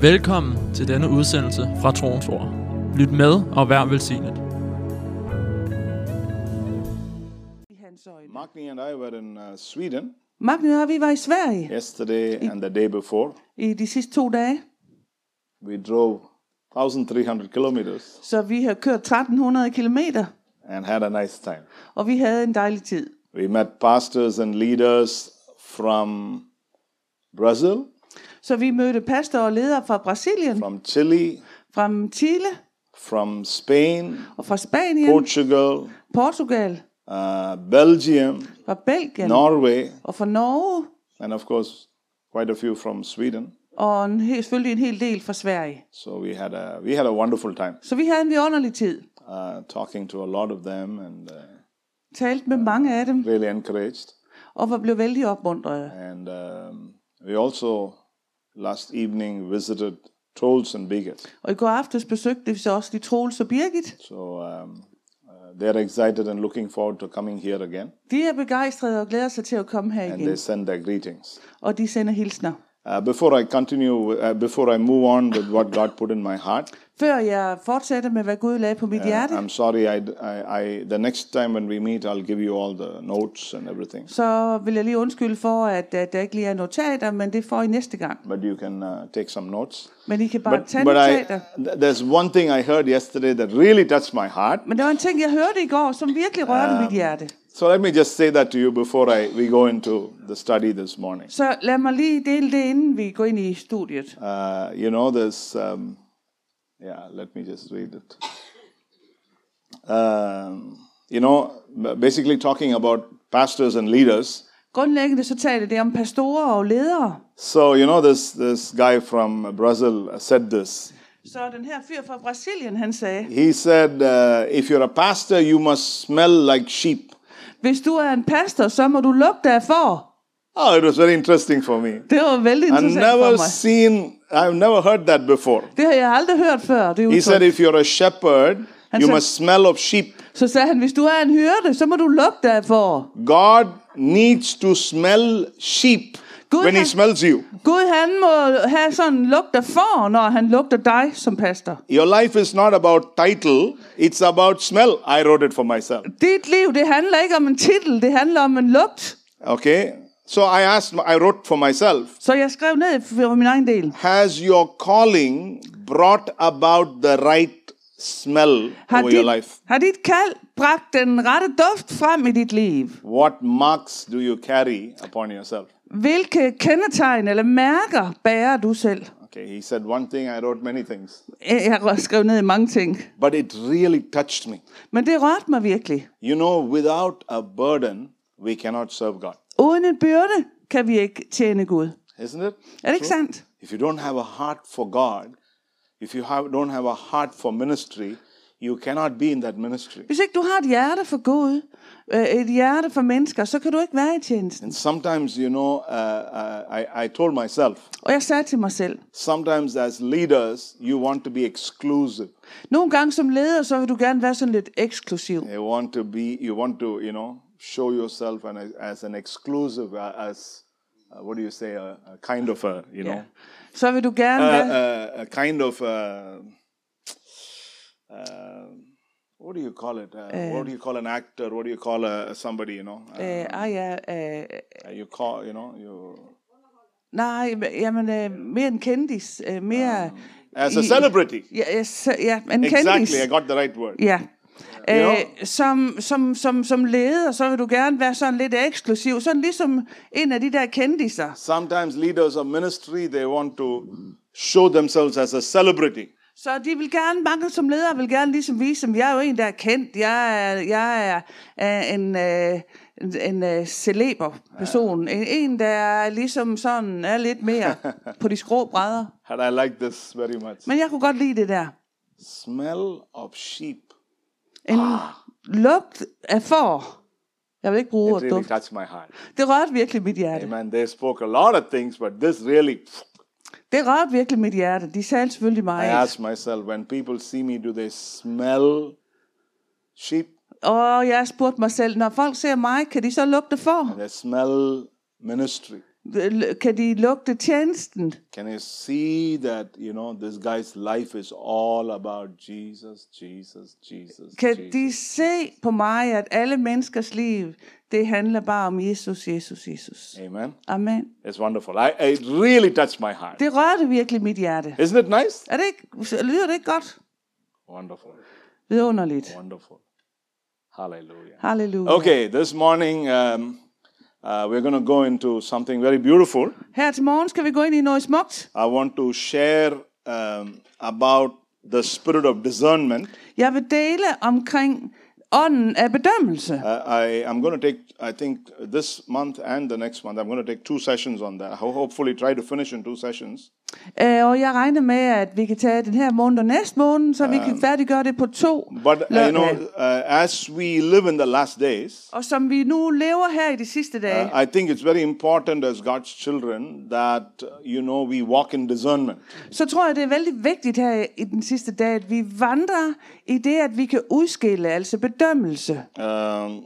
Velkommen til denne udsendelse fra Troens Ord. Lyt med og vær velsignet. i hans øjne. Magni and I were in uh, Sweden Magnet og vi var i Sverige yesterday and the day before. i de sidste to dage, We drove 1,300 kilometers så vi har kørt 1300 kilometer, and had a nice time. og vi havde en dejlig tid. We met pastors and leaders from Brazil, Så vi mødte pastor og ledere fra Brasilien, from Chile, fra Chile from Spain, og fra Spanien, Portugal, Portugal, uh, Belgium, fra Belgien Norway, og fra Norge, and of course, quite a few from Sweden. og en, hel- selvfølgelig en hel del fra Sverige. So we had a we had a wonderful time Så vi havde en vidunderlig tid. uh, talking to a lot of them and uh, Talte med mange af dem, really encouraged. og var blev vældig opmuntret. And um, we also last evening visited Tolls and Bigot. Og i går aftes besøgte vi så også de Troels og Birgit. So um, uh, they're excited and looking forward to coming here again. De er begejstrede og glæder sig til at komme her And they igen, send their greetings. og de sender hilsner. Uh, before I continue, uh, before I move on with what God put in my heart, Før jeg fortsætter med, hvad Gud lagde på mit hjerte, I'm sorry. I, I, I, the next time when we meet, I'll give you all the notes and everything. så vil jeg lige undskylde for, at, at der ikke lige er notater, men det får I næste gang. But you can uh, take some notes. Men I kan bare But, tage but I, notater. th- there's one thing I heard yesterday that really touched my heart. Men der var en ting, jeg hørte i går, som virkelig rørte mit hjerte. So let me just say that to you before I, we go into the study this morning. Så lad mig lige dele det, inden vi går ind i studiet. Uh, you know, this, um, yeah, let me just read it. Um, you know, b- basically talking about pastors and leaders. Grundlæggende så taler det om pastorer og ledere. So, you know, this, this guy from Brazil said this. Så den her fyr fra Brasilien, han sagde, He said, uh, if you're a pastor, you must smell like sheep. hvis du er en pastor, så må du lugte af for. Oh, it was very interesting for me. Det var vældig I've interessant for never mig. seen, I've never heard that before. Det har jeg aldrig hørt før, det He said, udtryk. if you're a shepherd, Han you sagde- must smell of sheep. Så sagde han, hvis du er en hyrde, så må du lugte af for. God needs to smell sheep Gud when He han- smells you. Gud han må have sådan en lugt af for, når han lugter dig som pastor. Your life is not about title, it's about smell. I wrote it for myself. Dit liv, det handler ikke om en titel, det handler om en lugt. Okay? So I asked, I wrote for myself Så jeg skrev ned for min egen del. Has your calling brought about the right smell Har over your dit, life? har dit kald bragt den rette duft frem i dit liv? What marks do you carry upon yourself? Hvilke kendetegn eller mærker bærer du selv? Okay, he said one thing, I wrote many things. Jeg jeg har skrevet ned mange ting, But it really touched me. men det rørte mig virkelig. You know, without a burden, we cannot serve God. Uden en byrde kan vi ikke tjene Gud. Isn't it? Er det ikke sandt? If you don't have a heart for God, if you have, don't have a heart for ministry, you cannot be in that ministry. Hvis ikke du har et hjerte for Gud, øh, et hjerte for mennesker, så kan du ikke være i tjenesten. And sometimes, you know, uh, uh, I, I told myself, Og jeg sagde til mig selv, sometimes as leaders, you want to be exclusive. nogle gange som leder, så vil du gerne være sådan lidt eksklusiv. You want to be, you want to, you know, show yourself an, as an exclusive, uh, as uh, what do you say, a, a kind of a, you know, Så vil du gerne a, være... Uh, a, a kind of a, uh, what do you call it? Uh, what do you call an actor? What do you call a, somebody? You know, uh, Øh, ej, ja, øh, you call you know you nej, men- jamen, øh, mere en kendis. Øh, mere... as a i- celebrity. Ja, ja, se- ja en kendis. Ah. Exactly, I got the right word. Ja. know? Øh, som, som, som, som leder, så vil du gerne være sådan lidt eksklusiv. Sådan ligesom en af de der kendiser. Sometimes leaders of ministry they want to show themselves as a celebrity. Så de vil gerne, mange som ledere vil gerne ligesom vise dem, jeg er jo en, der er kendt, jeg er, jeg er, er en, øh, en, en øh, celeber person, en, en, der er ligesom sådan, er lidt mere på de skrå brædder. And I like this very much. Men jeg kunne godt lide det der. Smell of sheep. En lugt af får. Jeg vil ikke bruge It ordet really duft. touched my heart. Det rørte virkelig mit hjerte. Amen. They spoke a lot of things, but this really. Det rørte virkelig mit hjerte. De sagde selvfølgelig I meget. ask myself when people see me, do they smell sheep? Og jeg spurgte mig selv, når folk ser mig, kan de så lugte får? They smell ministry. Kan de lugte tjenesten? Can you see that, you know, this guy's life is all about Jesus, Jesus, Jesus, Kan Jesus? de se på mig, at alle menneskers liv, det handler bare om Jesus, Jesus, Jesus? Amen. Amen. It's wonderful. I, it really touched my heart. Det rørte virkelig mit hjerte. Isn't it nice? Er det ikke, lyder det ikke godt? Wonderful. Vidunderligt. Wonderful. Hallelujah. Halleluja. Okay, this morning um, uh, we're going to go into something very beautiful. Her til morgen skal vi gå ind i noget smukt. I want to share um, about the spirit of discernment. Jeg vil dele omkring ånden af bedømmelse. Uh, I am going to take, I think, this month and the next month, I'm going to take two sessions on that. I ho- hopefully try to finish in two sessions. Øh, og jeg regner med, at vi kan tage den her måned og næste måned, så vi kan færdiggøre det på to But, uh, you know, lørdage. uh, as we live in the last days, Og som vi nu lever her i de sidste dage, I think it's very important as God's children that, uh, you know, we walk in discernment. så tror jeg, det er vældig vigtigt her i den sidste dag, at vi vandrer i det, at vi kan udskille, altså bedømmelse. Um,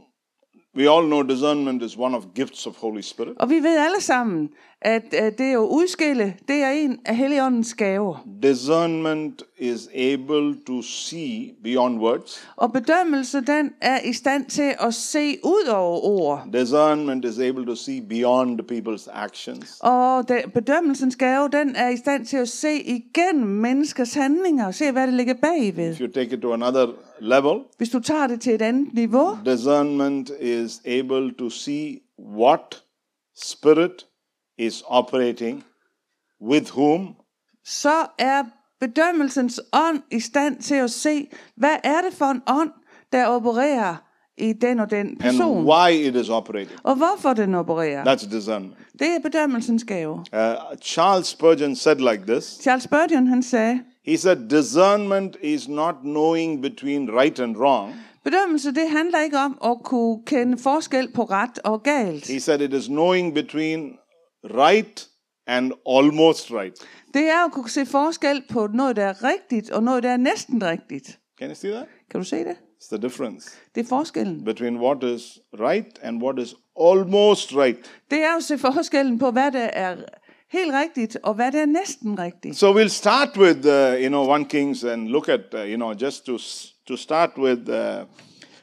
we all know discernment is one of gifts of Holy Spirit. Og vi ved alle sammen, at, at det er jo udskille, det er en af Helligåndens gaver. Discernment is able to see beyond words. Og bedømmelse, den er i stand til at se ud over ord. Discernment is able to see beyond people's actions. Og den, bedømmelsens gave, den er i stand til at se igennem menneskers handlinger og se, hvad der ligger bagved. If you take it to another level, Hvis du tager det til et andet niveau, discernment is able to see what spirit is operating, with whom, så er bedømmelsens ånd i stand til at se, hvad er det for en ånd, der opererer i den og den and person. why it is operating. Og hvorfor den opererer. That's discernment. Det er bedømmelsens gave. Uh, Charles Spurgeon said like this Charles Spurgeon, han sagde, He said, discernment is not knowing between right and wrong. bedømmelse det handler ikke om at kunne kende forskel på ret og galt. He said, it is knowing between right and almost right. Det er at kunne se forskel på noget, der er rigtigt, og noget, der er næsten rigtigt. Can you see that? Kan du se det? It's the difference Det er forskellen. between what is right and what is almost right. Det er at se forskellen på, hvad der er helt rigtigt, og hvad der er næsten rigtigt. So we'll start with, uh, you know, 1 Kings and look at, uh, you know, just to, s- to start with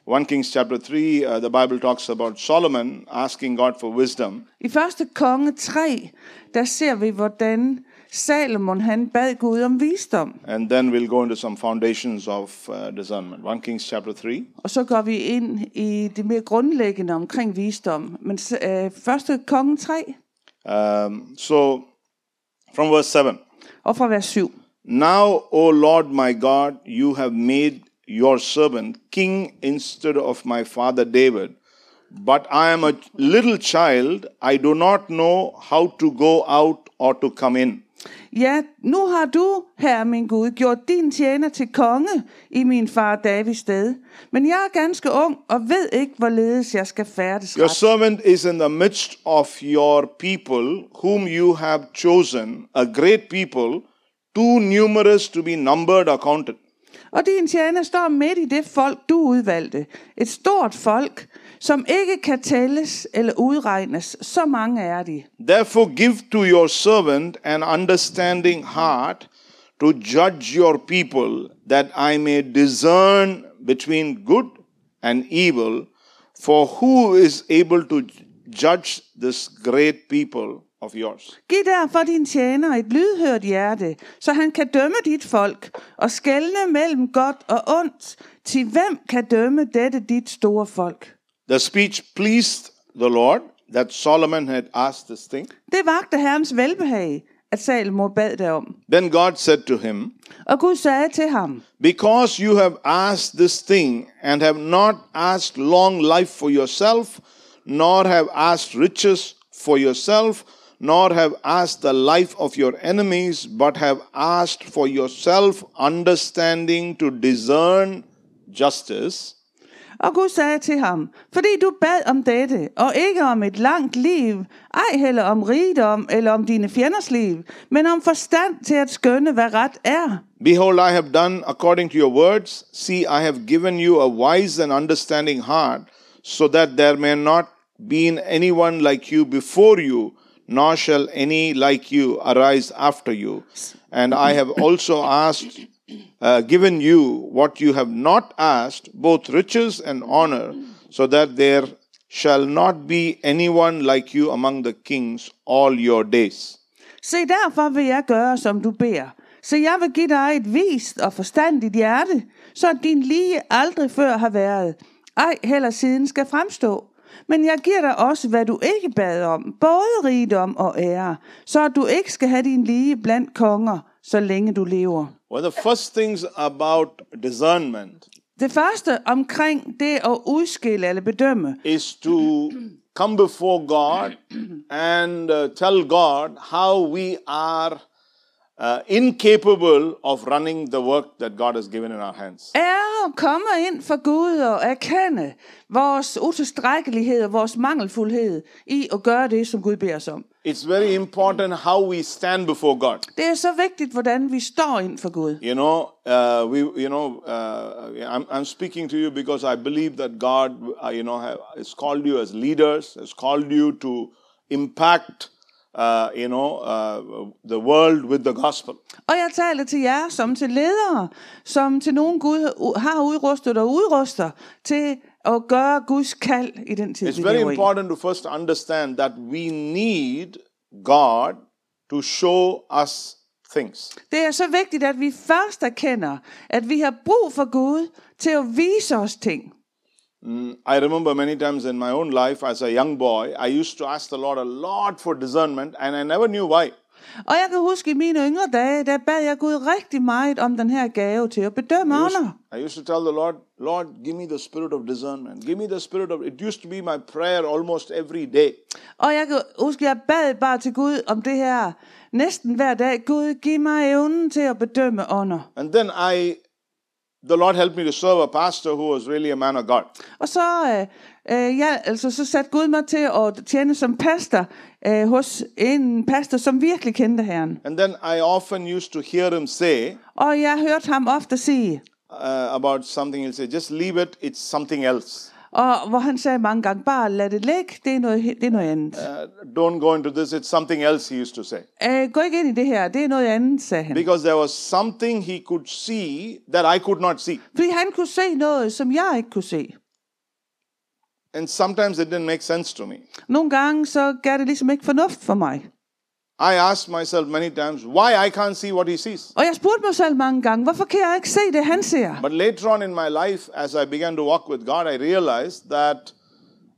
uh, 1 Kings chapter 3, uh, the Bible talks about Solomon asking God for wisdom. I første konge 3, der ser vi, hvordan Salomon han bad Gud om visdom. And then we'll go into some foundations of uh, discernment. 1 Kings chapter 3. Og så går vi ind i det mere grundlæggende omkring visdom. Men øh, første konge 3, Um, so, from verse 7 og fra vers 7. Now, O Lord my God, you have made your servant king instead of my father David. But I am a little child, I do not know how to go out or to come in. Ja, nu har du, herre min Gud, gjort din tjener til konge i min far Davids sted. Men jeg er ganske ung og ved ikke, hvorledes jeg skal færdes Your ret. servant is in the midst of your people, whom you have chosen, a great people, too numerous to be numbered or counted. Og din tjener står midt i det folk, du udvalgte. Et stort folk, som ikke kan tælles eller udregnes. Så mange er de. Therefore, give to your servant an understanding heart to judge your people, that I may discern between good and evil. For who is able to judge this great people of yours? Giv derfor din tjener et lydhørt hjerte, så han kan dømme dit folk og skelne mellem godt og ondt. Til hvem kan dømme dette dit store folk? The speech pleased the Lord that Solomon had asked this thing. Det vagte herrens velbehag, at Salomo bad derom. Then God said to him, Og Gud sagde til ham, Because you have asked this thing and have not asked long life for yourself, nor have asked riches for yourself, nor have asked the life of your enemies, but have asked for yourself understanding to discern justice. og Gud sagde til ham, fordi du bad om dette, og ikke om et langt liv, ej heller om rigdom eller om dine fjenders liv, men om forstand til at skønne, hvad ret er. Behold, I have done according to your words. See, I have given you a wise and understanding heart, so that there may not be anyone like you before you, nor shall any like you arise after you. And I have also asked, uh, given you what you have not asked, both riches and honor, so that there shall not be anyone like you among the kings all your days. Se, derfor vil jeg gøre, som du beder. Så jeg vil give dig et vist og forstandigt hjerte, så din lige aldrig før har været. Ej, heller siden skal fremstå. Men jeg giver dig også, hvad du ikke bad om, både rigdom og ære, så du ikke skal have din lige blandt konger, så længe du lever. One of the first things about discernment Det første omkring det at udskille eller bedømme, is to come before God and uh, tell God how we are uh, incapable of running the work that God has given in our hands. er at komme ind for Gud og erkende vores utilstrækkelighed og vores mangelfuldhed i at gøre det, som Gud beder os om. It's very important how we stand before God. Det er så vigtigt, hvordan vi står ind for Gud. You know, uh, we, you know, uh, I'm, I'm speaking to you because I believe that God, uh, you know, have, has called you as leaders, has called you to impact, uh, you know, uh, the world with the gospel. Og jeg taler til jer som til ledere, som til nogen Gud har udrustet og udruster til at gøre Guds kald i den tid, It's vi very lever i. important to first understand that we need God to show us things. Det er så vigtigt, at vi først erkender, at vi har brug for Gud til at vise os ting. I remember many times in my own life as a young boy, I used to ask the Lord a lot for discernment and I never knew why. Og jeg kan huske i mine yngre dage, der bad jeg Gud rigtig meget om den her gave til at bedømme I used- ånder. I used to tell the Lord, Lord, give me the spirit of discernment. Give me the spirit of. It used to be my prayer almost every day. Og jeg kan huske, jeg bad bare til Gud om det her næsten hver dag. Gud, giv mig evnen til at bedømme ånder. And then I, the Lord helped me to serve a pastor who was really a man of God. Og så, øh, øh, ja, altså, så satte Gud mig til at tjene som pastor øh, hos en pastor, som virkelig kendte Herren. And then I often used to hear him say, Og jeg hørte ham ofte sige, uh, about something, he'll say, just leave it, it's something else. og hvor han sagde mange gange, bare lad det ligge, det er noget, he- det er noget andet. Uh, don't go into this, it's something else, he used to say. Øh, gå ikke ind i det her, det er noget andet, sagde han. Because there was something he could see that I could not see. Fordi han kunne se noget, som jeg ikke kunne se. And sometimes it didn't make sense to me. Nogle gange, så gav det ligesom ikke fornuft for mig. I asked myself many times why I can't see what he sees. Og jeg spurgte mig selv mange gange, hvorfor kan jeg ikke se det, han ser? But later on in my life, as I began to walk with God, I realized that,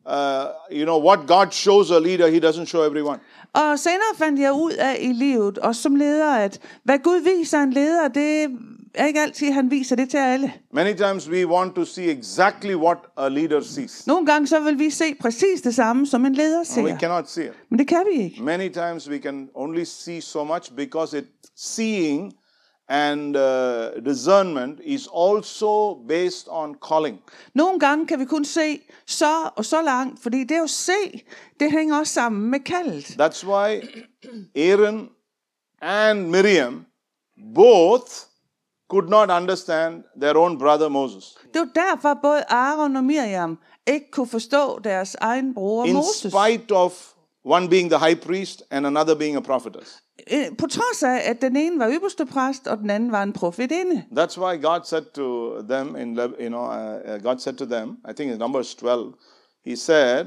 uh, you know, what God shows a leader, he doesn't show everyone. Og senere fandt jeg ud af i livet, også som leder, at hvad Gud viser en leder, det er ikke altid, han viser det til alle. Many times we want to see exactly what a leader sees. Nogle gange så vil vi se præcis det samme, som en leder We ser. cannot see it. Men det kan vi ikke. many times we can only see so much because it seeing and uh, discernment is also based on calling Nogle gange kan vi kun se så og så langt, fordi det at se, det hænger også sammen med kaldet. that's why aaron and miriam both could not understand their own brother moses Det var derfor både Aaron og Miriam ikke kunne forstå deres egen bror in Moses. spite of one being the high priest and another being a prophetess Øh, På trods af, at den ene var ypperste præst, og den anden var en profetinde. That's why God said to them in Leb- you know uh, uh, God said to them I think in Numbers 12 he said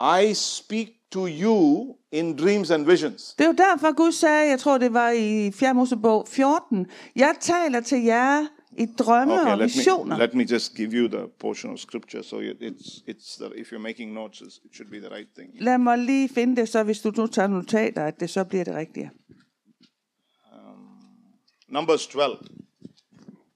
I speak to you in dreams and visions Det er jo derfor, Gud sagde, jeg tror det var i 4. Mosebog 14, jeg taler til jer i drømme okay, let og me visioner. let me just give you the portion of scripture so you- it's it's the, if you're making notes it's- it should be the right thing Lad mig lige finde det, så hvis du nu tager notater, at det så bliver det rigtige. Numbers 12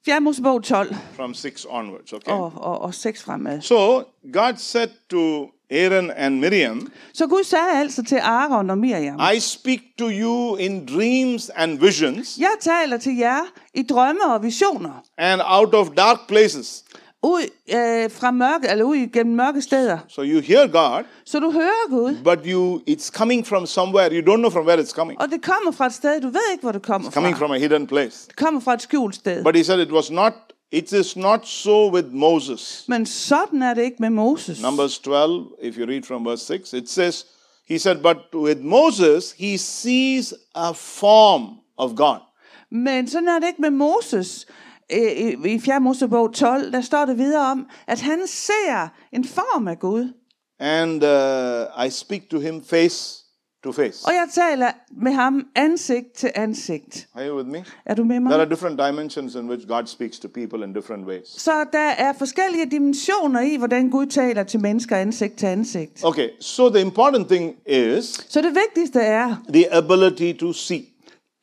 4. Mosebog 12 from 6 onwards okay og, og, og 6 fremad. so God said to Aaron and Miriam Så Gud sagde altså til Aaron og Miriam, I speak to you in dreams and visions jeg taler til jer i drømme og visioner, and out of dark places ud øh, fra mørke, eller ud gennem mørke steder. so you hear God Så du hører Gud, but you it's coming from somewhere you don't know from where it's coming og det kommer fra et sted, du ved ikke, hvor det kommer coming fra. from a hidden place Det kommer fra et skjult sted. but he said it was not it is not so with moses Men sådan er det ikke med Moses. numbers 12 if you read from verse 6 it says He said, But with Moses, he sees a form of God. Men sådan er det ikke med Moses. Øh, I i 4. Mosebog 12, der står det videre om, at han ser en form af Gud. And uh, I speak to him face to face. Og jeg taler med ham ansigt til ansigt. Are you with me? Er du med mig? There are different dimensions in which God speaks to people in different ways. Så der er forskellige dimensioner i, hvordan Gud taler til mennesker ansigt til ansigt. Okay, so the important thing is Så det vigtigste er the ability to see,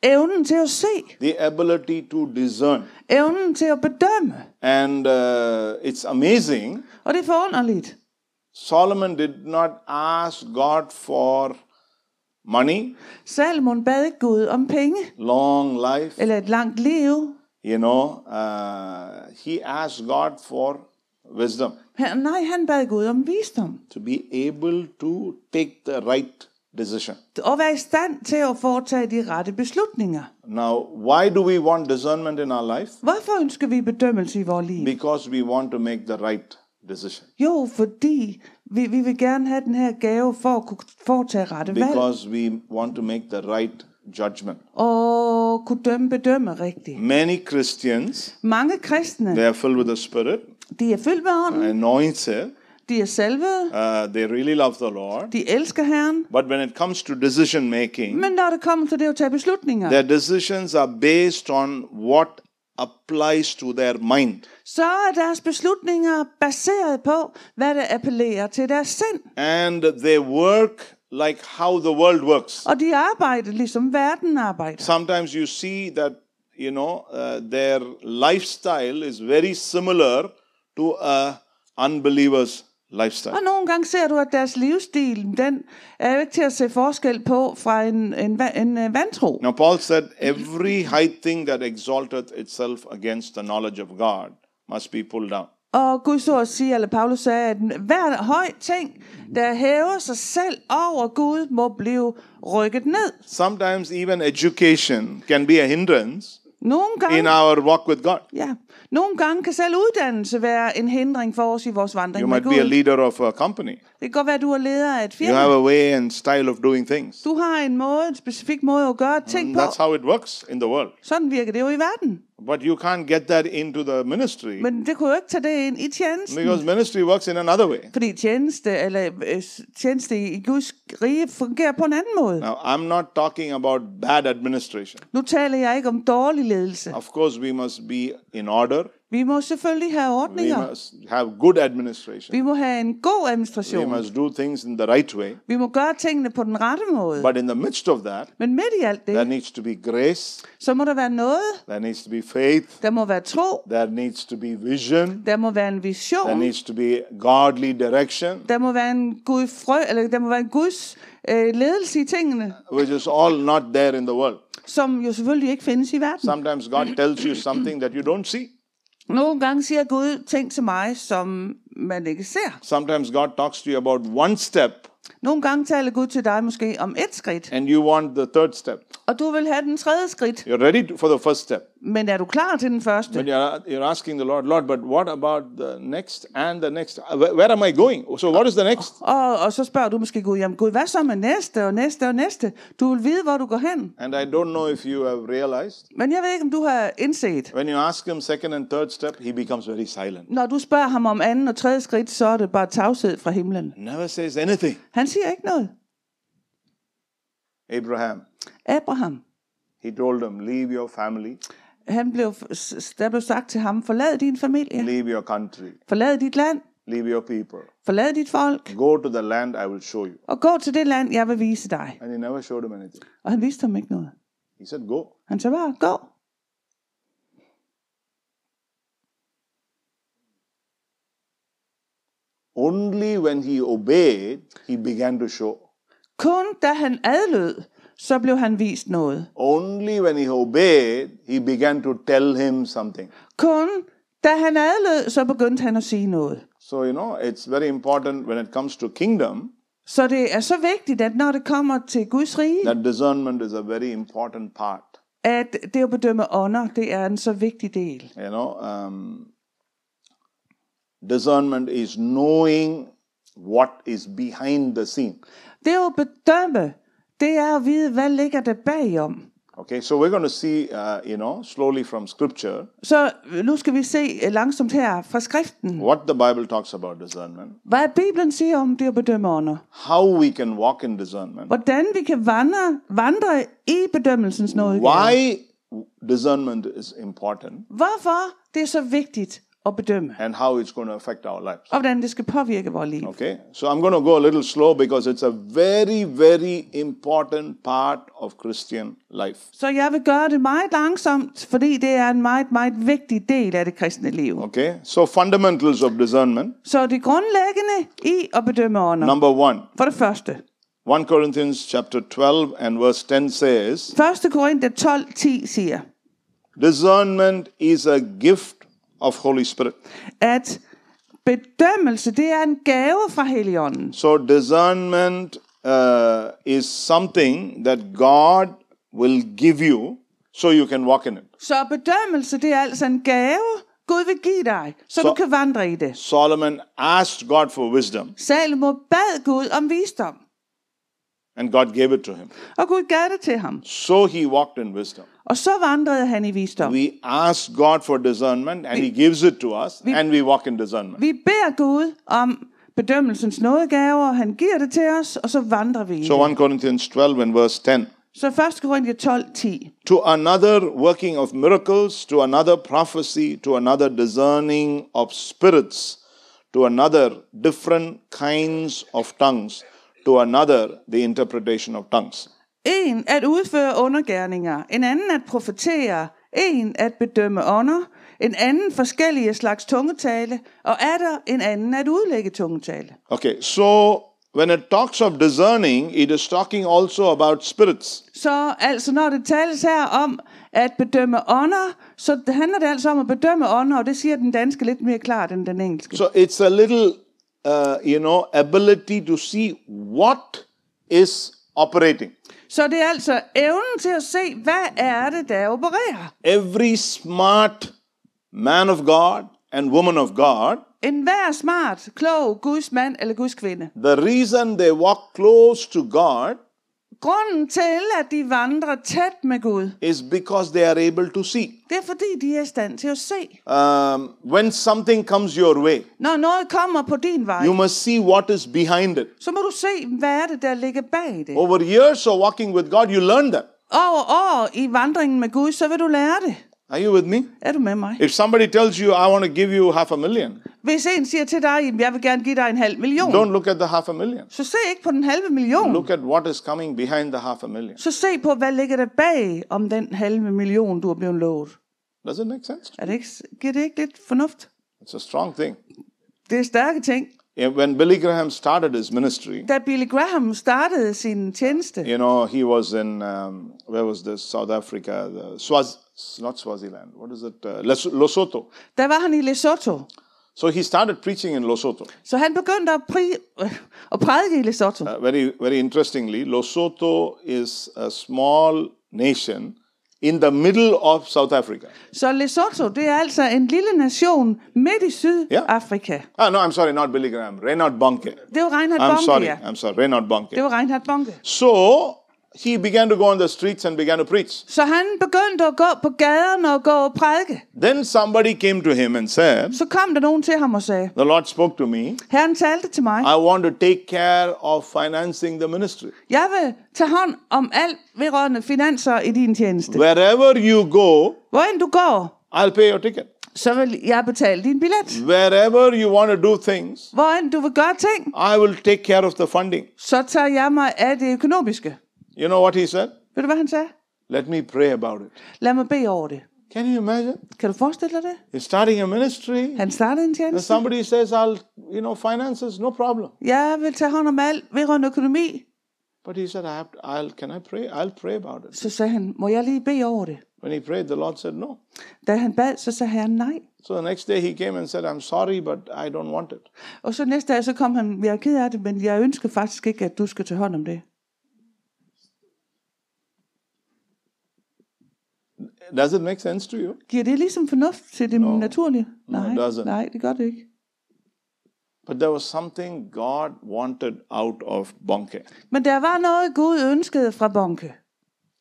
evnen til at se, the ability to discern. evnen til at bedømme. And uh, it's amazing. Og det er forunderligt. Solomon did not ask God for money, Salomon bad ikke Gud om penge, long life, eller et langt liv. you know. Uh, he asked God for wisdom, Han, nej, han bad Gud om visdom. to be able to take the right decision. Og være i stand til at foretage de rette beslutninger. Now, why do we want discernment in our life? Hvorfor ønsker vi bedømmelse i vores liv? Because we want to make the right decision. Jo, fordi vi, vi vil gerne have den her gave for at kunne foretage rette valg. Because we want to make the right judgment. Og kunne dømme bedømme rigtigt. Many Christians, Mange kristne, they are filled with the Spirit, de er fyldt med ånden, anointed, de er salvede, uh, they really love the Lord. de elsker Herren. But when it comes to decision making, Men når det kommer til det at tage beslutninger, their decisions are based on what applies to their mind. så er deres beslutninger baseret på, hvad der appellerer til deres sind. And they work like how the world works. Og de arbejder, ligesom verden arbejder. Sometimes you see that, you know, uh, their lifestyle is very similar to a unbeliever's lifestyle. Og nogle gange ser du, at deres livsstil, den er jo ikke til at se forskel på fra en, en, va- en, en vantro. Now, Paul said, Every high thing that exalteth itself against the knowledge of God must be pulled down. Og Gud så at sige, eller Paulus sagde, at hver høj ting, der hæver sig selv over Gud, må blive rykket ned. Sometimes, even education can be a hindrance Nogle in gange, our walk with God. ja, nogle gange kan selv uddannelse være en hindring for os i vores vandring You med might be a Gud. leader of a company, Det kan godt være, at du er leder af et you have firma. a way and style of doing things. Du har en måde, en specifik måde at gøre ting And på. that's how it works in the world. Sådan virker det jo i verden. But you can't get that into the ministry Men det kunne jo ikke tage det ind i tjenesten. because ministry works in another way. Fordi tjeneste, eller øh, s- tjeneste i Guds rige fungerer på en anden måde. Now, I'm not talking about bad administration. Nu taler jeg ikke om dårlig ledelse. Of course, we must be in order, Vi må selvfølgelig have we ordninger. must have good administration. Vi må have en god We administration. must do things in the right way. Vi må gøre tingene på den rette måde. But in the midst of that, Men midt i alt there det, needs to be grace, så må der være noget. there needs to be faith, Der må være tro. there needs to be vision, Der må være en there vision. needs to be godly direction, Der må være en gud frø, eller der må være en guds øh, ledelse i tingene, which is all not there in the world. som jo selvfølgelig ikke findes i verden. Sometimes God tells you something that you don't see. Nogle gange siger Gud ting til mig, som man ikke ser. Sometimes God talks to you about one step Nogle gange taler Gud til dig måske om et skridt, and you want the third step. og du vil have den tredje skridt. You're ready to- for the first step. Men er du klar til den første? But you're, you're asking the Lord, Lord, but what about the next and the next? Uh, Where, where am I going? So, what is the next? Og, og så spørger du måske Gud, jamen Gud, hvad så med næste og næste og næste? Du vil vide, hvor du går hen. And I don't know if you have realized. Men jeg ved ikke, om du har indset. When you ask him second and third step, he becomes very silent. Når du spørger ham om anden og tredje skridt, så er det bare tavshed fra himlen. Never says anything. Han siger ikke noget. Abraham, Abraham, he told him, leave your family, han blev, s- s- der blev sagt til ham, forlad din familie, leave your country, forlad dit land, leave your people. forlad dit folk, Go to the land I will show you. og gå til det land, jeg vil vise dig. And he never showed him anything. Og han viste ham ikke noget. He said, go. Han sagde bare, gå. Only when he obeyed, he began to show. Kun da han adlød, så blev han vist noget. Only when he obeyed, he began to tell him something. Kun da han adlød, så begyndte han at sige noget. So, you know, it's very important when it comes to kingdom, Så det er så vigtigt, at når det kommer til Guds rige, that discernment is a very important part. at det at bedømme ånder, det er en så vigtig del. You know, um, discernment is knowing what is behind the scene. Det er jo at bedømme. Det er at vide, hvad ligger der bagom. Okay, so we're going to see, uh, you know, slowly from scripture Så øh, nu skal vi se øh, langsomt her fra skriften. what the Bible talks about discernment, Hvad Bibelen siger om det at bedømme ånder. how we can walk in discernment, Hvordan vi kan vandre, vandre i bedømmelsens nåde. why discernment is important, Hvorfor det er så vigtigt at bedømme. and how it's going to affect our lives. Og hvordan det skal påvirke vores liv. Okay, so I'm going to go a little slow because it's a very, very important part of Christian life. Så jeg vil gøre det meget langsomt, fordi det er en meget, meget vigtig del af det kristne liv. Okay, so fundamentals of discernment. Så det grundlæggende i at bedømme ånder. Number one, For det første. 1 Corinthians chapter 12 and verse 10 says, 1. Korinther 12, 10 siger, discernment is a gift of Holy Spirit. at bedømmelse, det er en gave fra Helligånden. So discernment uh, is something that God will give you so you can walk in it. Så bedømmelse, det er altså en gave, Gud vil give dig, så, Så- så du kan vandre i det. Solomon asked God for wisdom Salomo bad Gud om visdom, and God gave it to him. og Gud gav det til ham. So he walked in wisdom. Og så vandrede han i visdom. We ask God for discernment and he gives it to us and we walk in discernment. Vi beder Gud om bedømmelsens nådegave, og han giver det til os, og så vandrer vi i So det. 1 Corinthians 12 and verse 10. Så 1. Korinther 12, 10. to another working of miracles, to another prophecy, to another discerning of spirits, to another different kinds of tongues, to another the interpretation of tongues. En at udføre undergærninger, en anden at profetere, en at bedømme ånder, en anden forskellige slags tungetale, og er der en anden at udlægge tungetale. Okay, so when it talks of discerning, it is talking also about spirits. Så altså når det tales her om at bedømme ånder, så det handler det altså om at bedømme ånder, og det siger den danske lidt mere klart end den engelske. So it's a little, uh, you know, ability to see what is operating. Så det er altså evnen til at se, hvad er det, der opererer. Every smart man of God and woman of God En hver smart, klog Guds mand eller Guds kvinde. The reason they walk close to God Grunden til, at de vandrer tæt med Gud, is because they are able to see. det er fordi, de er i stand til at se. Um, when something comes your way, Når noget kommer på din vej, you must see what is behind it. så må du se, hvad er det, der ligger bag det. Over years of walking with God, you learn that. Over år i vandringen med Gud, så vil du lære det. Are you with me? Er du med mig? If somebody tells you, I want to give you half a million, Hvis en siger til dig, "Jamen, jeg vil gerne give dig en halv million, don't look at the half a million. så se ikke på den halve million. Look at what is coming behind the half a million. Så se på, hvad ligger der bag om den halve million, du er blevet lovet. Does it make sense? Er det ikke, giver det ikke lidt fornuft? It's a strong thing. Det er stærke ting. Yeah, When Billy Graham started his ministry, Da Billy Graham startede sin tjeneste, you know, he was in, um, where was this? South Africa, the Swaz, not Swaziland. What is it? Uh, Les- Lesotho. der var han i Lesotho. So he started preaching in Lesotho. Så han begyndte at, pri- øh, at prædike i Lesotho. Uh, very, very interestingly, Lesotho is a small nation in the middle of South Africa. Så Lesotho, det er altså en lille nation midt i Sydafrika. Ah, no, I'm sorry, not Billy Graham, Reinhard Bonke. Det var Reinhard I'm Bonke, sorry, ja. I'm sorry, Reinhard Det Bonke. var Reinhard Bonke. So he began to go on the streets and began to preach. Så han begyndte at gå på gaderne og gå og prædike. Then somebody came to him and said, Så kom der nogen til ham og sagde, The Lord spoke to me. Herren talte til mig, I want to take care of financing the ministry. jeg vil tage hånd om alt vedrørende finanser i din tjeneste. Wherever you go, Hvor end du går, I'll pay your ticket. så vil jeg betale din billet. Mm. Wherever you want to do things, Hvor end du vil gøre ting, I will take care of the funding. så tager jeg mig af det økonomiske. You know what he said? Ved du, hvad han sagde? Let me pray about it. Lad mig bede over det. Can you imagine? Kan du forestille dig det? He's starting a ministry. Han startede en And tjeneste. somebody says, I'll, you know, finances, no problem. Jeg vil tage hånd om alt vedrørende økonomi. But he said, I have to, I'll, can I pray? I'll pray about it. Så sagde han, må jeg lige bede over det? When he prayed, the Lord said, no. Da han bad, så sagde han nej. So the next day he came and said, I'm sorry, but I don't want it. Og så næste dag, så kom han, jeg er ked af det, men jeg ønsker faktisk ikke, at du skal tage hånd om det. Does it make sense to you? Giver det ligesom fornuft til det no. naturlige? Nej, doesn't. nej, det gør det ikke. But there was something God wanted out of Bonke. Men der var noget, Gud ønskede fra Bonke.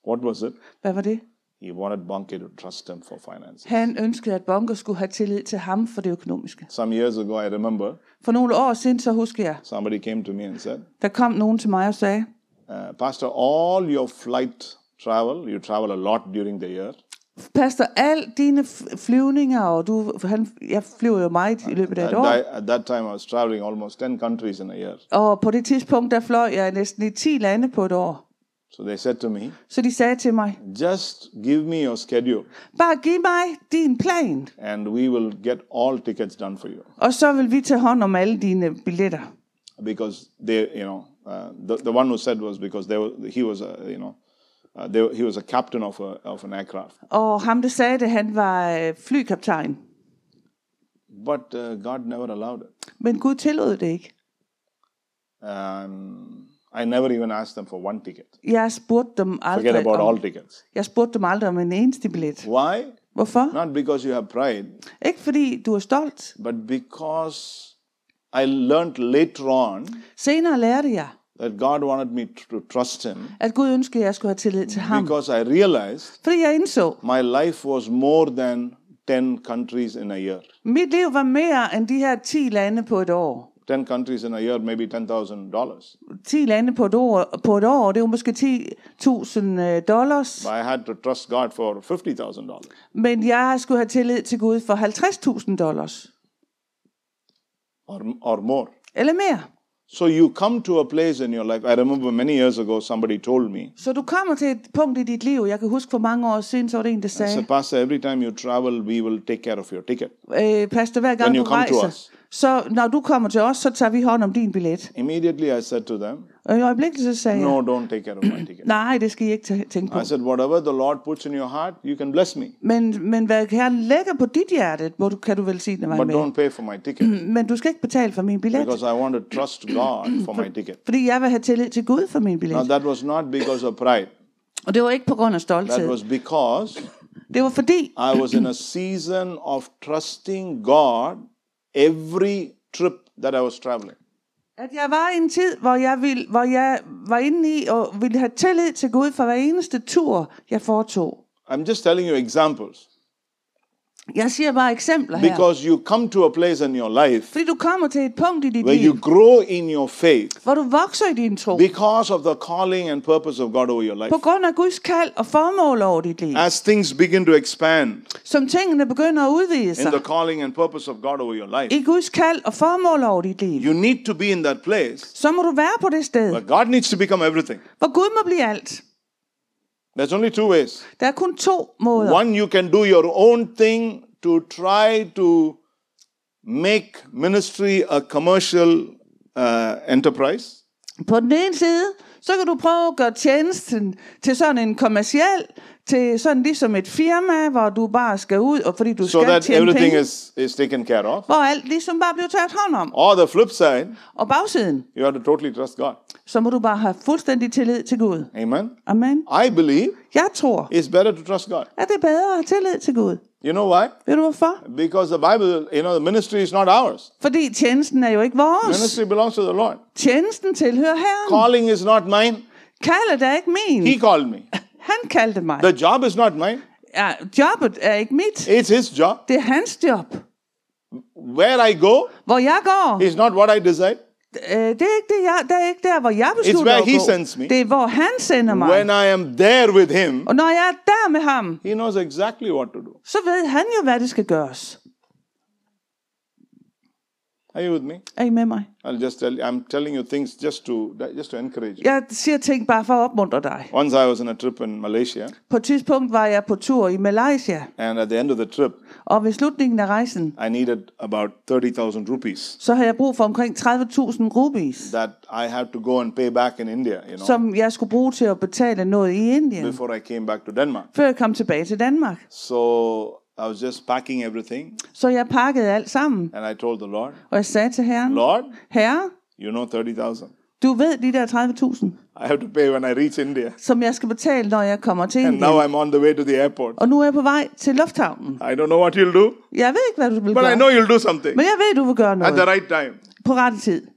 What was it? Hvad var det? He wanted Bonke to trust him for finances. Han ønskede, at Bonke skulle have tillid til ham for det økonomiske. Some years ago, I remember For nogle år siden, så husker jeg, somebody came to me and said, der kom nogen til mig og sagde, uh, Pastor, all your flight travel, you travel a lot during the year, Pastor, al dine f- flyvninger, og du, for han, jeg flyver jo meget i løbet af et At, år, that, at that time, I was traveling almost 10 countries in a year. og på det tidspunkt, der fløj jeg næsten i 10 lande på et år. So they said to me, Så de sagde til mig, just give me your schedule bare giv mig din plan, and we will get all tickets done for you. og så vil vi tage hånd om alle dine billetter. Because they, you know, uh, the, the one who said was because they were, he was, a, you know, uh, they, were- he was a captain of, a, of an aircraft. Og ham, der sagde det, han var øh, flykaptajn. But uh, God never allowed it. Men Gud tillod det ikke. Um, I never even asked them for one ticket. Jeg spurgte dem Forget aldrig, about all om, tickets. jeg spurgte dem aldrig om en eneste billet. Why? Hvorfor? Not because you have pride, Ikke fordi du er stolt. but because I learned later on Senere lærte jeg, that God wanted me to to trust Him at Gud ønskede, at jeg skulle have tillid til ham. because I realized Fordi jeg indså, my life was more than 10 countries in a year. Mit liv var mere end de her 10 lande på et år. 10 countries in a year, maybe $10,000. 10 lande på et år, på et år det var måske 10.000 øh, dollars. But I had to trust God for $50,000. Men jeg skulle have tillid til Gud for 50.000 dollars. Or, or more. Eller mere. So you come to a place in your life. I remember many years ago, somebody told me, Så du kommer til et punkt i dit liv, jeg kan huske for mange år siden, så var det en, der I sagde, said, Pastor, every time you travel, we will take care of your ticket. øh, pastor, hver gang When du you come to rejser, us." så når du kommer til os, så tager vi hånd om din billet. Immediately I said to them, Og i øjeblikket så sagde jeg, No, don't take care of my ticket. nej, det skal I ikke tæ- tænke på. I said, Whatever the Lord puts in your heart, you can bless me, Men, men hvad Herren lægger på dit hjerte, hvor du, kan du vel sige, når but man med. don't pay for my ticket Men du skal ikke betale for min billet. because I want to trust God for my ticket. Fordi jeg vil have tillid til Gud for min billet. Now, that was not because of pride, Og det var ikke på grund that af stolthed. was because Det var fordi, I was in a season of trusting God every trip that I was traveling. at jeg var i en tid, hvor jeg, ville, hvor jeg var inde i og ville have tillid til Gud for hver eneste tur, jeg foretog. I'm just telling you examples Jeg siger bare eksempler her. because you come to a place in your life fordi du kommer til et punkt i dit where liv, you grow in your faith hvor du vokser i din tro. because of the calling and purpose of God over your life. På grund af Guds kald og formål over dit liv. As things begin to expand Som tingene begynder at udvide in sig. the calling and purpose of God over your life, I Guds kald og formål over dit liv. you need to be in that place Så må du være på det sted, where God needs to become everything. hvor Gud må blive alt. There's only two ways. Der er kun to måder. One, you can do your own thing to try to make ministry a commercial uh, enterprise. På den ene side, så kan du prøve at gøre tjenesten til sådan en kommerciel, til sådan ligesom et firma, hvor du bare skal ud, og fordi du So skal that tjene everything penge, is, is taken care of. hvor alt ligesom bare bliver taget hånd om. Or the flip side, Og bagsiden, you have to totally trust God. så må du bare have fuldstændig tillid til Gud. Amen. Amen. I believe Jeg tror, it's better to trust God. at det er bedre at have tillid til Gud. You know why? Ved du hvorfor? Because the Bible, you know, the ministry is not ours. Fordi tjenesten er jo ikke vores. Ministry belongs to the Lord. Tjenesten tilhører Herren. Calling is not mine. Kaldet er ikke min. He called me. Han kaldte mig. The job is not mine. Ja, jobbet er ikke mit. It's his job. Det er hans job. Where I go Hvor jeg går, is not what I decide. Øh, det er ikke det, jeg, det er ikke der, hvor jeg beslutter where at he gå. sends me. Det er, hvor han sender mig. When I am there with him, Og når jeg er der med ham, he knows exactly what to do. så ved han jo, hvad det skal gøres. Are you with me? Er I med mig? I'll just tell you, I'm telling you things just to just to encourage you. Jeg siger ting bare for at opmuntre dig. Once I was on a trip in Malaysia, På et tidspunkt var jeg på tur i Malaysia, and at the end of the trip, og ved slutningen af rejsen, I needed about 30,000 rupees så havde jeg brug for omkring 30.000 rupees, that I had to go and pay back in India, you know, som jeg skulle bruge til at betale noget i Indien, before I came back to Denmark. før jeg kom tilbage til Danmark. So I was just packing everything, Så jeg pakkede alt sammen, and I told the Lord, og jeg sagde til herren, Lord, Herre, you know 30,000. du ved de der 30.000, I have to pay when I reach India. som jeg skal betale, når jeg kommer til And Indien. now I'm on the way to the airport. Og nu er jeg på vej til lufthavnen. I don't know what you'll do, Jeg ved ikke, hvad du vil but I gøre. know you'll do something Men jeg ved, du vil gøre at the noget. right time. på rette tid.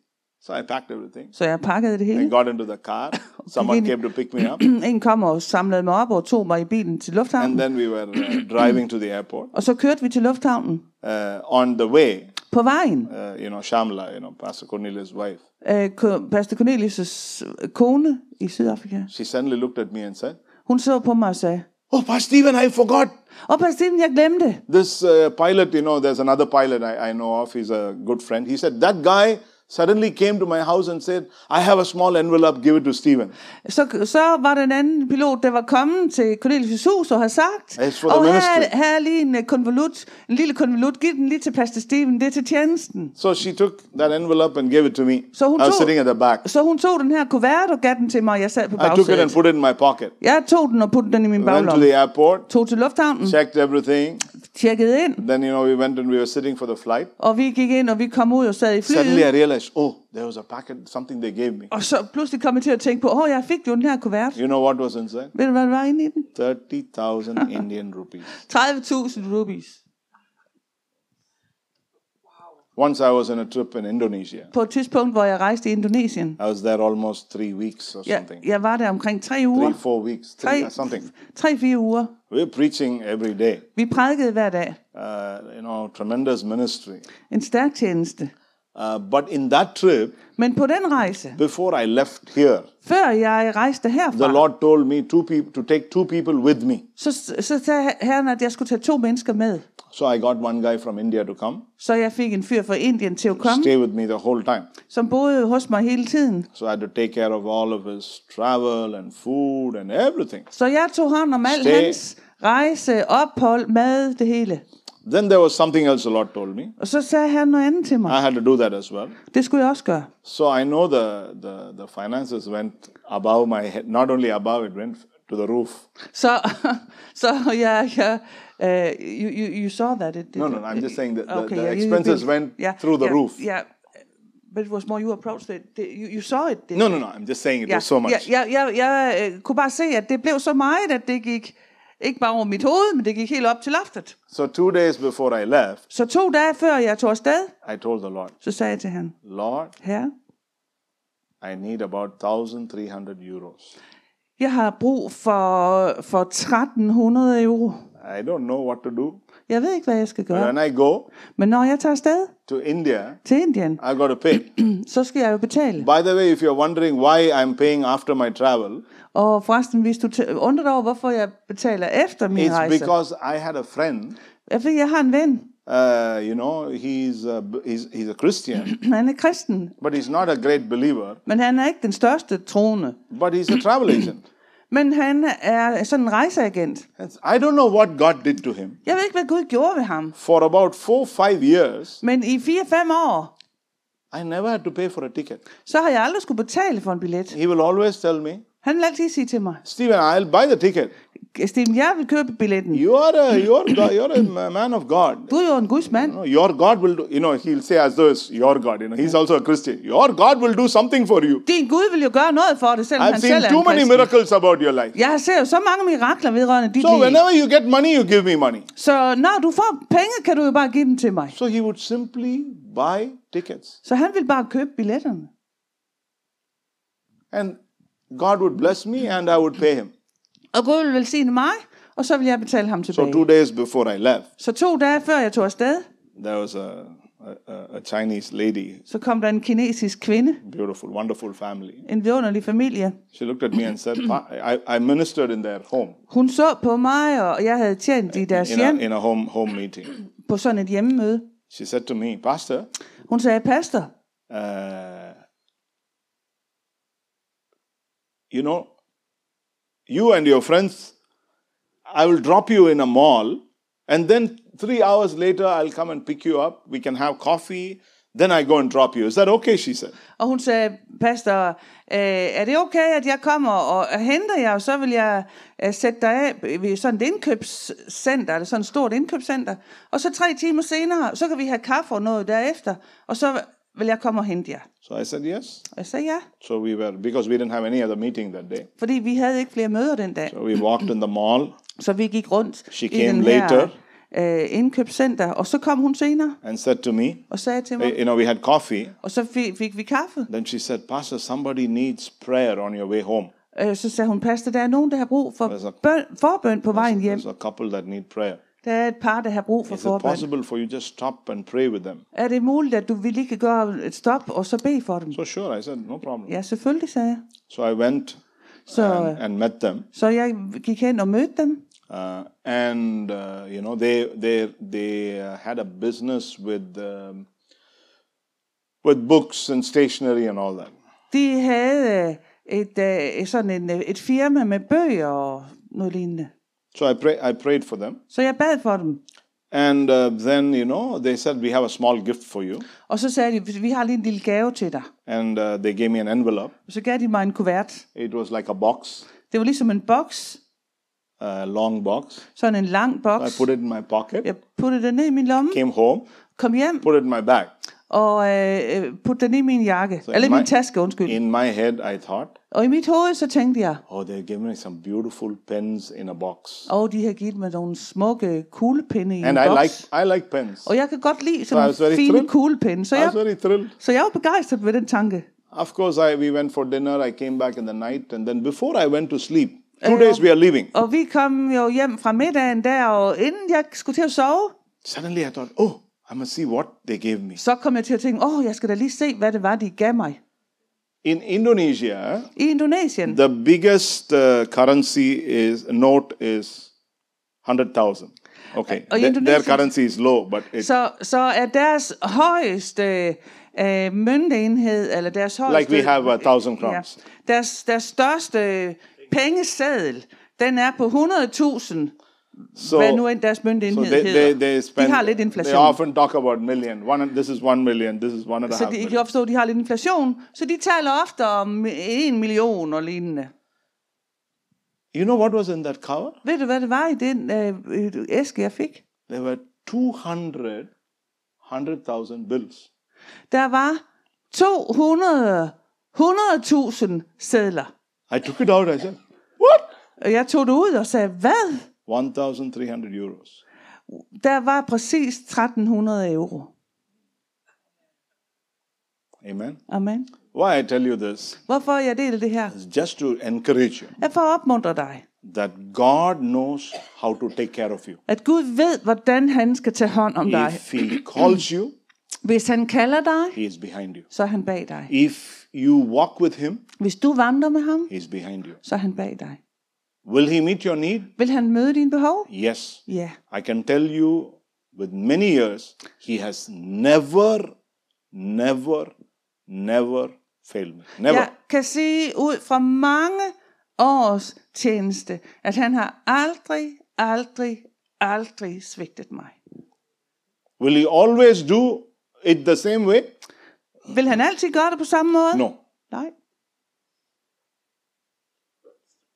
So I packed everything. Så jeg pakkede I det hele. got into the car. Someone came to pick me up. En kom og samlede mig op og tog mig i bilen til And lufthavnen. then we were uh, driving to the airport. Og så kørte vi til lufthavnen. Uh, on the way, På vejen, uh, you know, Shamla, you know, Pastor Cornelia's wife, øh, ko- Pastor Cornelius' kone i Sydafrika, she suddenly looked at me and said, hun så på mig og sagde, Oh, Pastor Stephen, I forgot. og Pastor Stephen, jeg glemte det. This uh, pilot, you know, there's another pilot I, I know of. He's a good friend. He said, That guy suddenly came to my house and said, I have a small envelope, give it to Stephen. Så, så var den anden pilot, der var kommet til Cornelius' hus og havde sagt, It's for the og her, ministry." her er lige en øh, konvolut, en lille konvolut, giv den lige til Pastor Stephen, det er til tjenesten. So she took that envelope and gave it to me. So who I was took- sitting at the back. Så hun tog den her kuvert og gav den til mig, og jeg sad på I took it and bagsædet. put it in my pocket. Jeg tog den og puttede den i min Went to the baglomme. airport, Tog til lufthavnen, checked everything. tjekkede ind, Then, you know, we went and we were sitting for the flight. og vi gik ind, og vi kom ud og sad i Suddenly I flyet. realized, oh, there was a packet, something they gave me. Og så pludselig kom jeg til at tænke på, åh, jeg fik jo den her kuvert. You know what was inside? Ved du, hvad der var inde i den? 30,000 Indian rupees. 30.000 rupees. Once I was on a trip in Indonesia. På et tidspunkt, hvor jeg rejste i Indonesien. I was there almost three weeks or Jeg, something. jeg var der omkring tre uger. Three, four weeks, three, Tre, or something. tre, fire uger. We're preaching every day. Vi prædikede hver dag. Uh, you know, tremendous ministry. En stærk tjeneste. Uh, but in that trip, Men på den rejse, before I left here, før jeg rejste the herfra, Lord told me two peop- to take two people with me. så, så sagde herren, at jeg skulle tage to mennesker med. So I got one guy from India to come, Så jeg fik en fyr fra Indien til at komme, stay with me the whole time. som boede hos mig hele tiden. So I had to take care of all of his travel and food and everything. Så jeg tog hånd om alt Stay. hans rejse, ophold, mad, det hele. Then there was something else the Lord told me. Og så sagde han noget andet til mig. I had to do that as well. Det skulle jeg også gøre. So I know the, the, the finances went above my head. Not only above, it went to the roof. Så, så jeg, jeg uh, you, you, you saw that. It, No, no, no, I'm just saying that the- the yeah, you- you expenses built- went through the yeah, roof. Yeah, but it was more you approached it. The- You, you saw it. did- No, no, no. I'm just saying it ja, was so much. Ja, ja, jeg, jeg øh, kunne bare se, at det blev så meget, at det gik ikke bare over mit hoved, men det gik helt op til loftet. So two days before I left, Så to dage før jeg tog afsted, I told the Lord, så sagde jeg til han, Lord, herre, I need about 1,300 euros. jeg har brug for, for 1300 euro. I don't know what to do. Jeg ved ikke, hvad jeg skal But gøre. When I go Men når jeg tager afsted to India, til Indien, I've got to pay. så skal jeg jo betale. By the way, if you're wondering why I'm paying after my travel, Og forresten, hvis du tæ- undrer dig over, hvorfor jeg betaler efter min it's rejse. because I had a friend. Ja, fordi jeg har en ven. Uh, you know, he's a, he's, he's a Christian, Han er kristen, but he's not a great believer, men han er ikke den største troende. but he's a travel agent. Men han er sådan en rejseagent. That's- I don't know what God did to him. Jeg ved ikke, hvad Gud gjorde ved ham. For about four, five years, Men i 4-5 år, I never had to pay for a ticket. så har jeg aldrig skulle betale for en billet. He will always tell me, Han vil altid sige til mig, Stephen, I'll buy the ticket. Stephen, jeg vil købe billetten. You are a, you're, God, you're a ma- man of God. Du er jo en guds You mand. know, your God will do, you know, he'll say as though it's your God. You know, he's also a Christian. Your God will do something for you. Din Gud vil jo gøre noget for det, selvom I've han seen selv er too en many kristen. miracles about your life. Jeg ser jo så mange mirakler vedrørende dit So liv. whenever you get money, you give me money. Så når du får penge, kan du jo bare give dem til mig. So he would simply buy tickets. Så han vil bare købe billetterne. And God would bless me and I would pay him. Og Gud vil velsigne mig, og så vil jeg betale ham So tilbage. two days before I left, Så to dage før jeg tog afsted, there was a, a- a, a Chinese lady, så kom der en kinesisk kvinde, beautiful, wonderful family. en vidunderlig familie. She looked at me and said, "Pa- I, I ministered in their home, Hun så på mig, og jeg havde tjent i deres in a, hjem in a home, home meeting. på sådan et hjemmemøde. She said to me, Pastor, Hun sagde, pastor, uh, you know, you and your friends, I will drop you in a mall, and then three hours later, I'll come and pick you up. We can have coffee. Then I go and drop you. Is that okay? She said. og hun sagde, pastor, øh, er det okay, at jeg kommer og henter jer, og så vil jeg øh, sætte dig af ved sådan et indkøbscenter, eller sådan et stort indkøbscenter, og så tre timer senere, så kan vi have kaffe og noget derefter, og så vil jeg komme og hente jer. So I said, Yes. Og jeg sagde ja, So we were, because we didn't have any other meeting that day. fordi vi havde ikke flere møder den dag. So we walked in the mall. Så vi gik rundt She i came den later. øh, indkøbscenter. Og så kom hun senere and said to me, og sagde til mig, You know, we had coffee. og så fik, fik vi kaffe. Then she said, Pastor, somebody needs prayer on your way home. Øh, så sagde hun, pastor, der er nogen, der har brug for Altså- bøn, forbøn på vejen hjem. There's a couple that need prayer. Der er et par, der har brug for Is it forbøn. possible for you just stop and pray with them? Er det muligt, at du vil ikke gøre et stop og så bede for dem? So sure, I said, no problem. Ja, selvfølgelig, sagde jeg. So I went Så, and, and met them. så jeg gik hen og mødte dem. Uh, and uh, you know they they they uh, had a business with um, with books and stationery and all that. De havde øh, et, øh, sådan en, øh, et firma med bøger og noget lignende. So I pray I prayed for them, Så jeg bad for dem. and uh, then you know they said we have a small gift for you, Og så sagde de, vi har lige en lille gave til dig. and uh, they gave me an envelope. Og så gav de mig en kuvert. It was like a box, Det var ligesom en boks. a long box. Sådan en lang I boks. put it in my pocket, Jeg puttede den ned i min lomme, came home, kom hjem put it in my bag. og øh, øh, puttede den i min jakke. Så Eller i min mig- taske, undskyld. In my head, I thought, Og i mit hoved, så tænkte jeg, oh, they've given me some beautiful pens in a box, og de har givet mig nogle smukke kuglepinde i and en I boks. like I like pens. Og jeg kan godt lide I sådan was very fine thrilled. kuglepinde. Så I was jeg, very thrilled. så jeg var begejstret ved den tanke. Of course, I we went for dinner. I came back in the night, and then before I went to sleep, two days we are leaving. Og vi kom jo hjem fra middagen der, og inden jeg skulle til at sove, Suddenly, I thought, oh, I must see what they gave me. så kom jeg til at tænke, åh, oh, jeg skal da lige se, hvad det var, de gav mig. In Indonesia, I Indonesien, the biggest uh, currency is note is hundred thousand. Okay, Oh, Their- their Indonesia- currency is low, but it, så, så er deres højeste øh, mønteenhed, eller deres like højeste... we have a thousand crowns. Ja, deres, deres største pengeseddel, den er på 100.000, So, hvad nu end deres mønteenhed so they, hedder. they, they spend. de har lidt they inflation. often talk about million. One, this is one million. This is one and a Så half de, I million. kan godt forstå, at de har lidt inflation. Så de taler ofte om en million og lignende. You know what was in that cover? Ved du, hvad det var i den øh, øh, æske, jeg fik? There were 200 100,000 bills. Der var 200 100.000 sædler. I took it out. I said, "What? Og jeg tog det ud og sagde, hvad? 1,300 euros." Der var præcis 1.300 euro. Amen. Amen. Why I tell you this Hvorfor jeg deler det her? is just to encourage you Jeg får opmuntre dig, that God knows how to take care of you. at Gud ved, hvordan han skal tage hånd om dig. If He calls you, Hvis han kalder dig, He is behind you. så er han bag dig. If you walk with Him, Hvis du vandrer med ham, He is behind you. så er han bag dig. Will He meet your need? Vil han møde dine behov? Yes. Ja. I can tell you with many years, He has never, never, never failed me. Never. Jeg kan sige ud fra mange års tjeneste, at han har aldrig, aldrig, aldrig svigtet mig. Will He always do it the same way? Vil han altid gøre det på samme måde? No. Nej.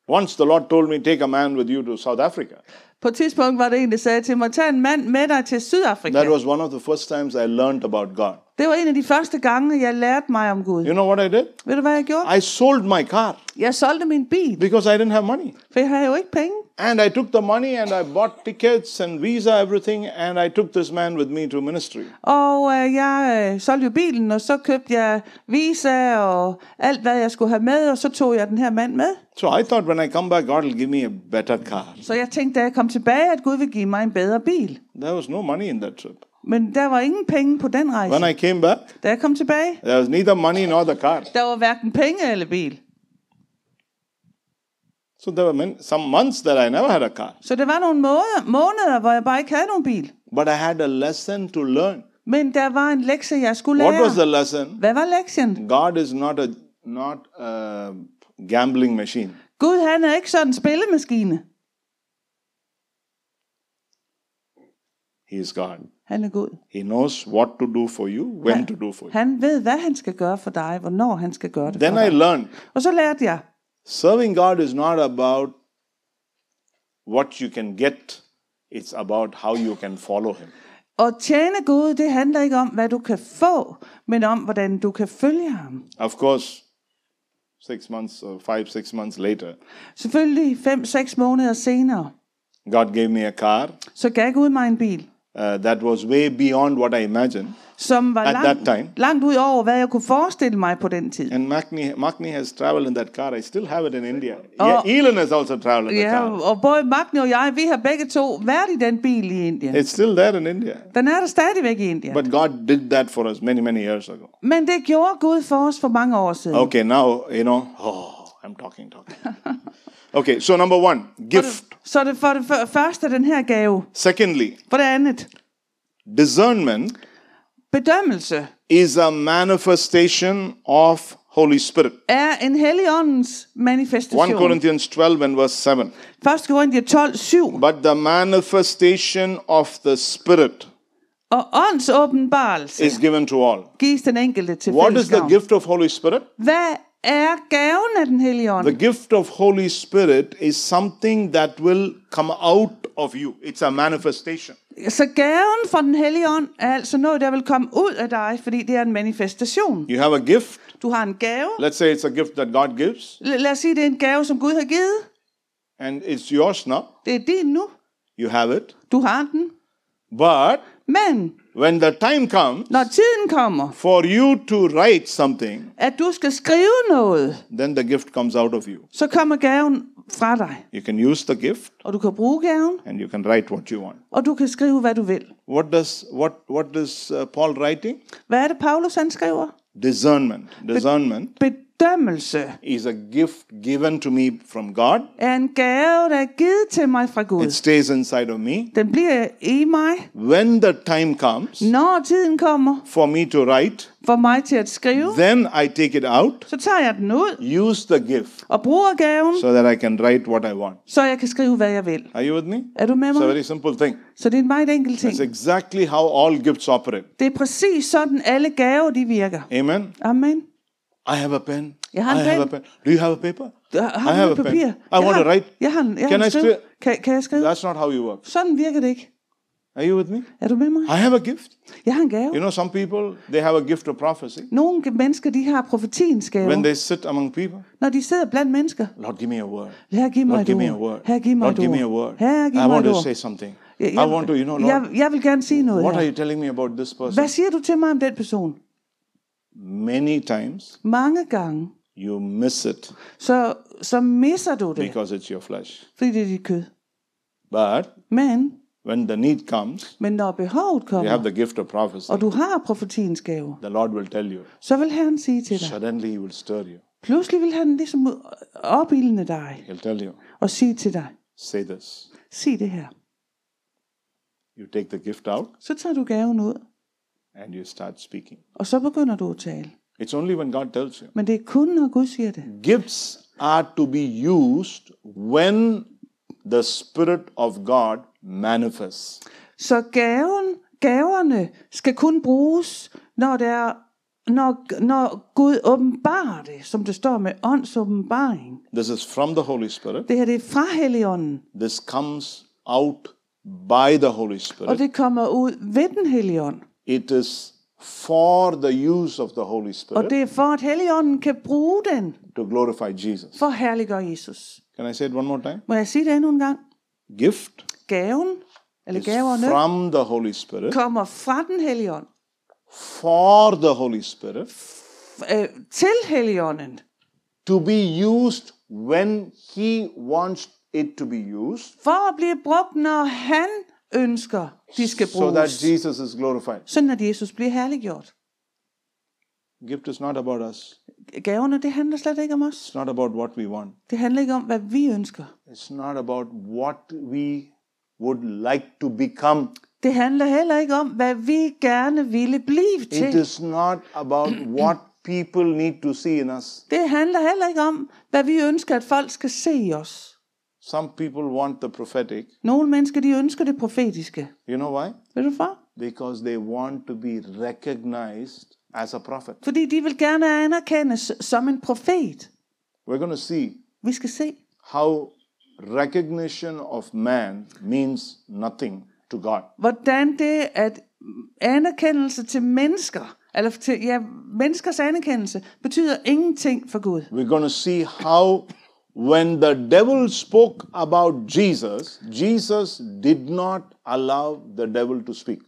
Once the Lord told me, take a man with you to South Africa. På et tidspunkt var det en, der sagde til mig, tag en mand med dig til Sydafrika. That was one of the first times I learned about God. Det var en af de første gange, jeg lærte mig om Gud. You know what I did? Ved du, hvad jeg gjorde? I sold my car Jeg solgte min bil, because I didn't have money. for jeg havde jo ikke penge. And I took the money and I bought tickets and visa, everything, and I took this man with me to ministry. Og øh, jeg øh, solgte jo bilen, og så købte jeg visa og alt, hvad jeg skulle have med, og så tog jeg den her mand med. So I thought when I come back, God will give me a better car. Så jeg tænkte, da jeg kom tilbage, at Gud ville give mig en bedre bil. There was no money in that trip. Men der var ingen penge på den rejse. When I came back, Da jeg kom tilbage, there was neither money nor the car. der var hverken penge eller bil. So there were many, some months that I never had a car. Så det var nogle måneder, måneder, hvor jeg bare ikke havde nogen bil. But I had a lesson to learn. Men der var en lektie, jeg skulle What lære. was the lesson? Hvad var lektien? God is not a not a gambling machine. Gud, han er ikke sådan en spillemaskine. He is God. Han er Gud. He knows what to do for you, when to do for you. Han ved, hvad han skal gøre for dig, hvornår han skal gøre det Then for I dig. learned Og så lærte jeg, serving God is not about what you can get, it's about how you can follow Him. at tjene Gud, det handler ikke om, hvad du kan få, men om, hvordan du kan følge ham. Of course, six months or five, six months later, Selvfølgelig 5-6 måneder senere, God gave me a car Så gav Gud mig en bil, uh, that was way beyond what I imagined. som var At langt, that time. langt ud over, hvad jeg kunne forestille mig på den tid. And Makni, Makni has traveled in that car. I still have it in India. Oh. Yeah, Elon has also traveled in Ja, the car. og både Magne og jeg, vi har begge to været i den bil i Indien. It's still there in India. Den er der stadigvæk i Indien. But God did that for us many, many years ago. Men det gjorde Gud for os for mange år siden. Okay, now, you know, oh, I'm talking, talking. okay, so number one, gift. Så det for det fø- første den her gave. Secondly, For det andet, discernment bedømmelse is a manifestation of Holy Spirit. er en helligåndens 1 manifestation. 1. Corinthians 12 and verse 7. Korinther 12, 7. But the manifestation of the Spirit Og ånds åbenbarelse is given to all. gives den enkelte til What is the fællesskab. gift of Holy Spirit? Hvad er gaven af den hellige ånd? The gift of Holy Spirit is something that will come out of you. It's a manifestation. Så gaven fra den hellige ånd er altså noget, der vil komme ud af dig, fordi det er en manifestation. You have a gift. Du har en gave. Let's say it's a gift that God gives L- lad os sige, det er en gave, som Gud har givet. and it's yours now. Det er din nu. You have it. Du har den. But Men when the time comes når tiden kommer, for you to write something, at du skal skrive noget, then the gift comes out of you. så kommer gaven fra dig. You can use the gift Og du kan bruge gaven, and you can write what you want. og du kan skrive, hvad du vil. What does what what is uh, Paul writing? Hvad er det, Paulus han skriver? Discernment. Discernment Bedømmelse is a gift given to me from God. er en gave, der er givet til mig fra It Gud. stays inside of me. Den bliver i mig, When the time comes når tiden kommer for me to write, for mig til at skrive. then I take it out, Så tager jeg den ud use the gift og bruger gaven, so that I can write what I want. så jeg kan skrive, hvad jeg vil. Are you with me? Er du med It's a mig? very simple thing. Så det er en meget enkelt ting. It's exactly how all gifts operate. Det er præcis sådan, alle gaver de virker. Amen. Amen. I have a pen. Jeg har en I have a pen. pen. Do you have a paper? Har- I Har have a du et pen. papir? I Jeg want har- to write. Jeg har, en- jeg Can har I en skrive. scrib- Kan, kan jeg skrive? That's not how you work. Sådan virker det ikke. Are you with me? Er du med mig? I have a gift. Jeg har en gave. You know, some people, they have a gift of prophecy. Nogle ge- mennesker, de har profetiens gave. When they sit among people, Når de sidder blandt mennesker. Lord, give me a word. Her giv mig Lord, et give me a ord. word. Her giv mig Lord, et give me a ord. word. Her giv I mig want et to ord. say something. Jeg- I want to, you know, Lord, jeg, jeg vil gerne sige noget what her. are you telling me about this person? Hvad siger du til mig om den person? Many times Mange gange, you miss it så, så misser du det, because it's your flesh. fordi det er dit kød. But Men, when the need comes, men når behovet you kommer, have the gift of prophecy. og du har profetiens gave, The Lord will tell you. så vil han sige til dig, Suddenly He will stir you. pludselig vil han ligesom opildne dig He'll tell you, og sige til dig, say this. sig det her. You take the gift out Så tager du gaven ud, and you start speaking. og så begynder du at tale. It's only when God tells you. Men det er kun, når Gud siger det. Gifts are to be used when the Spirit of God manifests. Så gaven, gaverne skal kun bruges, når, det er, når, når Gud åbenbarer det, som det står med åndsåbenbaring. This is from the Holy Spirit. Det her det er fra Helligånden, This comes out by the Holy og Spirit. det kommer ud ved den Helligånd. It is for the use of the Holy Og Spirit det er for, at Helligånden kan bruge den to glorify Jesus. for at herliggøre Jesus. Can I say it one more time? Må jeg sige det endnu en gang? Gift Gaven, eller is gaverne, from the Holy Spirit kommer fra den Helligånd, for the Holy Spirit f- øh, til Helligånden, to be used when He wants it to be used for at blive brugt, når han ønsker, de skal so that bruges. Jesus is glorified. Sådan at Jesus bliver herliggjort. Gift is not about us. Gaverne, det handler slet ikke om os. It's not about what we want. Det handler ikke om, hvad vi ønsker. It's not about what we would like to become. Det handler heller ikke om, hvad vi gerne ville blive It til. is not about what people need to see in us. Det handler heller ikke om, hvad vi ønsker, at folk skal se i os. Some people want the prophetic. Nogle mennesker, de ønsker det profetiske. You know why? Ved du for? Because they want to be recognized as a prophet. Fordi de vil gerne anerkendes som en profet. We're going to see Vi skal se, how recognition of man means nothing to God. hvordan det at anerkendelse til mennesker, eller til, ja, menneskers anerkendelse, betyder ingenting for Gud. We're going to see how When the devil spoke about Jesus, Jesus did not allow the devil to speak.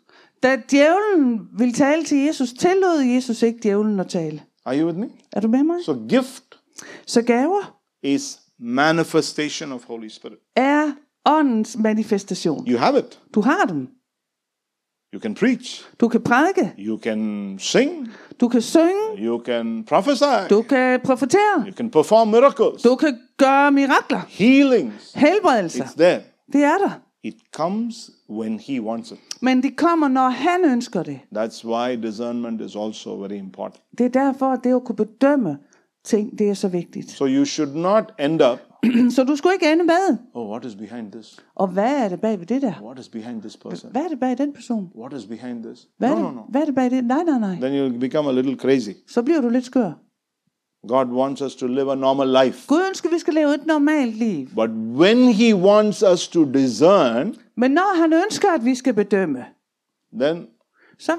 Da djævlen ville tale til Jesus, tillod Jesus ikke djævlen at tale. Are you with me? Er du med mig? So, gift Så gaver is manifestation of Holy Spirit. er åndens manifestation. You have it. Du har dem. You can preach, Du kan prædike. you can sing, Du kan synge. you can prophesy, Du kan profetere. you can perform miracles, Du kan gøre mirakler. healings. Helbredelser. It's there. Det er der. It comes when he wants it. Men de kommer, når han ønsker det. That's why discernment is also very important. Det er derfor, at det at kunne bedømme ting, det er så vigtigt. So you should not end up, så du skulle ikke ende med. oh, what is behind this? Og hvad er det bag ved det der? What is behind this person? Hvad er det bag den person? What is behind this? Hvad er, No, det, no, no. hvad er det bag det? Nej, nej, nej. Then you'll become a little crazy. Så bliver du lidt skør. God wants us to live a normal life. Gud ønsker, at vi skal leve et normalt liv. But when he wants us to discern, Men når han ønsker, at vi skal bedømme, then så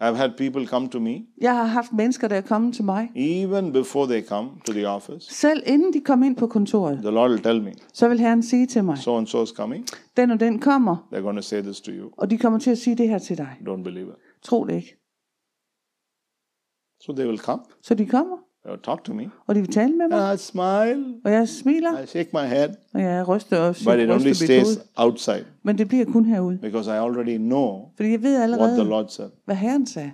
I've had people come to me jeg har haft mennesker, der er kommet til mig. even before they come to the office. Selv inden de kom ind på kontoret, The Lord will tell me, så vil Herren sige til mig, so and so is coming. den og den kommer, They're going to say this to you. og de kommer til at sige det her til dig. Don't believe it. Tro det ikke. So they will come. Så de kommer, They'll Oh, talk to me. og de vil tale med And mig, I Uh, smile. og jeg smiler, I shake my head. og jeg ryster og But it ryster only mit stays hoved. outside Men det bliver kun herude. because I already know Fordi jeg ved what the allerede, Lord said. hvad Herren sagde.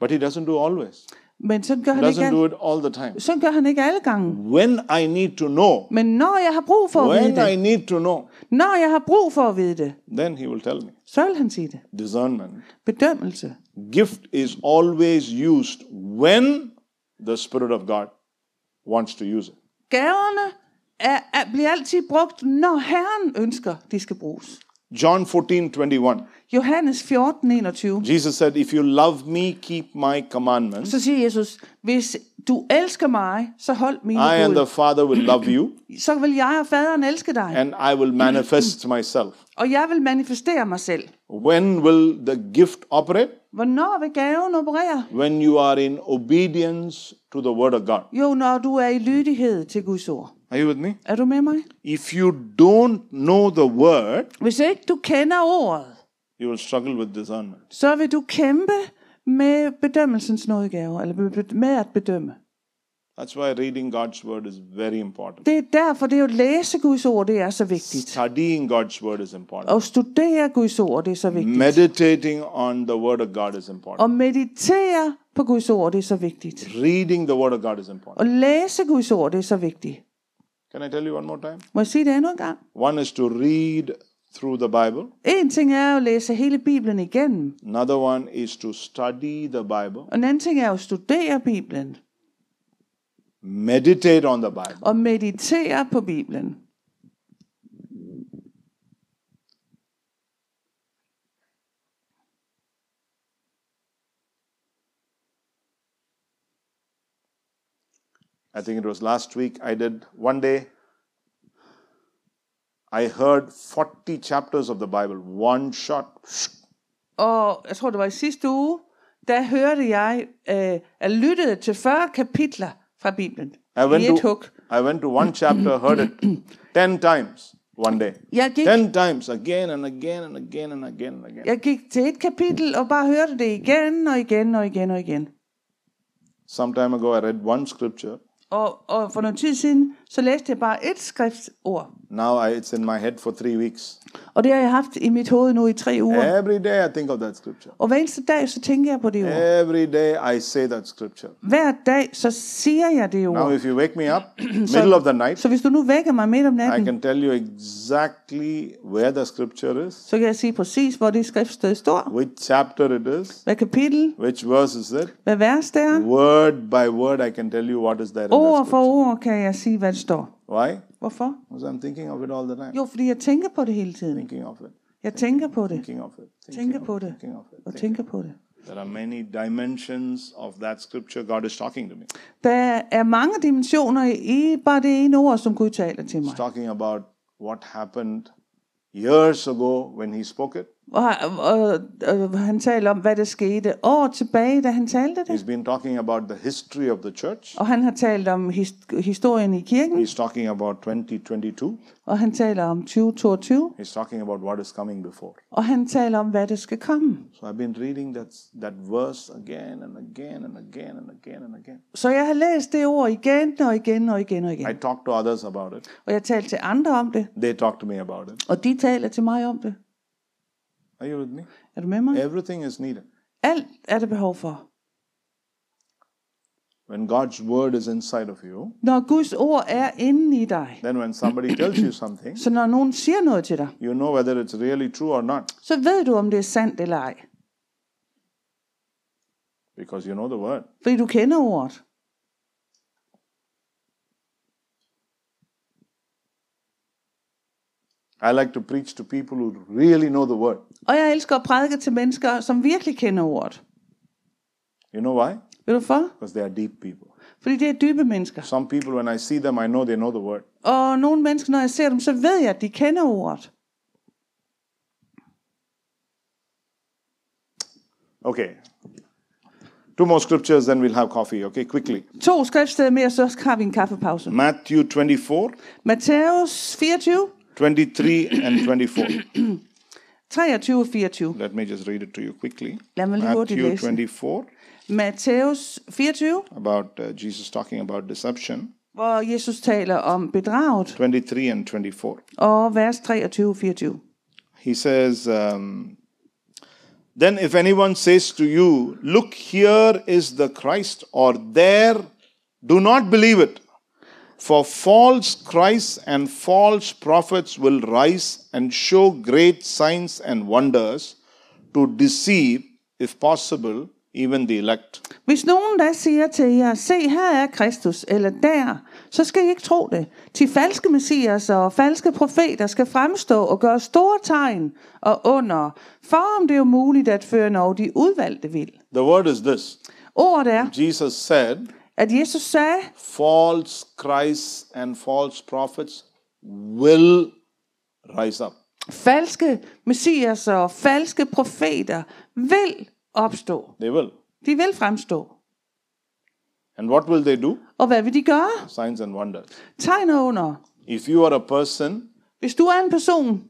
But He doesn't do always. Men sådan gør, han ikke Doesn't alle, do it all the time. sådan gør han ikke alle gange. When I need to know, Men når jeg har brug for at vide when I det, need to know, når jeg har brug for at vide det, then He will tell me. så vil han sige det. Discernment. Bedømmelse. Gift is always used when the Spirit of God wants to use it. Gaverne er, er, bliver altid brugt, når Herren ønsker, de skal bruges. John 14 21. Johannes 14, 21. Jesus said, If you love me, keep my commandments. Så siger Jesus, hvis du elsker mig, så hold mine I and bud. the Father will love you, Så vil jeg og faderen elske dig, and I will manifest myself. og jeg vil manifestere mig selv. When will the gift operate? Hvornår vil gaven operere? When you are in obedience to the Word of God. Jo, når du er i lydighed til Guds ord. Are you with me? Er du med mig? If you don't know the Word, Hvis ikke du kender ordet, you will struggle with discernment. så vil du kæmpe med bedømmelsens nådegave, eller med- med at bedømme. That's why reading God's Word is very important. Det er derfor, det er jo at læse Guds ord, det er så vigtigt. Studying God's Word is important. At studere Guds ord, det er så vigtigt. Meditating on the Word of God is important. At meditere på Guds ord, det er så vigtigt. Reading the Word of God is important. At læse Guds ord, det er så vigtigt. Can I tell you one more time? Må jeg sige det endnu en gang? One is to read through the Bible. En ting er at læse hele Bibelen igennem. Another one is to study the Bible, Og en anden ting er at studere Bibelen. meditate on the Bible, Og meditere på Bibelen. I think it was last week I did one day. I heard 40 chapters of the Bible, one shot. Og jeg tror, det var i sidste uge, der hørte jeg, øh, jeg lyttede til 40 kapitler fra Bibelen. I went, I et to, hug. I went to one chapter, heard it 10 times one day. Jeg gik, 10 times, again and again and again and again and again. jeg gik til et kapitel og bare hørte det igen og igen og igen og igen. Some time ago, I read one scripture. Og, og for noget tid siden, så læste jeg bare et skriftsord. Now I, it's in my head for three weeks. Og det har jeg haft i mit hoved nu i tre uger. Ja. Every day I think of that scripture. Og hver eneste dag, så tænker jeg på det ord. Every day I say that scripture. Hver dag, så siger jeg det ord. Now, if you wake me up, middle of the night, Så hvis du nu vækker mig midt om I natten, can tell you exactly where the scripture is, så kan jeg sige præcis, hvor det skriftsted står. which chapter it is, Hvad kapitel, which verse is it. hvad vers det er. Word by word, I can tell you what is there in that Ord for scripture. ord kan jeg sige, hvad der står. Why? Hvorfor? Because I'm thinking of it all the time. Jo, fordi jeg tænker på det hele tiden. Thinking of it. Jeg tænker på det, Thinking of it. Tænker Thinking på of det. it. Thinking of it. og tænker på det. There are many dimensions of that scripture God is talking to me. Der er mange dimensioner i bare det ene ord, som Gud taler til mig. He's talking about what happened years ago when He spoke it. Og, og, og han taler om, hvad der skete år tilbage, da han talte det. He's been talking about the history of the church. Og han har talt om his- historien i kirken, He's talking about 2022. og han taler om 2022, He's talking about what is coming before. og han taler om, hvad der skal komme. So I've been reading that, that verse again and again and again and again and again. Så jeg har læst det ord igen og igen og igen og igen. I talked to others about it. Og jeg talte til andre om det, They talked to me about it. og de taler til mig om det. Are you with me? Er du med mig? Everything is needed. Alt er der behov for. When God's word is inside of you, Når Guds ord er inde i dig, then when somebody tells you something, så når nogen siger noget til dig, you know whether it's really true or not så ved du, om det er sandt eller ej. because you know the word. Fordi du kender ordet. I like to preach to people who really know the word. Og jeg elsker at prædike til mennesker, som virkelig kender ordet. You know why? Ved du for? Because they are deep people. Fordi det er dybe mennesker. Some people, when I see them, I know they know the word. Og nogle mennesker, når jeg ser dem, så ved jeg, at de kender ordet. Okay. Two more scriptures, then we'll have coffee. Okay, quickly. To skriftsteder mere, så har vi en kaffepause. Matthew 24, Matthæus 24, 23 and 24. 23 og 24. Let me just read it to you quickly. Lad mig lige hurtigt Matthew læse. 24, Matthæus 24, about uh, Jesus talking about deception. hvor Jesus taler om bedraget, 23 and 24. og vers 23 og 24. He says, um, Then if anyone says to you, Look, here is the Christ, or there, do not believe it. For false Christs and false prophets will rise and show great signs and wonders to deceive, if possible, even the elect. Hvis nogen der siger til jer, se her er Kristus, eller der, så skal I ikke tro det. De falske messias og falske profeter skal fremstå og gøre store tegn og under, for om det er muligt at føre noget de udvalgte vil. The word is this Ordet er, Jesus said, at Jesus sagde, False Christs and false prophets will rise up. falske messias og falske profeter vil opstå. They will. De vil fremstå. And what will they do? Og hvad vil de gøre? Signs and wonders. Tegn og under. If you are a person Hvis du er en person,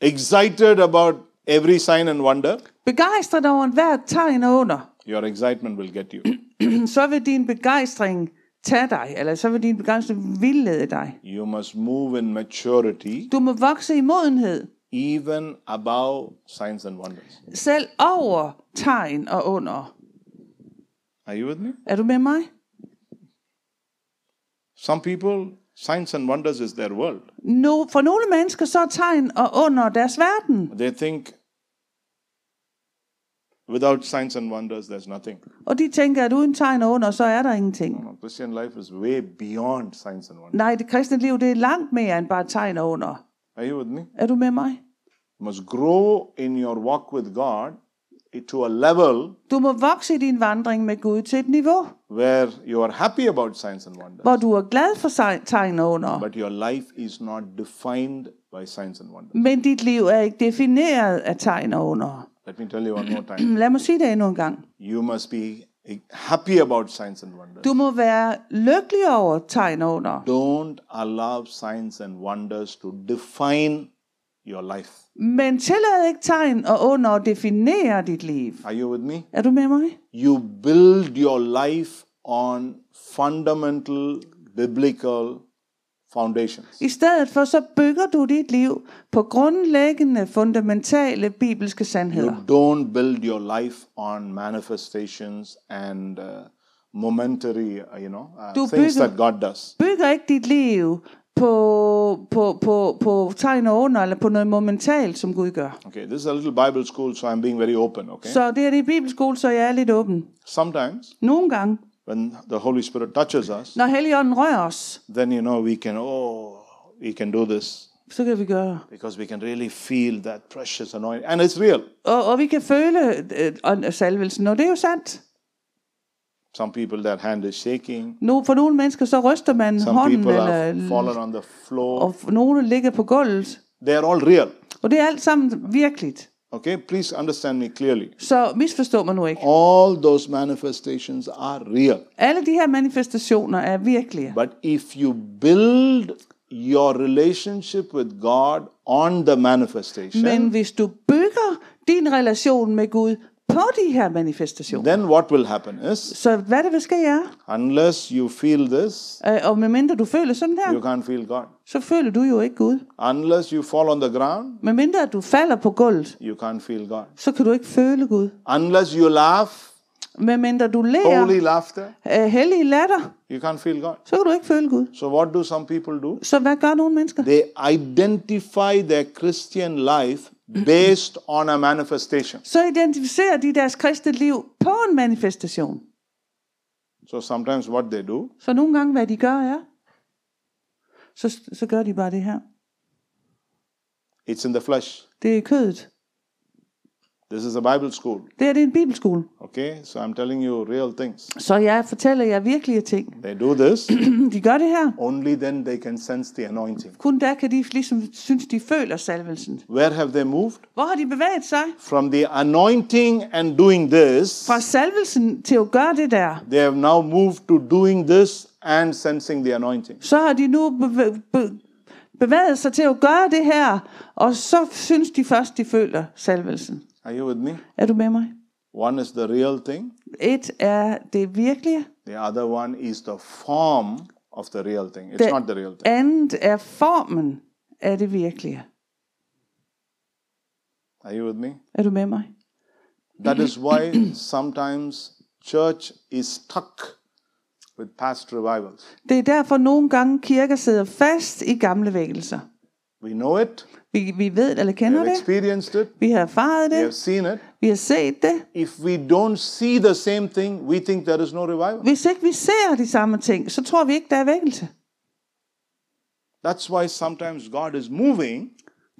excited about every sign and wonder, begejstret over enhver tegn og under, your excitement will get you. så vil din begejstring tage dig, eller så vil din begejstring vildlede dig. You must move in maturity Du må vokse i modenhed, even above signs and wonders. selv over tegn og under. Are you with me? Er du med mig? Some people, signs and wonders is their world. No, for nogle mennesker så er tegn og under deres verden, They think without signs and wonders, there's nothing. og de tænker, at uden tegn og under, så er der ingenting. No, Christian life is way beyond signs and wonders. Nej, det kristne liv, det er langt mere end bare tegn og under. Are you with me? Er du med mig? You must grow in your walk with God to a level Du må vokse i din vandring med Gud til et niveau, where you are happy about signs and wonders, hvor du er glad for sej- tegn og under. but your life is not defined by signs and wonders. Men dit liv er ikke defineret af tegn og under. Let me tell you one more time. Lad mig sige det endnu en gang. You must be happy about signs and wonders. Du må være lykkelig over tegn og under, Don't allow signs and wonders to define your life. men tillad ikke tegn og under at definere dit liv. Are you with me? Er du med mig? You build your life on fundamental biblical foundations. I stedet for så bygger du dit liv på grundlæggende, fundamentale bibelske sandheder. You don't build your life on manifestations and uh, momentary, uh, you know, uh, Du things bygger- that God does. Bygger ikke dit liv på, på, på, på tegn og under, eller på noget momentalt, som Gud gør. Okay, this is a little Bible school, so I'm being very open, okay? Så det her det er bibelskole, så jeg er lidt åben. Sometimes Nogle gange, when the Holy Spirit touches us, når Helligånden rører os, then, you know, we can, oh, we can do this så kan vi gøre because we can really feel that precious anointing. And it's real. Og, og vi kan føle øh, ånd- salvelsen, og det er jo sandt. Some people, their hand is shaking. Nu, for nogle mennesker, så ryster man Some hånden, people eller, have fallen on the floor. og f- nogle ligger på gulvet. They are all real. Og det er alt sammen virkeligt. Okay, please understand me clearly. Så misforstår man nu ikke. All those manifestations are real. Alle de her manifestationer er virkelige. But if you build your relationship with God on the manifestation, Men hvis du bygger din relation med Gud på de her manifestationer, then what will happen is, så hvad der vil ske er, unless you feel this, øh, og medmindre du føler sådan you her, can't feel God. så føler du jo ikke Gud. Unless you fall on the ground, Medmindre at du falder på gulvet, you can't feel God. så kan du ikke føle Gud. Unless you laugh, Medmindre du holy lærer laughter, øh, hellige latter, you can't feel God. så kan du ikke føle Gud. So, what do some people do? Så hvad gør nogle mennesker? They identify their Christian life based on a manifestation. Så identificerer de deres kristne liv på en manifestation. So, sometimes what they do, Så nogle gange, hvad de gør er, så, så gør de bare det her. it's in the flesh. Det er kødet. This is a Bible school. Det her det er en bibelskole. Okay, so I'm telling you real things. Så jeg fortæller jer virkelige ting. They do this, De gør det her. only then they can sense the anointing. Kun der kan de ligesom synes, de føler salvelsen. Where have they moved? Hvor har de bevæget sig? From the anointing and doing this, Fra salvelsen til at gøre det der. they have now moved to doing this and sensing the anointing. Så har de nu bevæ- be- bevæget sig til at gøre det her. Og så synes de først, de føler salvelsen. Are you with me? Er du med mig? One is the real thing, Et er det virkelige. the other one is the form of the real thing. It's The- not the real thing. Andet er formen af det virkelige. Are you with me? Er du med mig? That is why sometimes church is stuck with past revivals. Det er derfor nogle gange kirker sidder fast i gamle vækkelser. We know it, Vi, vi ved eller we kender have det. experienced it, Vi har erfaret we det. have seen it. Vi har set det. If we don't see the same thing, we think there is no revival. Hvis ikke vi ser de samme ting, så tror vi ikke, der er vækkelse. That's why sometimes God is moving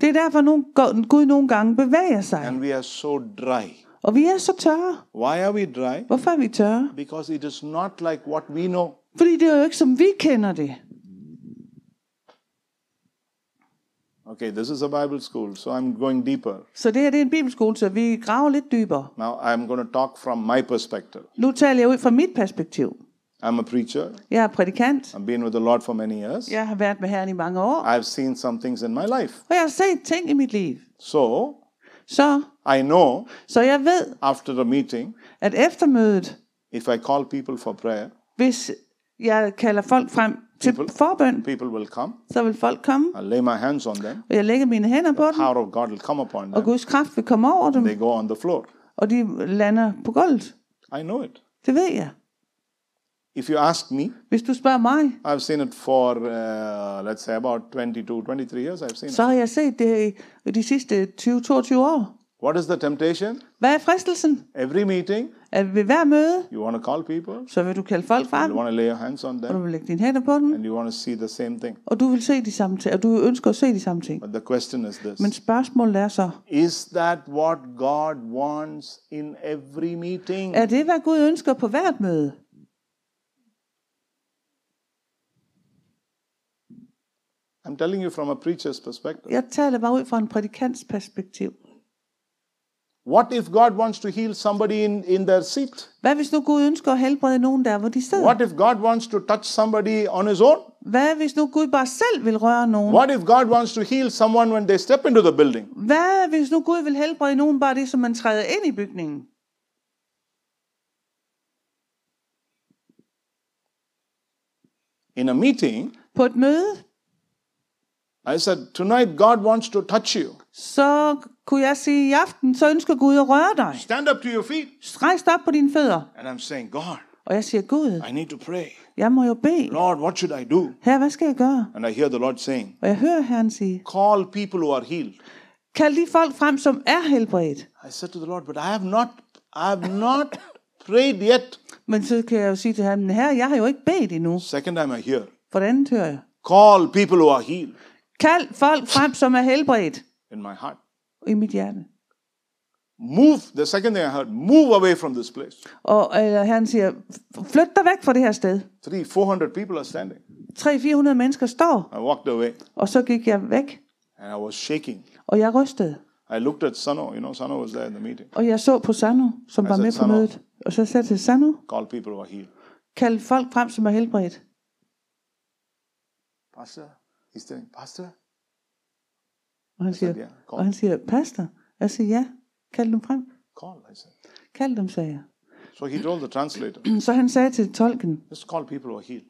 Det er derfor, nogle, Gud nogle gange bevæger sig. and we are so dry. Og vi er så tørre. Why are we dry? Hvorfor er vi tørre? Because it is not like what we know. Fordi det er jo ikke, som vi kender det. Okay, this is a Bible school, so I'm going deeper. Så det her det er en bibelskole, så vi graver lidt dybere. Now I'm going to talk from my perspective. Nu taler jeg ud fra mit perspektiv. I'm a preacher. Jeg er prædikant. I've been with the Lord for many years. Jeg har været med herren i mange år. I've seen some things in my life. Og jeg har set ting i mit liv. So Så, I know så jeg ved, after the meeting, at eftermødet, if I call people for prayer, hvis jeg kalder folk frem til People. forbøn, people will come. så vil folk komme, I'll lay my hands on them. og jeg lægger mine hænder på dem, Power of God will come upon og them. Guds kraft vil komme over dem, They go on the floor. og de lander på gulvet. I know it. Det ved jeg. If you ask me, Hvis du spørger mig, I've seen it for, uh, let's say, about 22, 23 years. I've seen it. så har jeg set det i de sidste 20-22 år. What is the temptation? Hvad er fristelsen? Every meeting, At ved hver møde, you want to call people, så vil du kalde folk frem, you want to lay your hands on og du them, vil lægge dine hænder på dem, and you want to see the same thing. og du vil se de samme ting, og du ønsker at se de samme ting. But the question is this Men spørgsmålet er så, Is that what God wants in every meeting? er det, hvad Gud ønsker på hvert møde? I'm telling you from a preacher's perspective. Jeg taler bare ud fra en prædikants perspektiv. What if God wants to heal somebody in, in their seat? Hvad hvis nu Gud ønsker at helbrede nogen der, hvor de sidder? What if God wants to touch somebody on his own? Hvad hvis nu Gud bare selv vil røre nogen? What if God wants to heal someone when they step into the building? Hvad hvis nu Gud vil helbrede nogen bare det, som man træder ind i bygningen? In a meeting, På et møde, I said, Tonight God wants to touch you. så kunne jeg sige, i aften, så ønsker Gud at røre dig. Stand up to your feet. Rejs dig op på dine fødder. And I'm saying, God, Og jeg siger, Gud, I need to pray. jeg må jo bede. Lord, what should I do? Her, hvad skal jeg gøre? And I hear the Lord saying, Og jeg hører Herren sige, Call people who are healed. kald de folk frem, som er helbredt. I said to the Lord, But I have not, I have not prayed yet. Men så kan jeg jo sige til ham, her, jeg har jo ikke bedt endnu. Second time I hear, Hvordan hører jeg? Call people who are healed Kald folk frem, som er helbredt in my heart. i mit hjerte. Move, the second thing I heard, move away from this place. Og eller han siger, flyt dig væk fra det her sted. Three, four hundred people are standing. 300-400 mennesker står, I walked away. og så gik jeg væk. And I was shaking. Og jeg rystede. I looked at Sano. You know, Sano was there in the meeting. Og jeg så på Sanu, som var sagde, med på Altså, "Sanu." mødet. Og så sagde jeg til Sanu, Called people who are healed. kald folk frem, som er helbredt. Pastor? He's telling, Pastor? Og han Altså, "Ja, siger, kom." og han siger pastor. Jeg siger, ja, kald dem frem. Call, I said. Kald dem, sagde jeg. So he told the translator, Så han sagde til tolken, just call people who are healed.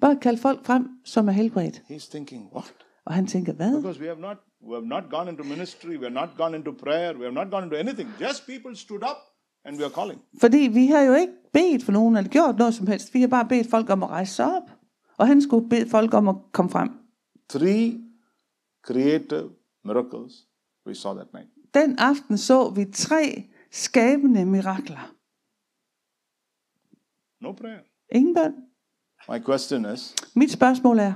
bare kald folk frem, som er helbredt. He's thinking, what? Og han tænker, hvad? Because we have not we have not gone into ministry, we have not gone into prayer, we have not gone into anything. Just people stood up and we are calling. Fordi vi har jo ikke bedt for nogen, eller gjort noget som helst. Vi har bare bedt folk om at rejse sig op. Og han skulle bede folk om at komme frem. Three creative miracles we saw that night. Den aften så vi tre skabende mirakler. No prayer. Ingen bøn. My question is Mit spørgsmål er,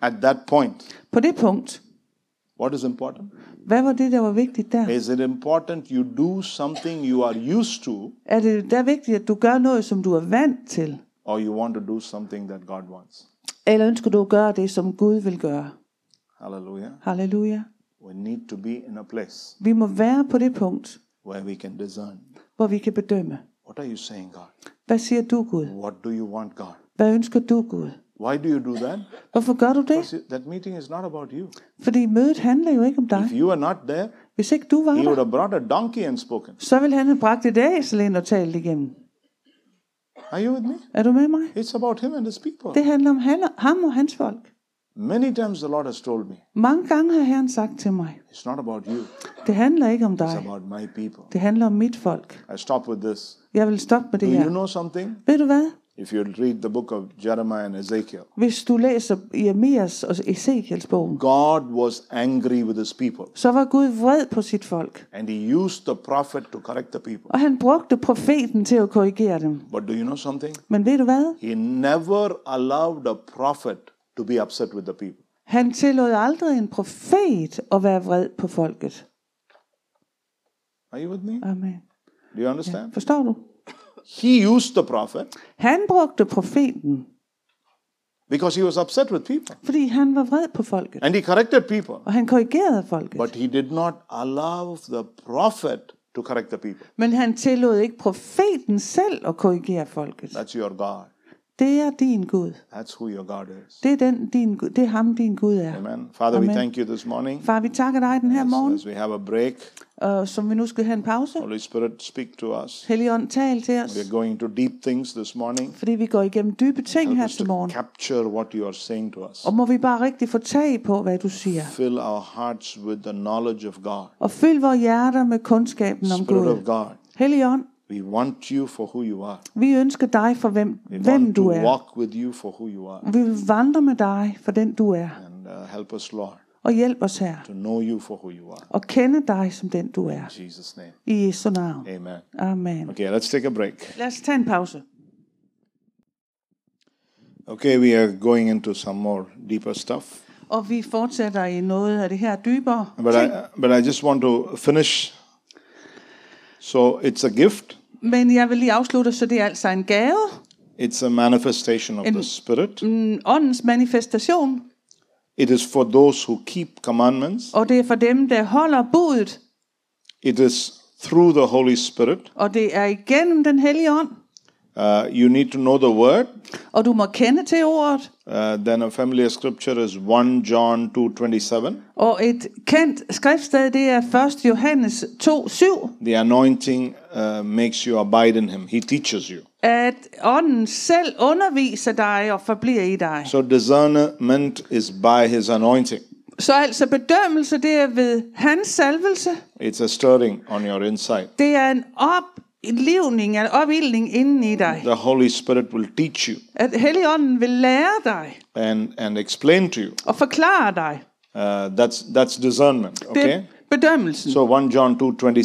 at that point, på det punkt, what is important? hvad var det, der var vigtigt der? Is it important you do something you are used to Er det der vigtigt, at du gør noget, som du er vant til? or you want to do something that God wants? Eller ønsker du at gøre det, som Gud vil gøre? Hallelujah. Halleluja. We need to be in a place Vi må være på det punkt, where we can discern. hvor vi kan bedømme. What are you saying, God? Hvad siger du, Gud? What do you want, God? Hvad ønsker du, Gud? Why do you do that? Hvorfor gør du det? See, that meeting is not about you. Fordi mødet handler jo ikke om dig. If you were not there, Hvis ikke du var he would der, have brought a donkey and spoken. så ville han have bragt et æsel ind og talt igennem. Are you with me? Er du med mig? It's about him and his people. Det handler om han og, ham og hans folk. Many times the Lord has told me, Mange gange har Herren sagt til mig, it's not about you, det handler ikke om it's dig. about my people. Det handler om mit folk. I stop with this. Jeg vil stoppe med Do det you her. know something? Ved du hvad? If you read the book of Jeremiah and Ezekiel, Hvis du læser Jeremias og Ezekiels bogen, God was angry with his people så var Gud vred på sit folk. and he used the prophet to correct the people. Og han brugte profeten til at korrigere dem. But do you know something? Men ved du hvad? He never allowed a prophet to be upset with the people. Han tillod aldrig en profet at være vred på folket. Are you with me? Amen. Do you understand? Forstår du? He used the prophet Han brugte profeten, because he was upset with people. fordi han var vred på folket. And he corrected people. Og han korrigerede folket. But he did not allow the prophet to correct the people. Men han tillod ikke profeten selv at korrigere folket. That's your God. Det er din Gud. That's who your God is. Det er, den, din, Gud- det er ham, din Gud er. Amen. Father, we Amen. thank you this morning. Far, vi takker dig den her morgen, As we have a break, og som vi nu skal have en pause. Holy Spirit, speak to us. Helligånd, tal til os, We're going to deep things this morning. fordi vi går igennem dybe ting her Just til to morgen. capture what you are saying to us. Og må vi bare rigtig få tag på, hvad du siger. Fill our hearts with the knowledge of God. Og fyld vores hjerter med kundskaben om Spirit of Gud. God, Helligånd, we want you for who you are. vi ønsker dig for hvem, We hvem want to du er. walk with you for who you are. Vi vil vandre med dig for den du er. And uh, help us, Lord, Og hjælp os her. to know you for who you are. Og kende dig som den du er. In Jesus' name. I Jesu navn. Amen. Amen. Okay, let's take a break. Lad os tage en pause. Okay, we are going into some more deeper stuff. Og vi fortsætter i noget af det her dybere. But I, but I just want to finish. So it's a gift. Men jeg vil lige afslutte, så det er altså en gave. It's a manifestation of the Spirit. En åndens manifestation. It is for those who keep commandments. Og det er for dem, der holder budet. It is through the Holy Spirit. Og det er igennem den hellige ånd. Uh, you need to know the Word. Og du må kende til ordet. Uh, then a familiar scripture is 1 John 2:27. Og et kendt skriftsted, det er 1. Johannes 2, 7. The anointing uh, makes you abide in Him. He teaches you. At ånden selv underviser dig og forbliver i dig. So discernment is by His anointing. Så altså bedømmelse, det er ved hans salvelse. It's a stirring on your inside. Det er en oplivning, en opildning inden i dig. The Holy Spirit will teach you At Helligånden vil lære dig and and explain to you. og forklare dig. Uh, that's that's discernment. Det Okay. er bedømmelsen. So 1 John 2:27.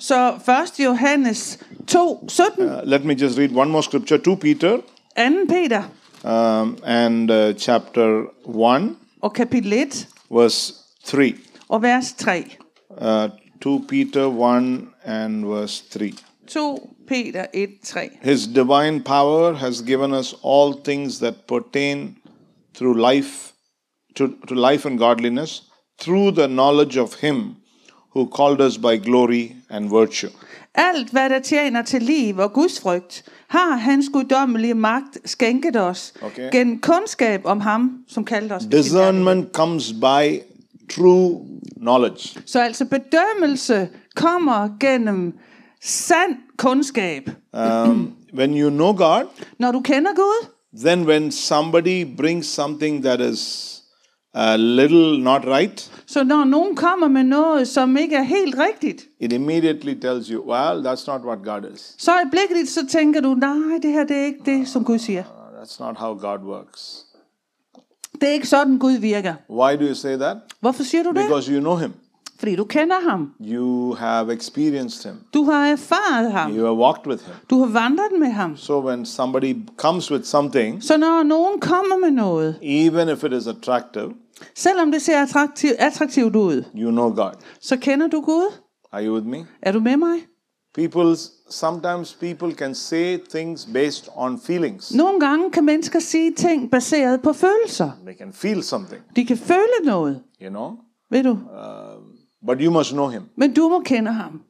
Så 1. Johannes 2, 17, 2. Uh, let me just read one more scripture. 2 Peter Peter um, and uh, chapter 1 og kapitel 1 verse 3. og vers 3. Uh, 2 Peter 1 and verse 3. 2. Peter 1, 3. His divine power has given us all things that pertain through life to, to life and godliness through the knowledge of Him who called us by glory and virtue. Alt, hvad der tjener til liv og Guds frygt, har hans guddommelige magt skænket os Okay. gennem kundskab om ham, som kaldte os. ved sin navn. Discernment comes by true knowledge. Så altså bedømmelse kommer gennem sand kundskab. Um, when you know God, Når du kender Gud, then when somebody brings something that is a little not right, så når nogen kommer med noget, som ikke er helt rigtigt, it immediately tells you, well, that's not what God is. så øjeblikkeligt så tænker du, nej, det her det er ikke det, som Gud siger. Uh, That's not how God works. Det er ikke sådan, Gud virker. Why do you say that? Hvorfor siger du det? Because you know Him, Fordi du kender ham. you have experienced Him, Du har erfaret ham. you have walked with Him. Du har vandret med ham. So when somebody comes with something, Så når nogen kommer med noget, even if it is attractive, selvom det ser attraktiv, attraktivt ud, you know God. så kender du Gud. Are you with me? Er du med mig? People sometimes people can say things based on feelings. Nogle gange kan mennesker sige ting baseret på følelser. They can feel something, De kan føle noget, you know. ved du. But you must know him. Men du må kende ham.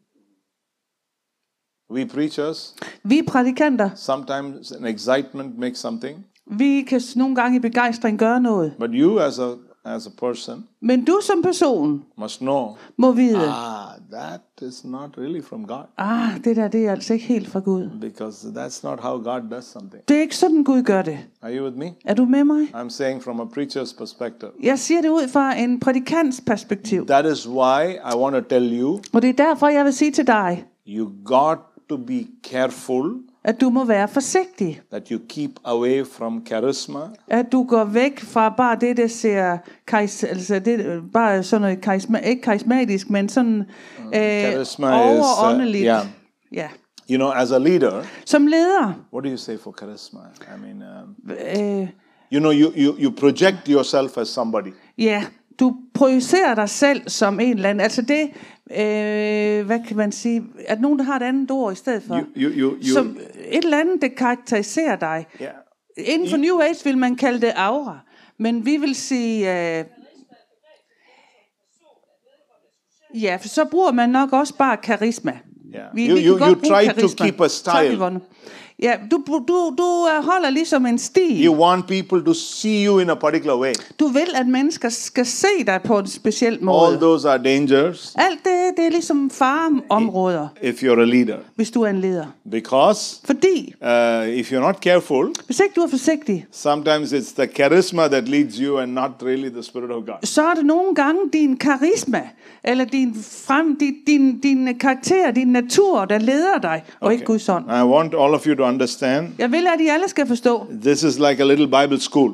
We preachers Vi er prædikanter. sometimes an excitement makes something, Vi kan s- nogle gange i begejstring gøre noget. but you as a as a person Men du som person must know. må vide, Ah, that is not really from God ah, det der det er altså ikke helt fra Gud. because that's not how God does something. Det er ikke sådan, Gud gør det. Are you with me? Er du med mig? I'm saying from a preacher's perspective. Jeg siger det ud fra en prædikants perspektiv. That is why I want to tell you Og det er derfor, jeg vil sige til dig, you got to be careful at du må være forsigtig. that you keep away from charisma At du går væk fra bare det, der ser karis, altså det, øh, bare sådan noget karisma, ikke karismatisk, men sådan øh, Mm, karisma is, øh, overåndeligt. ja. ja. You know, as a leader, Som leder, what do you say for charisma? I mean, um, øh, you know, you, you, you project yourself as somebody. ja, du projicerer dig selv som en eller anden. Altså det, øh, hvad kan man sige, at nogen der har et andet ord i stedet for. You, you, you, you som et eller andet, der karakteriserer dig. yeah. Inden for New Age vil man kalde det aura, men vi vil sige... Øh, ja, for så bruger man nok også bare karisma. Ja. You- you- kan godt you bruge try to keep a style. Tak, Yvonne. ja, du, du, du øh, holder ligesom en stil. You want people to see you in a particular way. Du vil, at mennesker skal se dig på en speciel All måde. those are dangers Alt det, det er ligesom fareområder, if you're a leader. hvis du er en leder. Because Fordi, uh, if you're not careful, hvis ikke du er forsigtig, sometimes it's the charisma that leads you and not really the Spirit of God. så er det nogle gange din karisma, eller din, frem, din, din, din karakter, din natur, der leder dig, og okay. ikke Guds ånd. I want all of you to understand Jeg vil, at I alle skal forstå, this is like a little Bible school.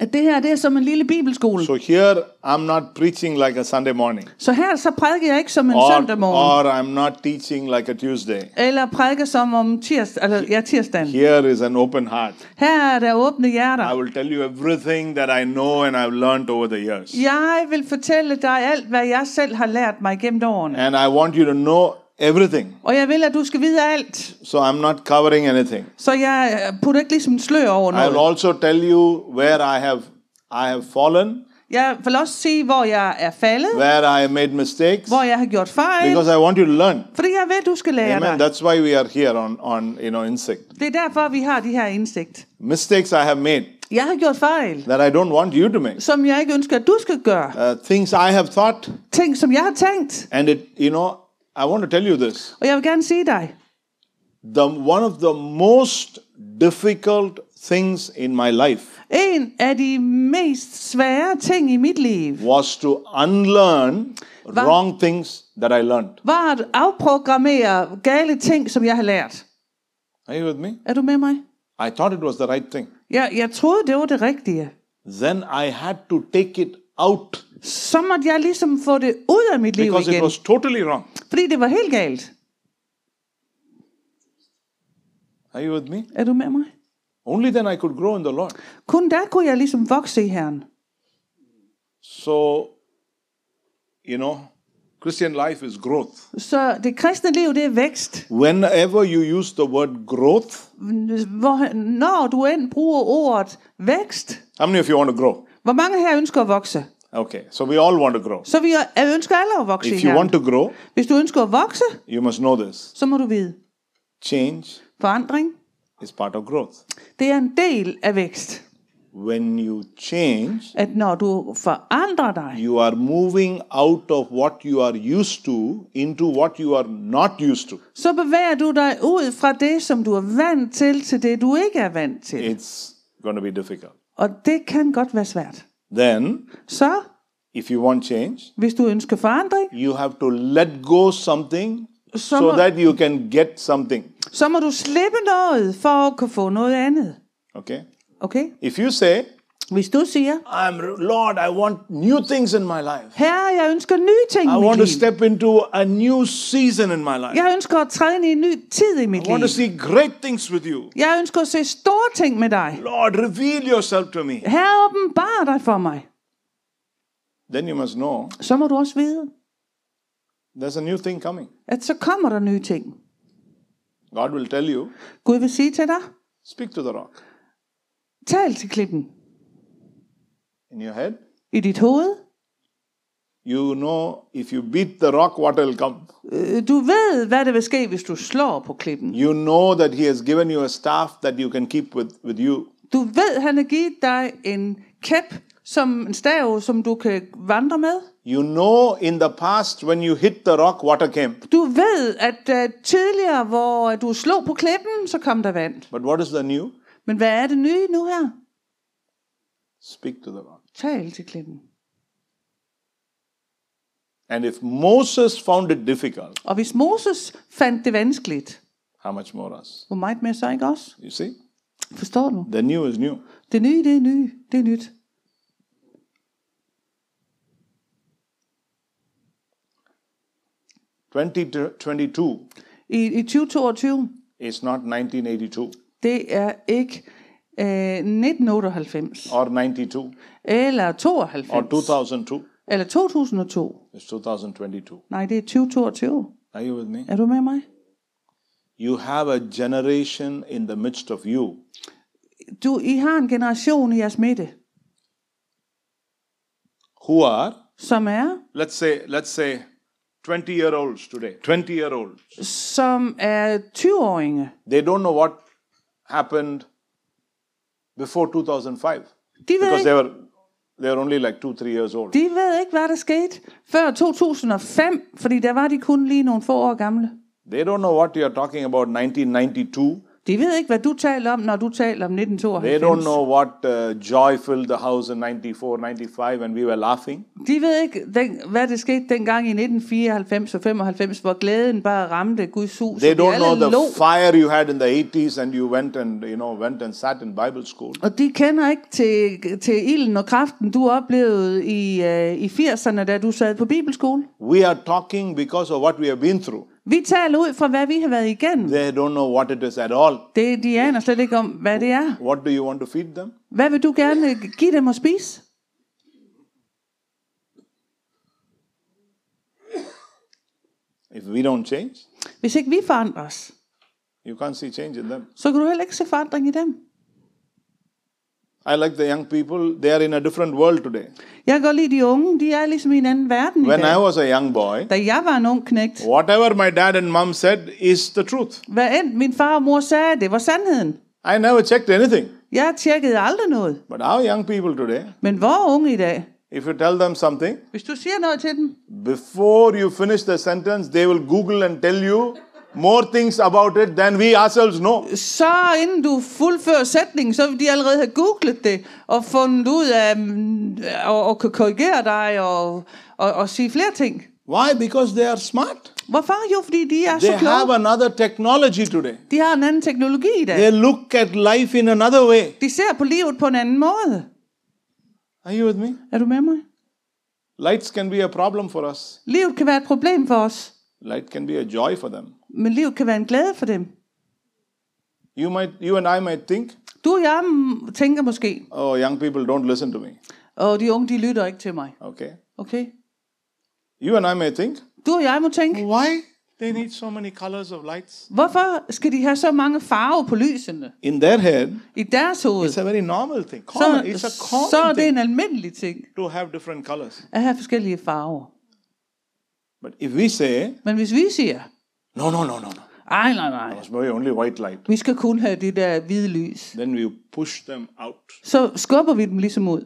at det her det er som en lille bibelskole. So here I'm not preaching like a Sunday morning. Så her så prædiker jeg ikke som en Or, søndag morgen, or I'm not teaching like a Tuesday. eller prædiker som om tirs, eller, ja, tirsdagen. Here is an open heart. Her er der åbne I hjerter. will tell you everything that I know and I've learned over the years. Jeg vil fortælle dig alt, hvad jeg selv har lært mig gennem årene. And I want you to know everything. Og jeg vil, at du skal vide alt. So I'm not covering anything. Så jeg øh, putter ikke ligesom et slør over I'll noget. also tell you where I have I have fallen, Jeg vil også sige, hvor jeg er faldet, where I have made mistakes. hvor jeg har gjort fejl. Because I want you to learn. Fordi jeg ved, du skal lære Amen. dig. That's why we are here on, on you know insect. Det er derfor, vi har de her indsigt. Mistakes I have made Jeg har gjort fejl, that I don't want you to make. som jeg ikke ønsker, at du skal gøre. Uh, things I have thought Ting, som jeg har tænkt. And it, you know, I want to tell you this. Og jeg vil gerne sige dig, The one of the most difficult things in my life en af de mest svære ting i mit liv was to unlearn wrong things that I learned. var at afprogrammere gale ting, som jeg har lært. Are you with me? Er du med mig? I thought it was the right thing. Jeg, jeg troede, det var det rigtige. Then I had to take it out Så måtte jeg ligesom få det ud af mit liv because it igen. was totally wrong. Fordi det var helt galt. Are you with me? Er du med mig? Only then I could grow in the Lord. Kun der kunne jeg ligesom vokse i Herren. So, you know, Christian life is growth. Så det kristne liv, det er vækst. Whenever you use the word growth, hvor, når du end bruger ordet vækst, how many of you want to grow? hvor mange her ønsker at vokse? Okay, so we all want to grow. Så vi er- ønsker alle at vokse i If you Herren. want to grow, Hvis du ønsker at vokse, you must know this. så må du vide. Change Forandring, is part of growth. det er en del af vækst. When you change, At når du forandrer dig, you are moving out of what you are used to into what you are not used to. så bevæger du dig ud fra det, som du er vant til, til det, du ikke er vant til. It's going to be difficult. Og det kan godt være svært. Then, Så, if you want change, hvis du ønsker forandring, you have to let go something så so må, that you can get something. så må du slippe noget, for at kunne få noget andet. Okay? Okay? If you say, Hvis du siger, I'm Lord, I want new things in my life. herre, jeg ønsker nye ting i I mit want to liv. step into a new season in my life. Jeg ønsker at træde ind i en ny tid i mit I want to liv. see great things with you. Jeg ønsker at se store ting med dig. Lord, reveal yourself to me. Herre, åbenbar dig for mig. Then you must know Så må du også vide, there's a new thing coming. at så kommer der nye ting. God will tell you, Gud vil sige til dig, speak to the rock. tal til klippen In your head, i dit hoved. you know if you beat the rock, what will come. Øh, Du ved, hvad der vil ske, hvis du slår på klippen. You know that He has given you a staff that you can keep with, with you. Du ved, han har givet dig en kæp, som en stav, som du kan vandre med. You know in the past when you hit the rock, water came. Du ved, at uh, tidligere, hvor øh, du slog på klippen, så kom der vand. But what is the new? Men hvad er det nye nu her? Speak to the rock. Tal til klippen. And if Moses found it difficult, Og hvis Moses fandt det vanskeligt, how much more us? hvor meget mere så ikke også? You see? Forstår du? The new is new. Det nye, det er nye, det er nyt. Twenty twenty-two I, i 2022, is not 1982 det er ikke øh, 1998, or 92 eller or 92, 2002. eller 2002. It's 2022. Nej, det er 2022. Are you with me? Er du med mig? You have a generation in the midst of you Du, I har en generation i jeres midte, who are, som er, let's say, let's say, 20 year olds today, 20 year olds. som er 20-åringe. They don't know what happened before 2005 De ved, because they ikke, were they were only like two three years old. de ved ikke, hvad der skete før 2005, fordi der var de kun lige nogle få år gamle. They don't know what you are talking about 1992. De ved ikke, hvad du taler om, når du taler om They 1992. don't know what uh, joy filled the house in 94, 95 when we were laughing. De ved ikke, den, hvad det skete dengang i 1994 og 95, hvor glæden bare ramte Guds hus. They og vi don't know alle the lå. fire you had in the 80s and you went and you know went and sat in Bible school. Og de kender ikke til, til ilden og kraften, du oplevede i, øh, i 80'erne, da du sad på bibelskole. We are talking because of what we have been through. Vi taler ud fra, hvad vi har været igennem. They don't know what it is at all. Det, de aner slet ikke om, hvad det er. What do you want to feed them? Hvad vil du gerne give dem at spise? If we don't change, Hvis ikke vi forandrer os, you can't see change in them. så kan du heller ikke se forandring i dem. I like the young people, they are in a different world today. Jeg kan godt lide de unge, de er ligesom i en anden verden i When I dag. was a young boy, Da jeg var en ung knægt, whatever my dad and mom said is the truth. hvad end min far og mor sagde, det var sandheden. I never checked anything. Jeg tjekkede aldrig noget. But our young people today, Men hvor unge i dag? if you tell them something, Hvis du siger noget til dem, before you finish the sentence, they will Google and tell you more things about it than we ourselves know. så inden du fuldfører sætningen, så vil de allerede have googlet det, og fundet ud af, mm, og, og kan korrigere dig, og, og, og sige flere ting. Why? Because they are smart. Hvorfor? Jo, fordi de er They så have kloge. another technology today. De har en anden teknologi i dag. They look at life in another way. De ser på livet på en anden måde. Are you with me? Er du med mig? Lights can be a problem for us. Livet kan være et problem for os, Light can be a joy for them. men livet kan være en glæde for dem. You might, you and I might think, Du og jeg mm, tænker måske, oh, young people don't listen to me. og de unge, de lytter ikke til mig. Okay. Okay? You and I may think, Du og jeg må tænke, why? They need so many colors of lights. Hvorfor skal de have så mange farver på lysene In their head, i deres hoved? It's a very normal thing. Common. it's Så, a så er common det thing en almindelig ting to have different colors. at have forskellige farver. but if we say, Men hvis vi siger, no, no, no, no, no, ej nej nej, must be only white light, vi skal kun have det der hvide lys, then we push them out. så skubber vi dem ligesom ud.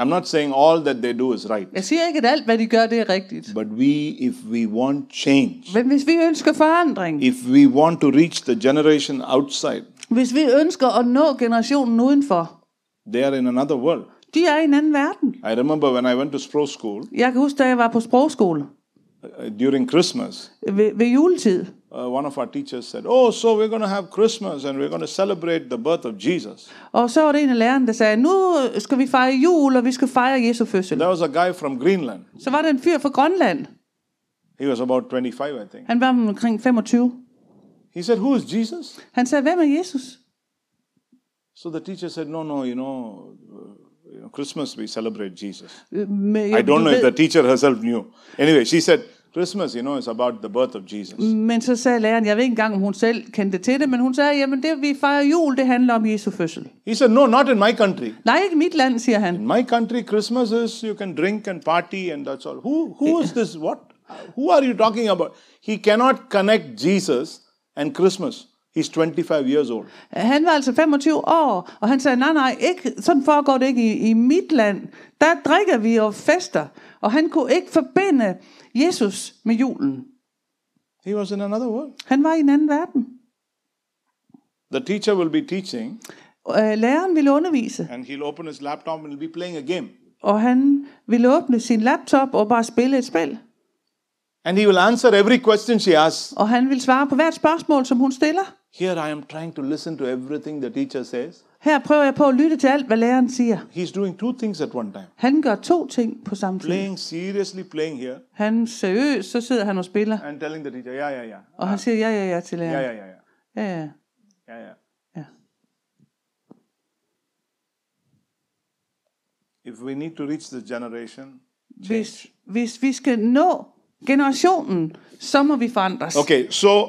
I'm not saying all that they do is right, Jeg siger ikke, at alt hvad de gør, det er rigtigt. but we, if we want change, Men hvis vi ønsker forandring, if we want to reach the generation outside, hvis vi ønsker at nå generationen udenfor, they are in another world. de er i en anden verden. I remember when I went to Spro School Jeg kan huske, da jeg var på sprogskole uh, during Christmas, ved, ved juletid, uh, one of our teachers said, Oh, so we're going to have Christmas and we're going to celebrate the birth of Jesus. og så var det en af lærerne, der sagde, nu skal vi fejre jul, og vi skal fejre Jesu fødsel. There was a guy from Greenland. Så var der en fyr fra Grønland. He was about 25, I think. Han var omkring 25. He said, Who is Jesus? Han sagde, hvem er Jesus? So the teacher said, No, no, you know, uh, you know Christmas we celebrate Jesus. Øh, men I jeg- don't know ved- if the teacher herself knew. Anyway, she said, Christmas, you know, is about the birth of Jesus. Men så sagde læreren, jeg ved ikke engang, om hun selv kendte til det, men hun sagde, jamen det vi fejrer jul, det handler om Jesu fødsel. He said, No, not in my country. Nej, ikke mit land, siger han. In my country, Christmas is you can drink and party and that's all. Who who is this? What? Who are you talking about? He cannot connect Jesus and Christmas. He's 25 years old. Han var altså 25 år, og han sagde, nej, nej, ikke, sådan foregår det ikke i, i mit land. Der drikker vi og fester, og han kunne ikke forbinde Jesus med julen. He was in another world. Han var i en anden verden. The teacher will be teaching Øh, Læreren ville undervise, and he'll open his laptop and he'll be playing a game. og han ville åbne sin laptop og bare spille et spil. And he will answer every question she asks. Og han ville svare på hvert spørgsmål, som hun stiller. Here I am trying to listen to everything the teacher says. Her prøver jeg på at lytte til alt, hvad læreren siger. He's doing two things at one time. Han gør to ting på samme tid. Playing, seriously playing here Han er seriøs, så sidder han og spiller, and telling the teacher, yeah, yeah, yeah. og han siger ja, ja, ja til Yeah, yeah, læreren. yeah, yeah. Ja, ja. Yeah, yeah. ja. If we need to reach this generation, Hvis, hvis vi skal nå generationen, så må vi forandres. Okay, so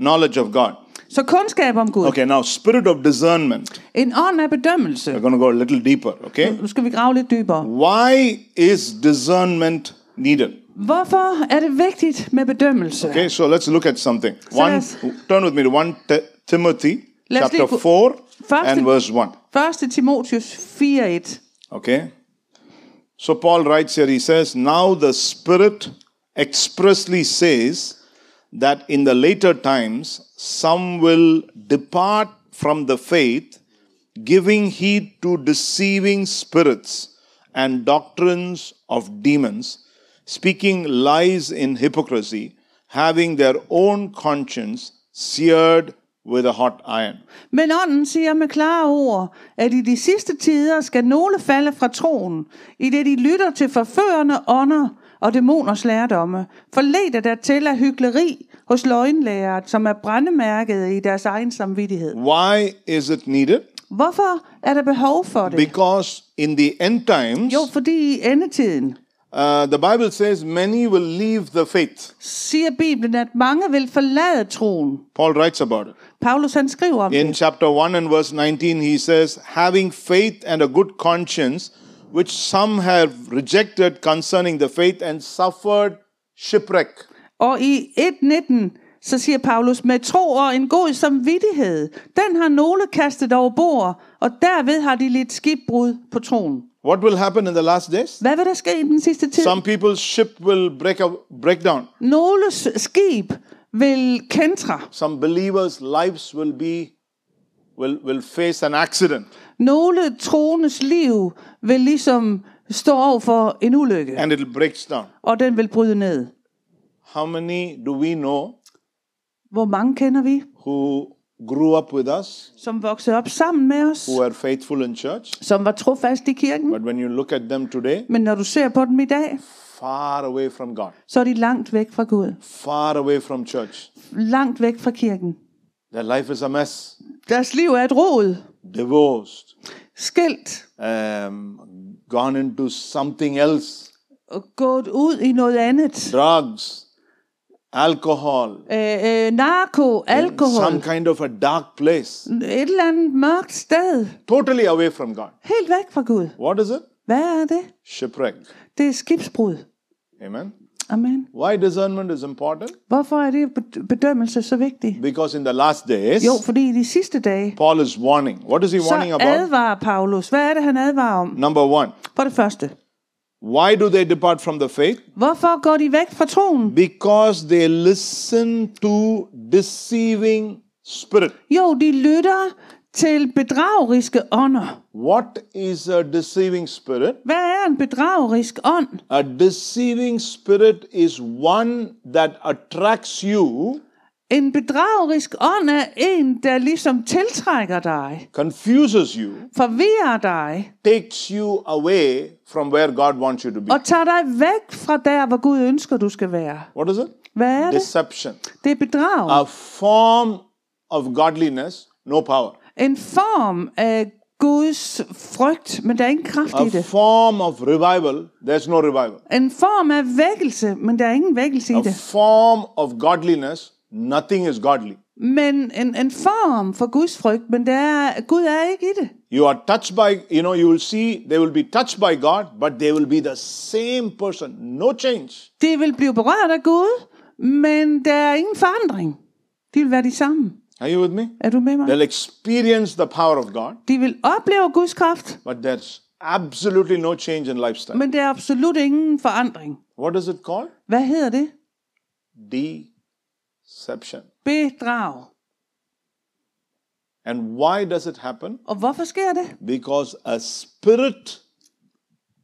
knowledge of God. Så kundskab om Gud. Okay, now spirit of discernment. En ånd af bedømmelse. We're going to go a little deeper, okay? Nu skal vi grave lidt dybere. Why is discernment needed? Hvorfor er det vigtigt med bedømmelse? Okay, so let's look at something. One, let's- turn with me to 1 Ti- Timothy Let's chapter read- 4 First and Tim- verse 1. 1. Timotius 4.1 Okay? So Paul writes here, he says, Now the Spirit expressly says that in the later times some will depart from the faith, giving heed to deceiving spirits and doctrines of demons, speaking lies in hypocrisy, having their own conscience seared with a hot iron. Men ånden siger med klare ord, at i de sidste tider skal nogle falde fra troen, i det de lytter til forførende ånder og dæmoners lærdomme, forledt der til af hyggeleri hos løgnlærer, som er brændemærket i deres egen samvittighed. Why is it needed? Hvorfor er der behov for det? Because in the end times, Jo, fordi i endetiden Uh, the Bible says many will leave the faith. siger Bibelen, at mange vil forlade troen. Paul writes about it. Paulus han skriver om In det. chapter 1 and verse 19, he says, having faith and a good conscience, which some have rejected concerning the faith and suffered shipwreck. Og i 1.19, så siger Paulus, med tro og en god samvittighed, den har nogle kastet over bord, og derved har de lidt skibbrud på troen. What will happen in the last days? Hvad vil der ske i den sidste tid? Some people's ship will break, up, break down. Nogles skib vil kentre. Some believers' lives will be will will face an accident. Nogle troendes liv vil ligesom stå over for en ulykke, And it breaks down. og den vil bryde ned. How many do we know Hvor mange kender vi, who grew up with us, som voksede op sammen med os, who are faithful in church? som var trofast i kirken? But when you look at them today, Men når du ser på dem i dag, far away from God, så er de langt væk fra Gud, far away from church. langt væk fra kirken. Their life is a mess. Deres liv er et rod, Divorced, skilt um, gone into something else, og gået ud i noget andet. drugs, alcohol, øh, øh, narko, some alkohol, kind of a dark place, et eller andet mørkt sted, totally away from God. helt væk fra Gud. What is it? Hvad er det? Shipwreck. Det er skibsbrud. Amen. Amen. Why discernment is important? Hvorfor er det bed- bedømmelse så vigtig? Because in the last days, Jo, fordi i de sidste dage, Paul is warning. What is he warning så about? advarer Paulus. Hvad er det, han advarer om? Number one, For det første. why do they depart from the faith? Hvorfor går de væk fra troen? Because they listen to deceiving spirit. Jo, de lytter til bedrageriske ånder. What is a deceiving spirit? Hvad er en bedragerisk ånd? A deceiving spirit is one that attracts you, En bedragerisk ånd er en, der ligesom tiltrækker dig, confuses you, forvirrer dig takes you away from where God wants you to be. og tager dig væk fra der, hvor Gud ønsker, du skal være. What is it? Hvad er det? Deception. Det er bedrag. A form of godliness, no power. En form af Guds frygt, men der er ingen kraft i A det. form of revival, there's no revival. En form af vækkelse, men der er ingen vækkelse i A det. form of godliness, nothing is godly. Men en, en form for Guds frygt, men der er, Gud er ikke i det. You are touched by, you know, you will see they will be touched by God, but they will be the same person. No change. De vil blive berørt af Gud, men der er ingen forandring. De vil være de samme. Are you with me? Er du med mig? They'll experience the power of God, De vil opleve Guds kraft, but there's absolutely no change in lifestyle. men der er absolut ingen forandring. What is it called? Hvad hedder det? Deception. Bedrag. And why does it happen? Og hvorfor sker det? Because a spirit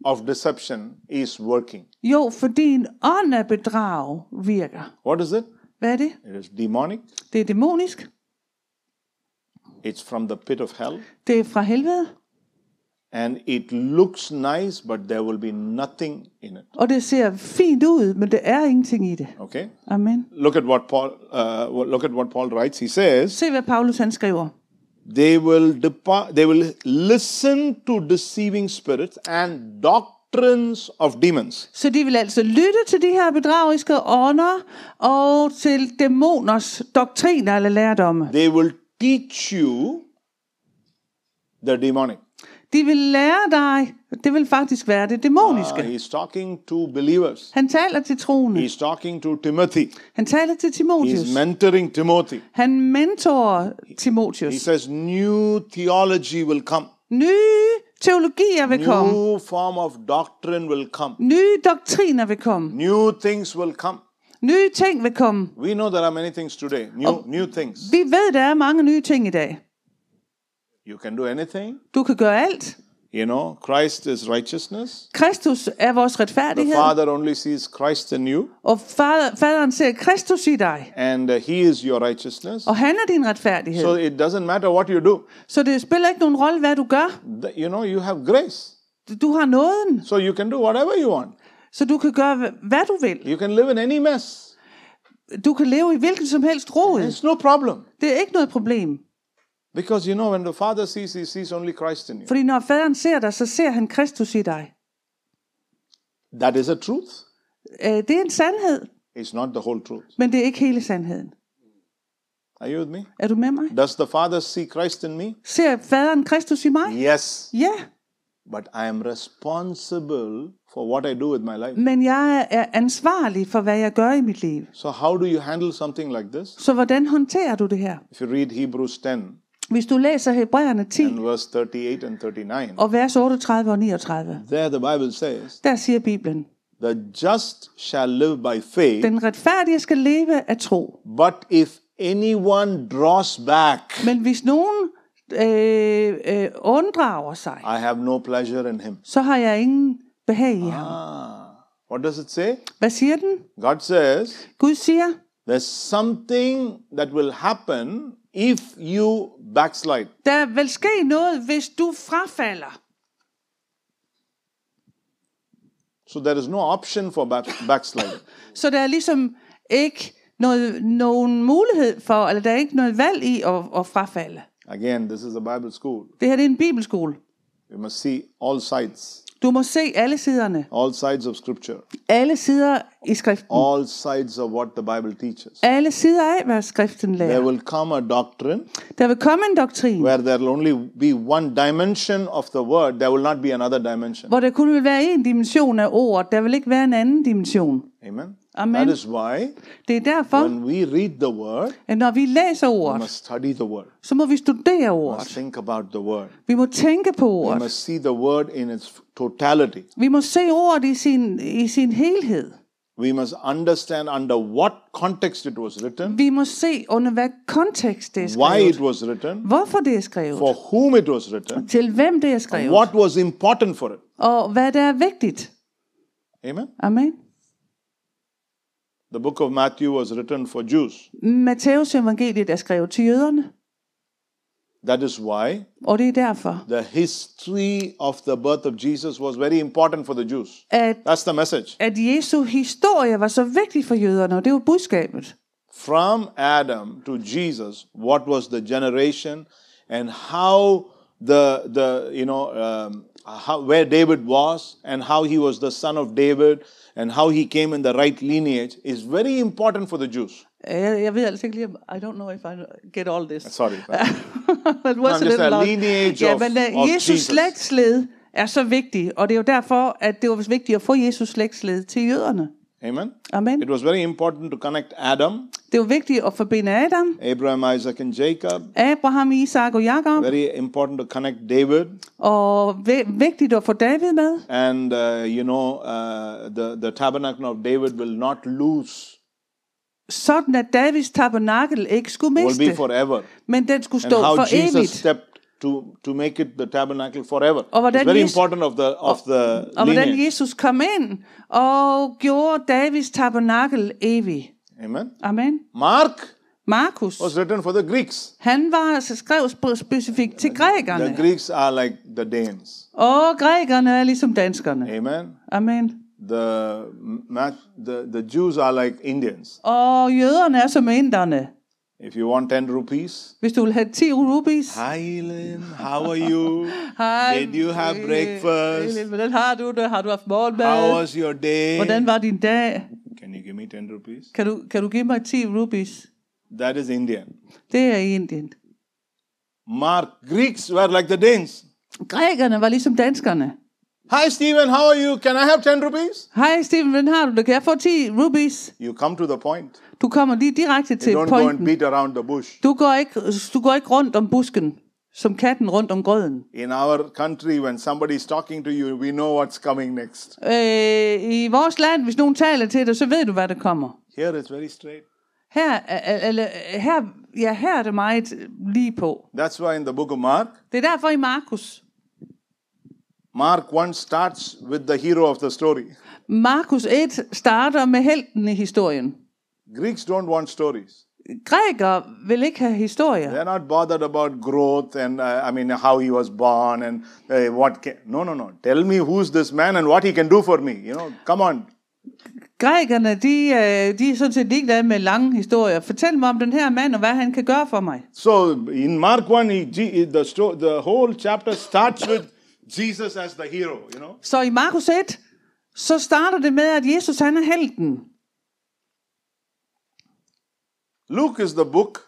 of deception is working. Jo, fordi en ånd af bedrag virker. What is it? Hvad er det? It is demonic. Det er dæmonisk. It's from the pit of hell. Det er fra helvede. And it looks nice, but there will be nothing in it. Og det ser fint ud, men der er ingenting i det. Okay? Amen. Look at what Paul uh, look at what Paul writes. He says Se, hvad Paulus han skriver. they will depart they will listen to deceiving spirits and doctrines of demons. Så de vil altså lytte til de her bedrageriske ånder og til dæmoners doktriner eller lærdomme. They will teach you the demonic. De vil lære dig, det vil faktisk være det Uh, dæmoniske. he's talking to believers. Han taler til troende. He's talking to Timothy. Han taler til Timotius. He's mentoring Timothy. Han mentorer He Timotius. says new theology will come. Nye teologier vil komme. New form of doctrine will come. Nye doktriner vil komme. New things will come. Nye ting vil komme. We know there are many things today. New new things. Vi ved, der er mange nye ting i dag. You can do anything. Du kan gøre alt. You know, Christ is righteousness. Kristus er vores The retfærdighed, Father only sees Christ in you, og fader, faderen ser Kristus i dig, and uh, He is your righteousness. og han er din retfærdighed. So Så, it doesn't matter what you do. så det spiller ikke nogen rolle, hvad du gør. The- you know, you have grace. Du har nåden, So you can do whatever you want. så du kan gøre, hva- hvad du vil. You can live in any mess. Du kan leve i hvilken som helst rod. It's no problem. Det er ikke noget problem. Because, you know, when the Father sees, He sees only Christ in you. Fordi når faderen ser dig, så ser han Kristus i dig. That is a truth. Øh, Det er en sandhed, It's not the whole truth. men det er ikke hele sandheden. Are you with me? Er du med mig? Does the Father see Christ in me? Ser faderen Kristus i mig? Yes. Ja, But I am responsible for what I do with my life. men jeg er ansvarlig for, hvad jeg gør i mit liv. So, how do you handle something like this? Så hvordan håndterer du det her? If you read Hebrews 10 Hvis du læser Hebræerne 10 and verse 38 and 39, og vers 38 og 39, there the Bible says, der siger Bibelen, The just shall live by faith, den retfærdige skal leve af tro. but if anyone draws back, Men hvis nogen øh, øh, unddrager sig, I have no pleasure in him. så har jeg ingen behag i ham. Ah, what does it say? Hvad siger den? God says, Gud siger, There's something that will happen if you backslide. der vil ske noget, hvis du frafalder. So there is no option for back- backsliding. Så der er ligesom ikke noget, nogen mulighed for, eller der er ikke noget valg i at, at frafalde. Again, this is a Bible school. Det her det er en bibelskole. You must see all sides. Du må se alle siderne. all sides of Scripture, Alle sider i skriften. all sides of what the Bible teaches. Alle sider af, hvad skriften There lærer. will come a doctrine Der vil komme en doktrin, where there will only be one dimension of the word, there will not be another dimension. hvor der kun vil være en dimension af ordet. Der vil ikke være en anden dimension. Amen. Amen. That is why Det er derfor, when we read the word, at når vi læser we ordet, must study the word, så må vi studere we must ordet. think about the word, Vi må tænke på we ordet. must see the word in its totality. Vi må se ordet i sin, i sin helhed. We must understand under what context it was written, Vi må se under hvad kontekst det er why it skrevet. was written, Hvorfor det er skrevet. for whom it was written, Til hvem det er skrevet. what was important for it. Og hvad der er vigtigt. Amen. Amen. The book of Matthew was written for Jews. Matteus evangeliet er skrevet til jøderne. That is why Og det er derfor, the history of the birth of Jesus was very important for the Jews. at, That's the message. at Jesu historie var så vigtig for jøderne. Og det var budskabet. From Adam to Jesus, what was the generation and how the the you know um, how, where David was and how he was the son of David and how he came in the right lineage is very important for the Jews. Jeg, jeg ved altså ikke lige, om- I don't know if I get all this. Sorry. But what's just a a long? altså, lineage ja, of- men øh, of Jesus Jesus. slægtsled er så vigtig, og det er jo derfor, at det var vigtigt at få Jesus slægtsled til jøderne. Amen. Amen. It was very important to connect Adam, Det var vigtigt at forbinde Adam, Abraham, Isaac, and Jacob. Abraham, Isak og Jakob, Very important to connect David og vi- vigtigt at få David med. and uh, you know uh, the the tabernacle of David will not lose Sådan at Davids tabernakel ikke skulle will be miste, forever men den skulle and stå how for Jesus evigt. stepped to to make it the tabernacle forever Og hvordan it's very Jesus- important of the of the Og hvordan lineage Jesus kom ind og gjorde Davids tabernakel evig. amen Amen. Mark Markus, was written for the Greeks han var altså skrev sp- specifikt til the grækerne. Greeks are like the Danes Og grækerne er ligesom danskerne. amen Amen. the Ma- the the Jews are like Indians Og jøderne er som inderne. if you want 10 rupees Hvis du vil have 10 rupees, hi Lynn how are you hej. did you have øh, breakfast øh, Hvordan har du det? Har du haft how morgenmad? was your day Hvordan var din dag? Can you give me 10 rupees? Kan du, kan du give mig 10 rupees? That is Indian. Det er i Indien. Mark, Greeks were like the Danes. Grækerne var ligesom danskerne. Hi, Stephen, how are you? Can I have 10 rupees? Hej Steven, hvordan har du det? Kan jeg få 10 rupees? You come to the point. Du kommer lige direkte You til don't go and pointen. beat around the bush. Du går, ikke, du går ikke rundt om busken, som katten rundt om grøden. In our country, when somebody is talking to you, we know what's coming next. Øh, I vores land, hvis nogen taler til dig, så ved du, hvad der kommer. Here it's very straight. Her, er- er- eller, her, ja, her er det meget øh, lige på. That's why in the book of Mark, Det er derfor i Markus. Mark 1 starts with the hero of the story. Markus 1 starter med helten i historien. Greeks don't want stories. Grækere vil ikke have historier. They're not bothered about growth and, uh, I mean, how he was born and uh, what. Ca- no, no, no. Tell me who's this man and what he can do for me. You know, come on. Grækerne, de, øh, de er sådan set ligeglade med lange historier. Fortæl mig om den her mand, og hvad han kan gøre for mig. So in Mark 1, he, Je- the, sto- the whole chapter starts with Jesus as the hero, you know. Så i Markus 1, så starter det med, at Jesus han er helten. Luke is the book.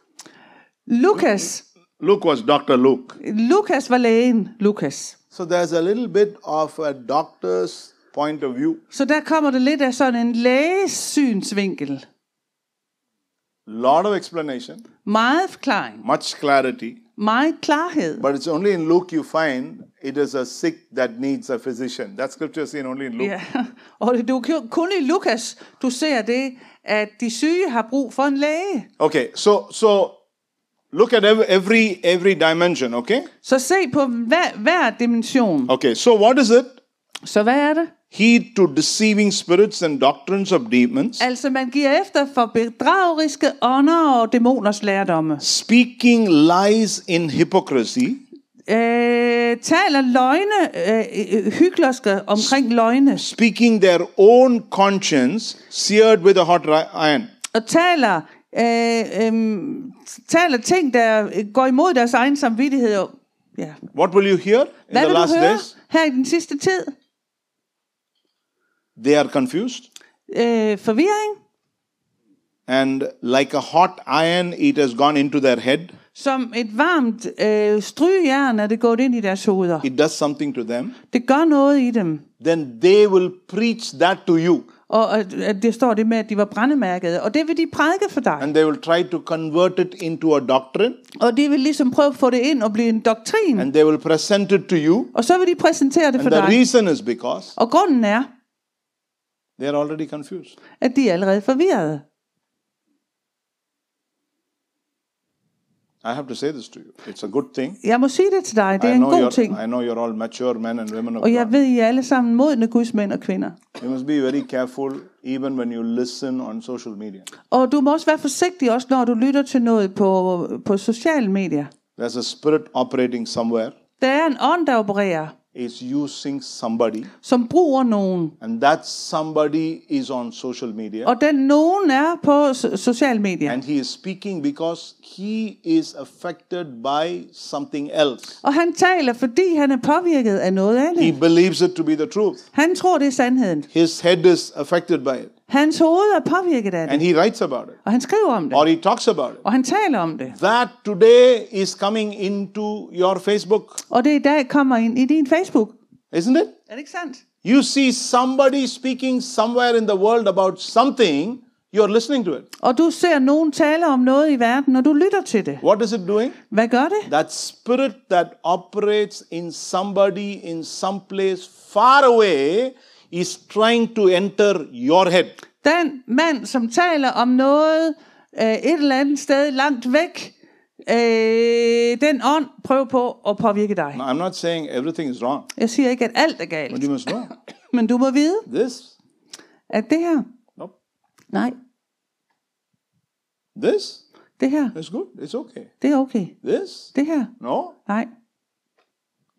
Lukas, Luke was Dr. Luke. Lukas var lægen, Lukas. So there's a little bit of a doctor's point of view. Så der kommer det lidt af sådan en lægesynsvinkel. Lot of explanation, Meget forklaring, much clarity. meget klarhed. But it's only in Luke you find it is a sick that needs a physician. That scripture is seen only in Luke. Ja. Og det er jo kun- kun i Lukas, du ser det, at de syge har brug for en læge. Okay, so so look at ev- every every dimension, okay? Så se på hver, hver dimension. Okay, so what is it? Så hvad er det? Heed to deceiving spirits and doctrines of demons. Altså, man giver efter for bedrageriske ånder og dæmoners lærdomme. speaking lies in hypocrisy, Øh, taler løgne, øh, hyggelerske omkring løgne. speaking their own conscience seared with a hot ri- iron. og taler, øh, øh, taler ting, der øh, går imod deres egen samvittighed. Og, ja. What will you hear in Hvad the vil du last høre days? her i den sidste tid? They are confused. Øh, forvirring, And like a hot iron, it has gone into their head. som et varmt øh, strygejern er det gået ind i deres hoveder. It does something to them. Det gør noget i dem. Then they will preach that to you. Og at- at det står det med, at de var brændemærket. Og det vil de prædike for dig. And they will try to convert it into a doctrine. Og de vil ligesom prøve at få det ind og blive en doktrin. And they will present it to you. Og så vil de præsentere det for And the dig. reason is because Og grunden er, they are already confused. at de er allerede forvirrede. I have to say this to you. It's a good thing. Jeg må sige det til dig. Det er I en know, god you're, ting. I know you're all mature men and women of Og jeg God. ved, I er alle sammen modne gudsmænd og kvinder. You must be very careful even when you listen on social media. Og du må også være forsigtig, også når du lytter til noget på, på sociale medier. There's a spirit operating somewhere. Der er en ånd, der opererer, It's using somebody, som bruger nogen. and that somebody is on social media, Og den nogen er på so- sociale medier. and he is speaking because he is affected by something else. Og han taler, fordi han er påvirket af noget He andet. believes it to be the truth. Han tror, det er sandheden. His head is affected by it, Hans hoved er påvirket af det. and he writes about it Og han skriver om det. or he talks about it. Og han taler om det. That today is coming into your Facebook, Og det i dag kommer ind i din Facebook. isn't it? Er det ikke sandt? You see somebody speaking somewhere in the world about something, you're listening to it. Og du ser nogen tale om noget i verden, og du lytter til det. What is it doing? Hvad gør det? That spirit that operates in somebody in some place far away is trying to enter your head. Den mand, som taler om noget øh, et eller andet sted langt væk, øh, den ånd prøver på at påvirke dig. Now, I'm not saying everything is wrong, Jeg siger ikke, at alt er but galt, you must know men du må vide, this, at det her, nope, nej, this det her, is good, it's okay. det er okay. This, Det her, no. nej.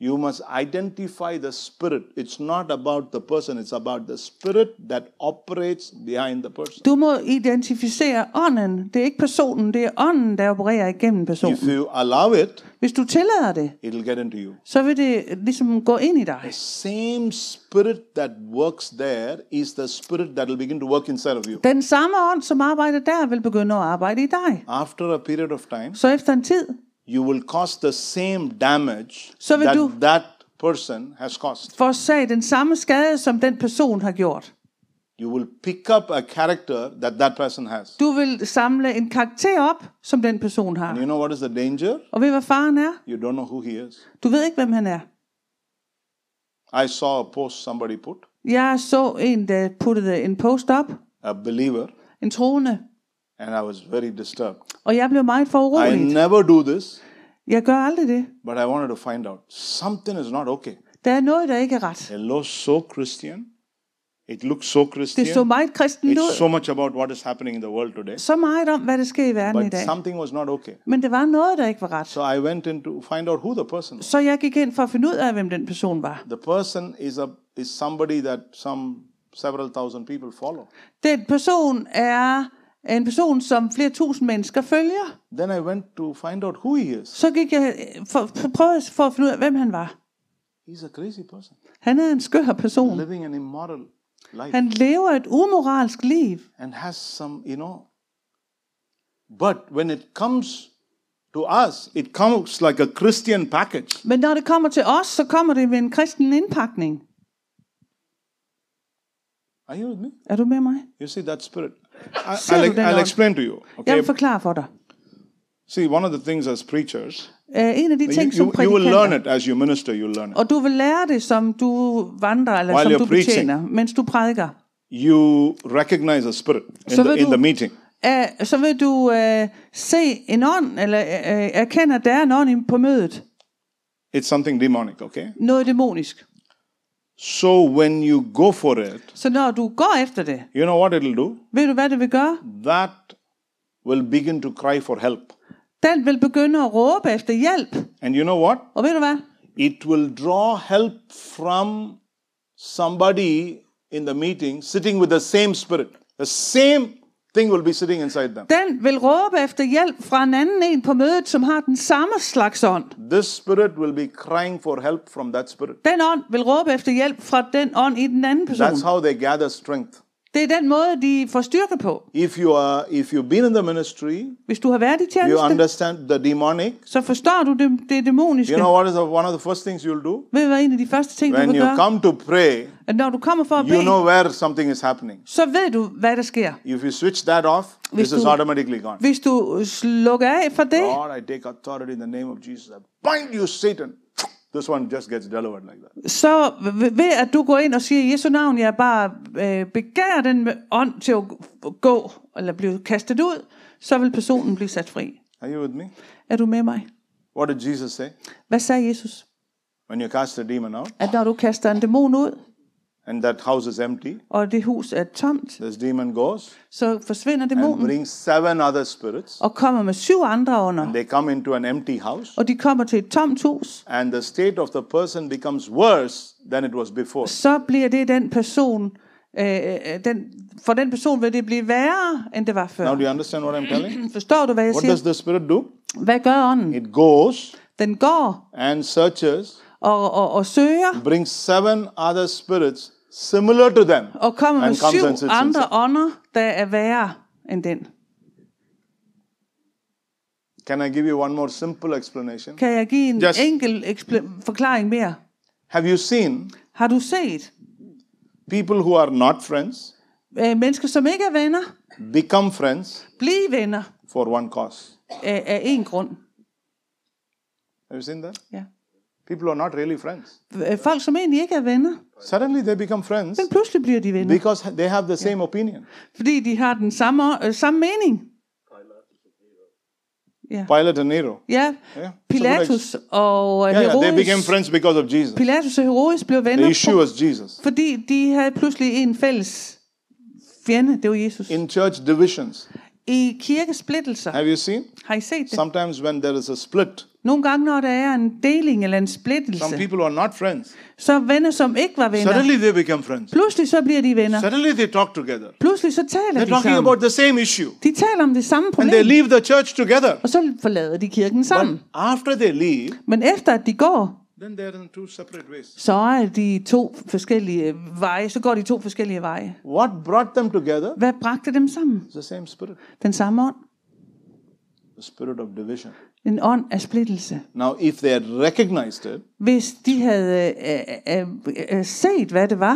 You must identify the spirit. It's not about the person, it's about the spirit that operates behind the person. Du må identificere ånden. Det er ikke personen, det er ånden, der opererer igennem If personen. you allow it, Hvis du tillader det, it'll get into you. så vil det ligesom gå ind i dig. Same spirit that works there is the spirit that will begin to work inside of you. Den samme ånd, som arbejder der, vil begynde at arbejde i dig. After a period of time, Så efter en tid, you will cause the same damage So we that do- that person has caused. forårsag den samme skade, som den person har gjort. You will pick up a character that that person has. Du vil samle en karakter op, som den person And har. you know what is the danger? Og ved hvad faren er? You don't know who he is. Du ved ikke, hvem han er. I saw a post somebody put, Jeg så en, der puttede en post op, a believer, en troende, and I was very disturbed. og jeg blev meget I foruroliget. never do this, Jeg gør aldrig det. but I wanted to find out something is not okay. Der er noget, der ikke er ret. It looks so Christian. It looks so Christian. Det så meget kristent It's so ud. much about what is happening in the world today. Så meget om, hvad der sker i verden i But dag. something was not okay. Men det var noget, der ikke var ret. So I went in to find out who the person was. Så jeg gik ind for at finde ud af, hvem den person var. The person is a is somebody that some several thousand people follow. Den person er en person, som flere tusind mennesker følger. Then I went to find out who he is. Så gik jeg øh, for, for, prøvede for at finde ud af, hvem han var. He's a crazy person Han er en skør person. living an immoral life Han lever et umoralsk liv. and has some, you know. But when it comes to us, it comes like a Christian package. Men når det kommer til os, så kommer det med en kristen indpakning. Are you with me? Er du med mig? You see that spirit. I, Sure, I'll, then I'll I'll- explain to you. Jeg Okay. vil forklare for dig. See, one of the things as preachers, Uh, en af de you, ting, som you, you will learn prædikanter, it as you minister. You'll learn it. og du vil lære det, som du vandrer, eller While som you're du preaching. betjener, mens du prædiker. You recognize a spirit in, So the, we in do- the meeting. Uh, så vil du uh, se en ånd, eller uh, erkende, at der er en ånd i- på mødet. It's something demonic. Okay. Noget dæmonisk. So when you go for it, Så når du går efter det, you know what it'll do. ved du, hvad det vil gøre? That will begin to cry for help. Den vil begynde at råbe efter hjælp. And you know what? Og ved du hvad? It will draw help from somebody in the meeting sitting with the same spirit, the same thing will be sitting inside them. Den vil råbe efter hjælp fra en anden en på mødet, som har den samme slags ånd. This spirit will be crying for help from that spirit. Den ånd vil råbe efter hjælp fra den ånd i den anden person. That's how they gather strength. Det er den måde, de får styrke på. If you are, if you've been in the ministry, Hvis du har været i you tjeneste, understand the demonic. så forstår du det, det dæmoniske. You know what is the, one of the first things you'll do Ved du, hvad en af de første ting, du when vil you gøre? come to pray. At når du kommer for at You bede, know where something is happening. så ved du, hvad der sker. If you switch that off, this Hvis is du- automatically gone. Hvis du slukker af for det, Lord, I take authority in the name of Jesus. I bind you, Satan. This one just gets delivered like that. så ved- ved at du går ind og siger i Jesu navn, jeg bare øh, begærer den ånd til at gå, eller blive kastet ud, så vil personen blive sat fri. Are you with me? Er du med mig? What did Jesus say? Hvad sagde Jesus? When you cast a demon out At når du kaster en dæmon ud, and that house is empty, og det hus er tomt, this demon goes så forsvinder and dæmonen brings seven other spirits. og kommer med syv andre ånder. They come into an empty house, Og de kommer til et tomt hus, and the state of the person becomes worse than it was before. så bliver det den person, øh, øh, den, for den person vil det blive værre, end det var før. Now, do you understand what I'm telling? Forstår du, hvad jeg What siger? does the Mm. spirit do? Hvad gør ånden? It goes Den går and searches, og, og, og søger, brings seven other spirits similar to them. og kommer med And comes syv and sits andre inside. ånder, der er værre end den. Can I give you one more simple explanation? Kan jeg give en Yes. enkel ekspl- forklaring mere? Have you seen Har du set people who are not friends øh, mennesker, som ikke er venner, become friends blive venner for one cause? øh, af en grund? Have you seen that? Ja. People who are not really friends. Øh, Folk, som egentlig ikke er venner, Suddenly they become friends men pludselig bliver de venner, because they have the same opinion. fordi de har den samme, øh, samme mening. Ja, Pilate and Nero. ja. Yeah. Pilatus og øh, Yeah, yeah, they became Herodes. friends because of Jesus. Pilatus og Herodes blev The venner, issue was Jesus. fordi de havde pludselig en fælles fjende, det var Jesus. In church divisions, I kirkesplittelser, have you seen? har I set det? Sometimes when there is a split, Nogle gange, når der er en deling eller en some splittelse, people who are not friends. så venner, som ikke var venner, Suddenly they become friends. pludselig så bliver de venner. Suddenly they talk together. Pludselig så taler They're de talking sammen. about the same issue. De taler om det samme And they problem, leave the church together. og så forlader de kirken But sammen. after they leave, Men efter at de går, then they're in two separate ways. så er de to forskellige veje, så går de to forskellige veje. What brought them together Hvad bragte dem sammen? is the same spirit, Den samme ånd. the spirit of division. En ånd af splittelse. Now, if they had recognized it, Hvis de havde øh, øh, øh, øh, set, hvad det var,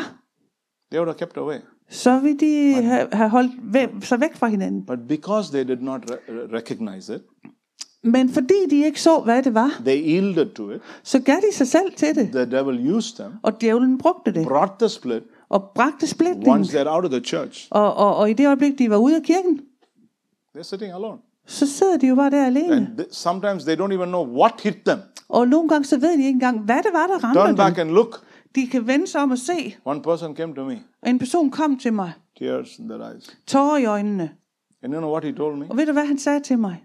they would have kept away. så ville de have, have holdt væ- sig væk fra hinanden. But because they did not re- re- recognize it, Men fordi de ikke så, hvad det var, they yielded to it. så gav de sig selv til det. The devil used them, Og djævlen brugte det. brought the split. Og bragte splitningen. Once they're out of the church, Og, og, og i det øjeblik, de var ude af kirken, they're sitting alone. så sidder de jo bare der alene. And th- sometimes they don't even know what hit them. Og nogle gange, så ved de ikke engang, hvad det var, der Turn ramte back dem. and look. De kan vende sig om og se. One person came to me, Og en person kom til mig. tears in their eyes. Tårer i øjnene. And you know what he told me? Og ved du, hvad han sagde til mig?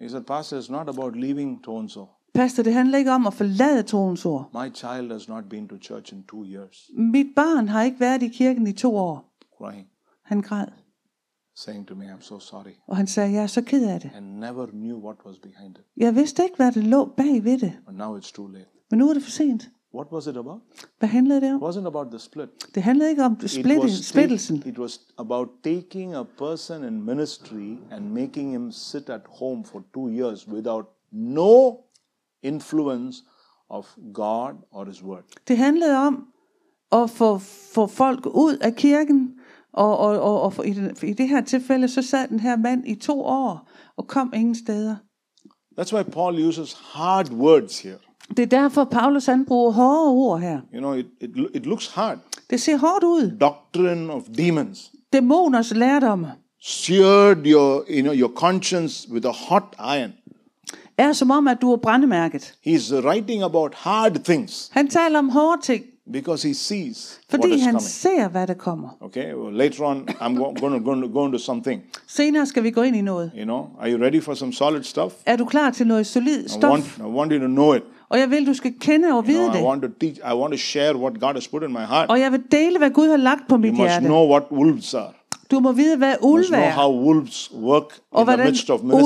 He said, Pastor, it's not about leaving Tonso. Pastor, det handler ikke om at forlade troens ord. My child has not been to church in two years. Mit barn har ikke været i kirken i to år. Crying, Han græd. saying to me, I'm so sorry. Og han sagde, jeg er så ked af det. And never knew what was behind it. Jeg vidste ikke, hvad der lå bag ved det. But now it's too late. Men nu er det for sent. What was it about? Hvad handlede det It om? wasn't about the split. Det handlede ikke om It splitte, was, splittelsen. it was about taking a person in ministry and making him sit at home for two years without no influence of God or His Word. Det handlede om at få, få folk ud af kirken. Og, og, og, og for, i, det, i det her tilfælde, så sad den her mand i to år og kom ingen steder. That's why Paul uses hard words here. Det er derfor, Paulus han bruger hårde ord her. You know, it, it, lo- it looks hard. Det ser hårdt ud. Doctrine of demons. Dæmoners lærdom Seared your, you know, your conscience with a hot iron. er som om, at du er brændemærket. He's writing about hard things Han taler om hårde ting, because he sees what fordi is han coming. ser, hvad der kommer. Okay, well, later on, I'm going to go, go into something. Senere skal vi gå ind i noget. You know, are you ready for some solid stuff? Er du klar til noget solid I want, stof? I want you to know it. Og jeg vil, du skal kende og You know, vide I det. want to teach. I Oh, want to share what God has put in my heart. Og jeg vil dele, hvad Gud har lagt på You mit must hjerte. know what wolves are. Du må vide, hvad You must ulve know er, how wolves work og in the hvordan midst of ulve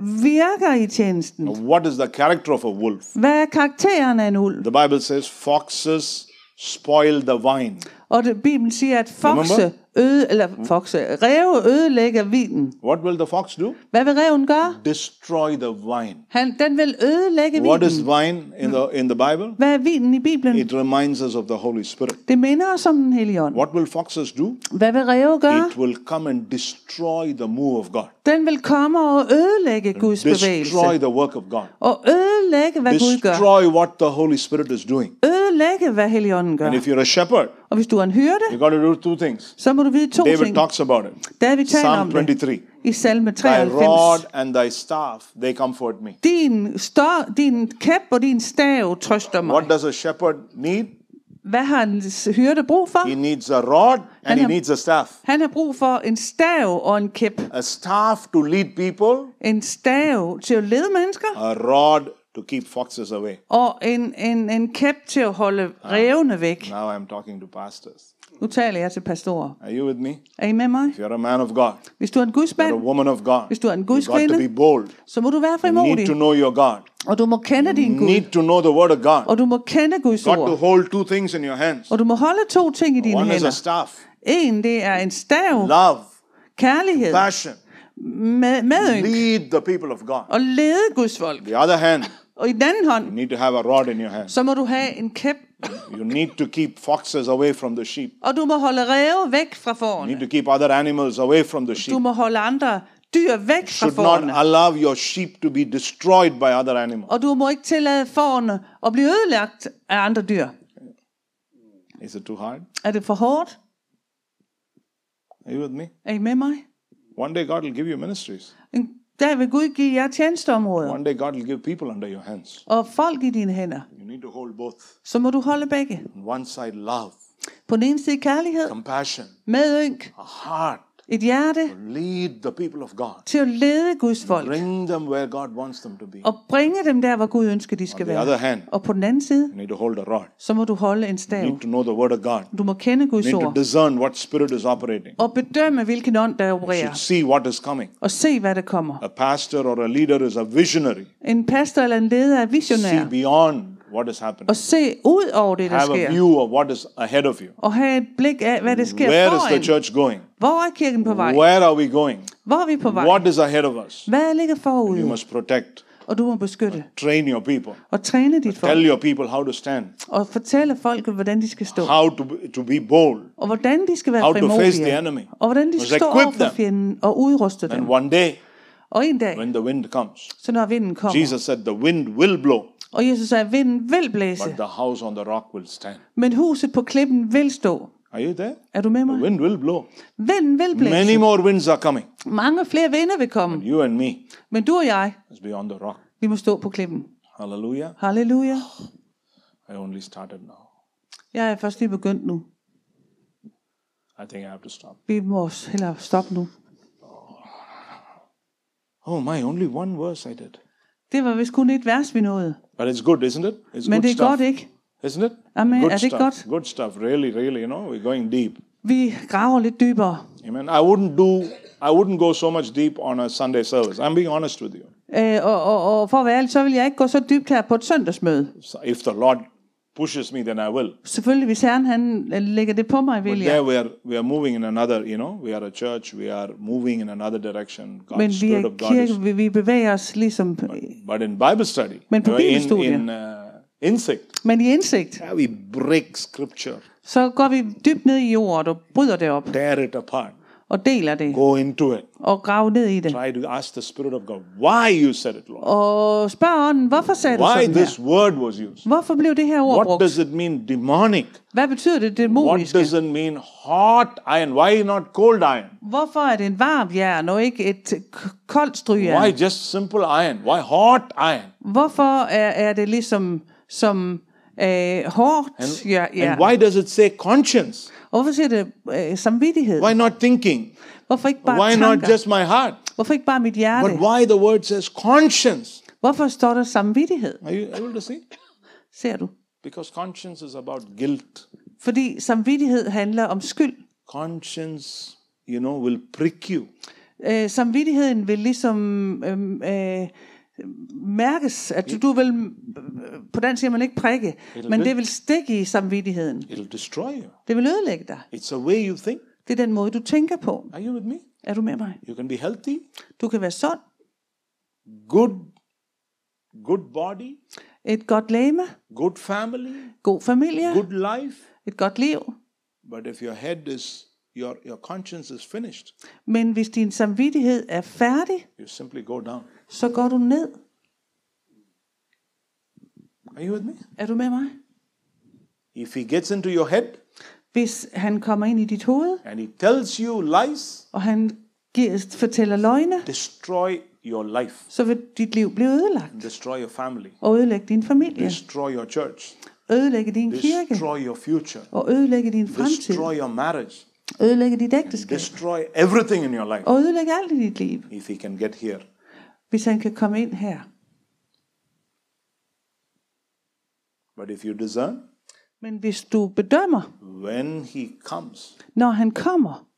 ministry. virker i tjenesten. What is the character of a wolf? Hvad er karakteren af en ulv? The Bible says foxes spoil the vine. Og det, Bibelen siger, at fokse, øde, eller fokse, ræve ødelægger vinen. What will the fox do? Hvad vil ræven gøre? Destroy the vine. Han, den vil ødelægge What is vinen. vine in the in the Bible? Hvad er vinen i Bibelen? It reminds us of the Holy Spirit. Det minder os om den hellige ånd. What will foxes do? Hvad vil ræve gøre? It will come and destroy the move of God. Den vil komme og ødelægge Guds bevægelse. Destroy the work of God. Og ødelægge, hvad Gud gør. Destroy what the Holy Spirit is doing. Ødelægge, hvad Helligånden gør. And if you're a shepherd, Og hvis du er en hyrde, you got to do two things. så må du vide to David ting. talks about it. David taler om Psalm det 23. i salme Thy 93. rod and thy staff, they comfort me. Din, stor, din kæp og din stav trøster mig. What does a shepherd need? Hvad har en hyrde brug for? He needs a rod and he har- needs a staff. Han har brug for en stav og en kæp. A staff to lead people, En stav til at lede mennesker, a rod to keep foxes away. og en, en, en kæp til at holde Ah. revne væk. Now I'm talking to pastors. Nu taler jeg til pastorer. Are you with me? Er I med mig? If you're a man of God, Hvis du er en you're a gudsmand, woman of God, Hvis du er en you got to gudskvinde, be bold. så må du være You need frimodig, to know your God. og du må kende din You Gud, need to know the Word of God. og du må kende Guds Got to ord. hold two things in your hands. Og du må holde to ting i dine One is a hænder. staff, En, det er en stav, love, kærlighed, passion. med, medynk, Lead the people of God. og lede Guds folk. The other hand, Og i den anden you hånd, need to have a rod in your hand. så må du have en kæp, You need to keep foxes away from the sheep. og du må holde ræve væk fra You need forerne. to keep other animals away from the Du sheep. må holde andre dyr væk fra Should not forerne. allow your sheep to be destroyed by other animals. Og du må ikke tillade forerne at blive ødelagt af andre dyr. Is it too hard? Er det for hårdt? Are you with me? Er I med mig? One day God will give you ministries. En dag vil Gud give jer tjenesteområder One day God will give people under your hands. og folk i dine hænder. You need to hold both. Så må du holde begge. On one side, love, På den ene side kærlighed, compassion, medynk, a heart. et hjerte Lead the people of God. til at lede Guds folk Bring them where God wants them to be. og bringe dem der, hvor Gud ønsker, de skal On the other være. hand, Og på den anden side, you need to hold a rod. så må du holde en You stav. need to know the word of God. Du må kende Guds You need to ord discern what spirit is operating. og bedømme, hvilken ånd der You should opererer. see what is coming. Og se, hvad der kommer. A pastor or a leader is a visionary. En pastor eller en leder er See visionær. beyond what is happening. Og se ud over det, der Have a sker. view of what is ahead of you. Og have et blik af, hvad der sker Where is the foran. church going? Hvor er kirken på vej? Where are we going? Hvor er vi på vej? What is ahead of us? Hvad ligger You forud? must protect, Og du må beskytte train your people, og træne dit folk. tell your people how to stand, og fortælle folk, hvordan de skal stå, how to, to be bold. og hvordan de skal være How to face the enemy. frimodige, og hvordan de Must skal stå equip over for them. fjenden og udruste And dem. one day, Og en dag, when the wind comes, så når vinden kommer, Jesus said, The wind will blow, og Jesus sagde, at vinden vil but blæse, the house on the rock will stand. men huset på klippen vil stå. Are you there? Er du med The mig? wind will blow. Vinden vil Many blæse. more winds are coming. Mange flere vinder vil komme, You and me men du og jeg, must be on the rock. vi må stå på klippen. Hallelujah. Halleluja. I only started now. Jeg er først lige begyndt nu. I think I have to stop. Vi må også hellere stoppe nu. Oh my, only one verse I did. Det var vist kun et vers, vi nåede. But it's good, isn't it? It's good Men det er stuff. godt, ikke? Isn't it? Amen. Good Er det ikke stuff. godt? Good stuff. Really, really, you know, we're going deep. Vi graver lidt dybere. Amen. I wouldn't do I wouldn't go so much deep on a Sunday service. I'm being honest with you. Øh, og, og, og for at være ærlig, så vil jeg ikke gå så dybt her på et søndagsmøde. So if the Lord pushes me, then I will. Selvfølgelig, hvis Herren han øh, lægger det på mig, vil But jeg. there we are we are moving in another, you know, we are a church, we are moving in another direction. Men God's vi Spirit er of God is kirke, vi, vi bevæger os ligesom. But in Bible study, Men på you know, in, bibelstudie. in uh, insect, Men i indsigt, yeah, we break scripture, så går vi dybt ned i jordet og bryder det op tear it apart, og deler det go into it, og graver ned i det. try to ask the Spirit of God why you said it, Lord, Og spørger ånden, hvorfor sagde du why sådan this her? word was used. Hvorfor blev det her ord What brugt? does it mean demonic? Hvad betyder det What dæmoniske? does it mean hot iron? Why not cold iron? Hvorfor er det en varm jern og ikke et k- koldt Why strygjern? just simple iron? Why hot iron? Hvorfor er, er det ligesom som øh, hårdt jern? And why does it say conscience? Og Hvorfor siger det øh, samvittighed? Why not thinking? Hvorfor ikke bare Why not tanker? just my heart? Hvorfor ikke bare mit hjerte? But why the word says conscience? Hvorfor står der samvittighed? Are you able to see? Ser du? Because conscience is about guilt. Fordi samvittighed handler om skyld. Conscience you know, will prick you. Øh, samvittigheden vil ligesom øhm, øh, mærkes, at du, du vil, øh, på den siger man ikke prikke, men det vil stikke i samvittigheden. It'll destroy you. Det vil ødelægge dig. It's a way you think. Det er den måde, du tænker på. Are you with me? Er du med mig? You can be healthy, Du kan være sund, good, good body, et godt læme, good family, god familie, good life, et godt liv. but if your head is your your conscience is finished, Men hvis din samvittighed er færdig, you simply go down. så går du ned. Are you with me? Er du med mig? If he gets into your head Hvis han kommer ind i dit hoved, and he tells you lies, og han giver, fortæller løgne, destroy your life, så vil dit liv blive ødelagt. destroy your family, Og ødelægge din familie, destroy your church, ødelægge din kirke, destroy your future, og ødelægge din fremtid, destroy your marriage, ødelægge dit ægteskab, destroy everything in your life. og ødelægge alt i dit liv, If he can get here, hvis han kan komme ind her. but if you discern Men hvis du bedømmer, when he comes, når han kommer,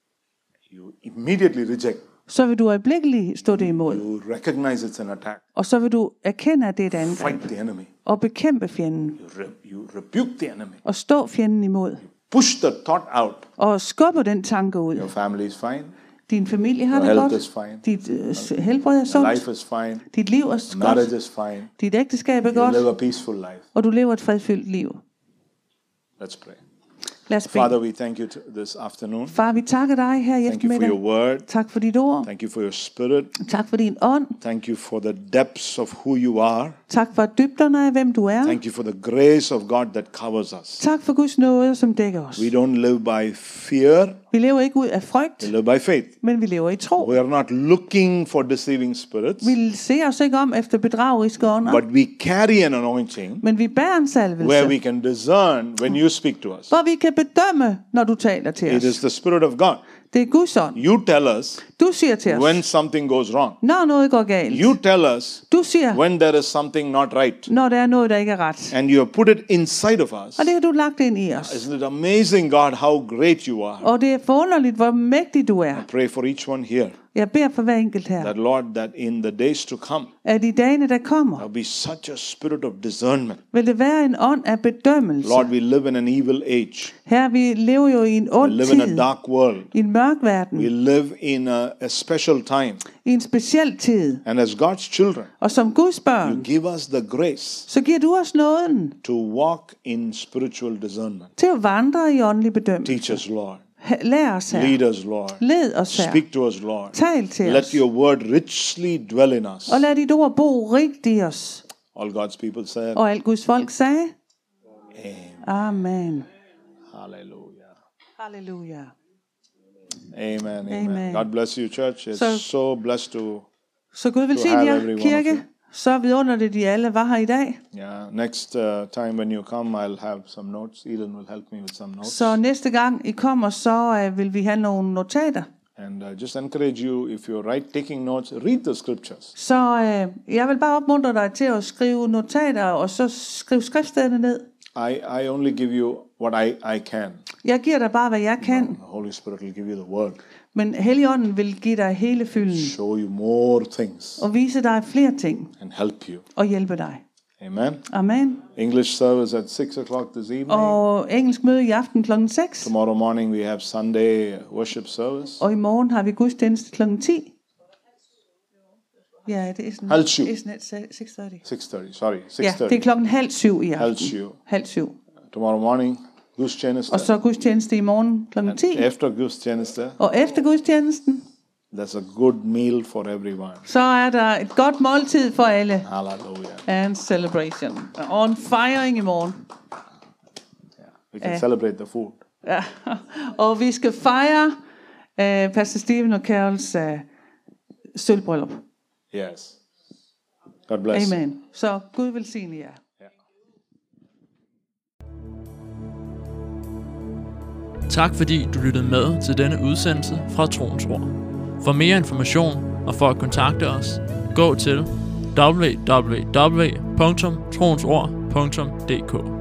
you immediately reject. så vil du øjeblikkeligt stå det imod, You recognize it's an attack. og så vil du erkende, at det er et angreb, Fight the enemy. og bekæmpe fjenden, You, re- you rebuke the enemy. og stå fjenden imod, Push the thought out. og skubbe den tanke ud. Your family is fine. Din familie har Your det health is godt, fine. dit øh, s- helbred er sundt, Life is fine. dit liv er Marriage godt, is fine. dit ægteskab er You live godt, a peaceful life. og du lever et fredfyldt liv. Let's pray. Lad os bede. Father, we thank you t- this afternoon. Far, vi takker dig her i Thank you for your eftermiddag. word. Tak for dit ord. Thank you for your spirit. Tak for din ånd. Thank you for the depths of who you are. Tak for dybderne af, hvem du er. Thank you for the grace of God that covers us. Tak for Guds nåde, som dækker os. We don't live by fear, Vi lever ikke ud af frygt, we live by faith. men vi lever i tro. We are not looking for deceiving spirits, Vi ser os ikke om efter bedrageriske ånder, but we carry an anointing men vi bærer en where we salvelse, can discern when you speak to us. hvor vi kan bedømme, når du taler til It os. is the Spirit of God. Det er Guds ånd. You tell us Du siger til os, when something goes wrong. når noget går galt. You tell us Du siger, when there is something not right. når der er noget, der ikke er ret. And you have put it inside of us. Og det har du lagt ind i os. Isn't it amazing, God, how great you are? Og det er forunderligt, hvor mægtig du er. Pray for each one here Jeg beder for hver enkelt her, that, Lord, that in the days to come, at i dagene, der kommer, there'll be such a spirit of discernment. vil det være en ånd af bedømmelse. Lord, we live in an evil age, Her vi lever jo i en we ond live in a tid, dark world, i en mørk verden, we live in a, a special time. i en speciel tid. And as God's children, Og som Guds børn, give us the grace så giver du os nåden to walk in spiritual discernment. til at vandre i åndelig bedømmelse. Teach us, Lord. Ha- Lær os her. Lead us, Lord. Led os her. Speak to us, Lord. Tal til os. Let your word richly dwell in us. Og lad dit ord bo rigtigt i os. All God's people said, Og alt Guds folk sagde, Amen. Amen. Hallelujah. Halleluja. Amen, amen. Amen. God bless you, church. It's so, So- blessed to. Så Gud vil sige have every one jer, of you. kirke, så vidunderligt de alle var her i dag. Yeah. Next uh, time when you come, I'll have some notes. Eden will help me with some notes. Så næste gang I kommer, så øh, vil vi have nogle notater. and uh, just encourage you, if you're right taking notes, read the scriptures. Så øh, jeg vil bare opmuntre dig til at skrive notater, og så skrive skriftstederne ned. I, I only give you what I, I can. Jeg giver dig bare, hvad jeg kan, The Holy Spirit will give you the word, men Helligånden vil give dig hele fylden, show you more things, og vise dig flere ting, and help you. og hjælpe dig. Amen. Amen. English service at 6 o'clock this evening. Og engelsk møde i aften kl. 6, Tomorrow morning we have Sunday worship service. og i morgen har vi gudstjeneste kl. 10. Ja, det er sådan, Halv syv. Det er sådan et se- 6.30. 6.30, sorry, 6.30. Ja, det er klokken halv syv i aften. Halv syv. Halv syv. Tomorrow morning, gudstjeneste. Og så gudstjeneste i morgen kl. 10. Efter gudstjeneste, Og efter gudstjenesten, there's a good meal for everyone. så er der et godt måltid for alle. Hallelujah. And celebration. Og en fejring i morgen. We can celebrate the food. Ja. Og vi skal fejre uh, Pastor Steven og Carols uh, sølvbryllup. Yes. God bless. Amen. Så Gud velsigne jer. Tak fordi du lyttede med til denne udsendelse fra Troens Ord. For mere information og for at kontakte os, gå til www.troensord.dk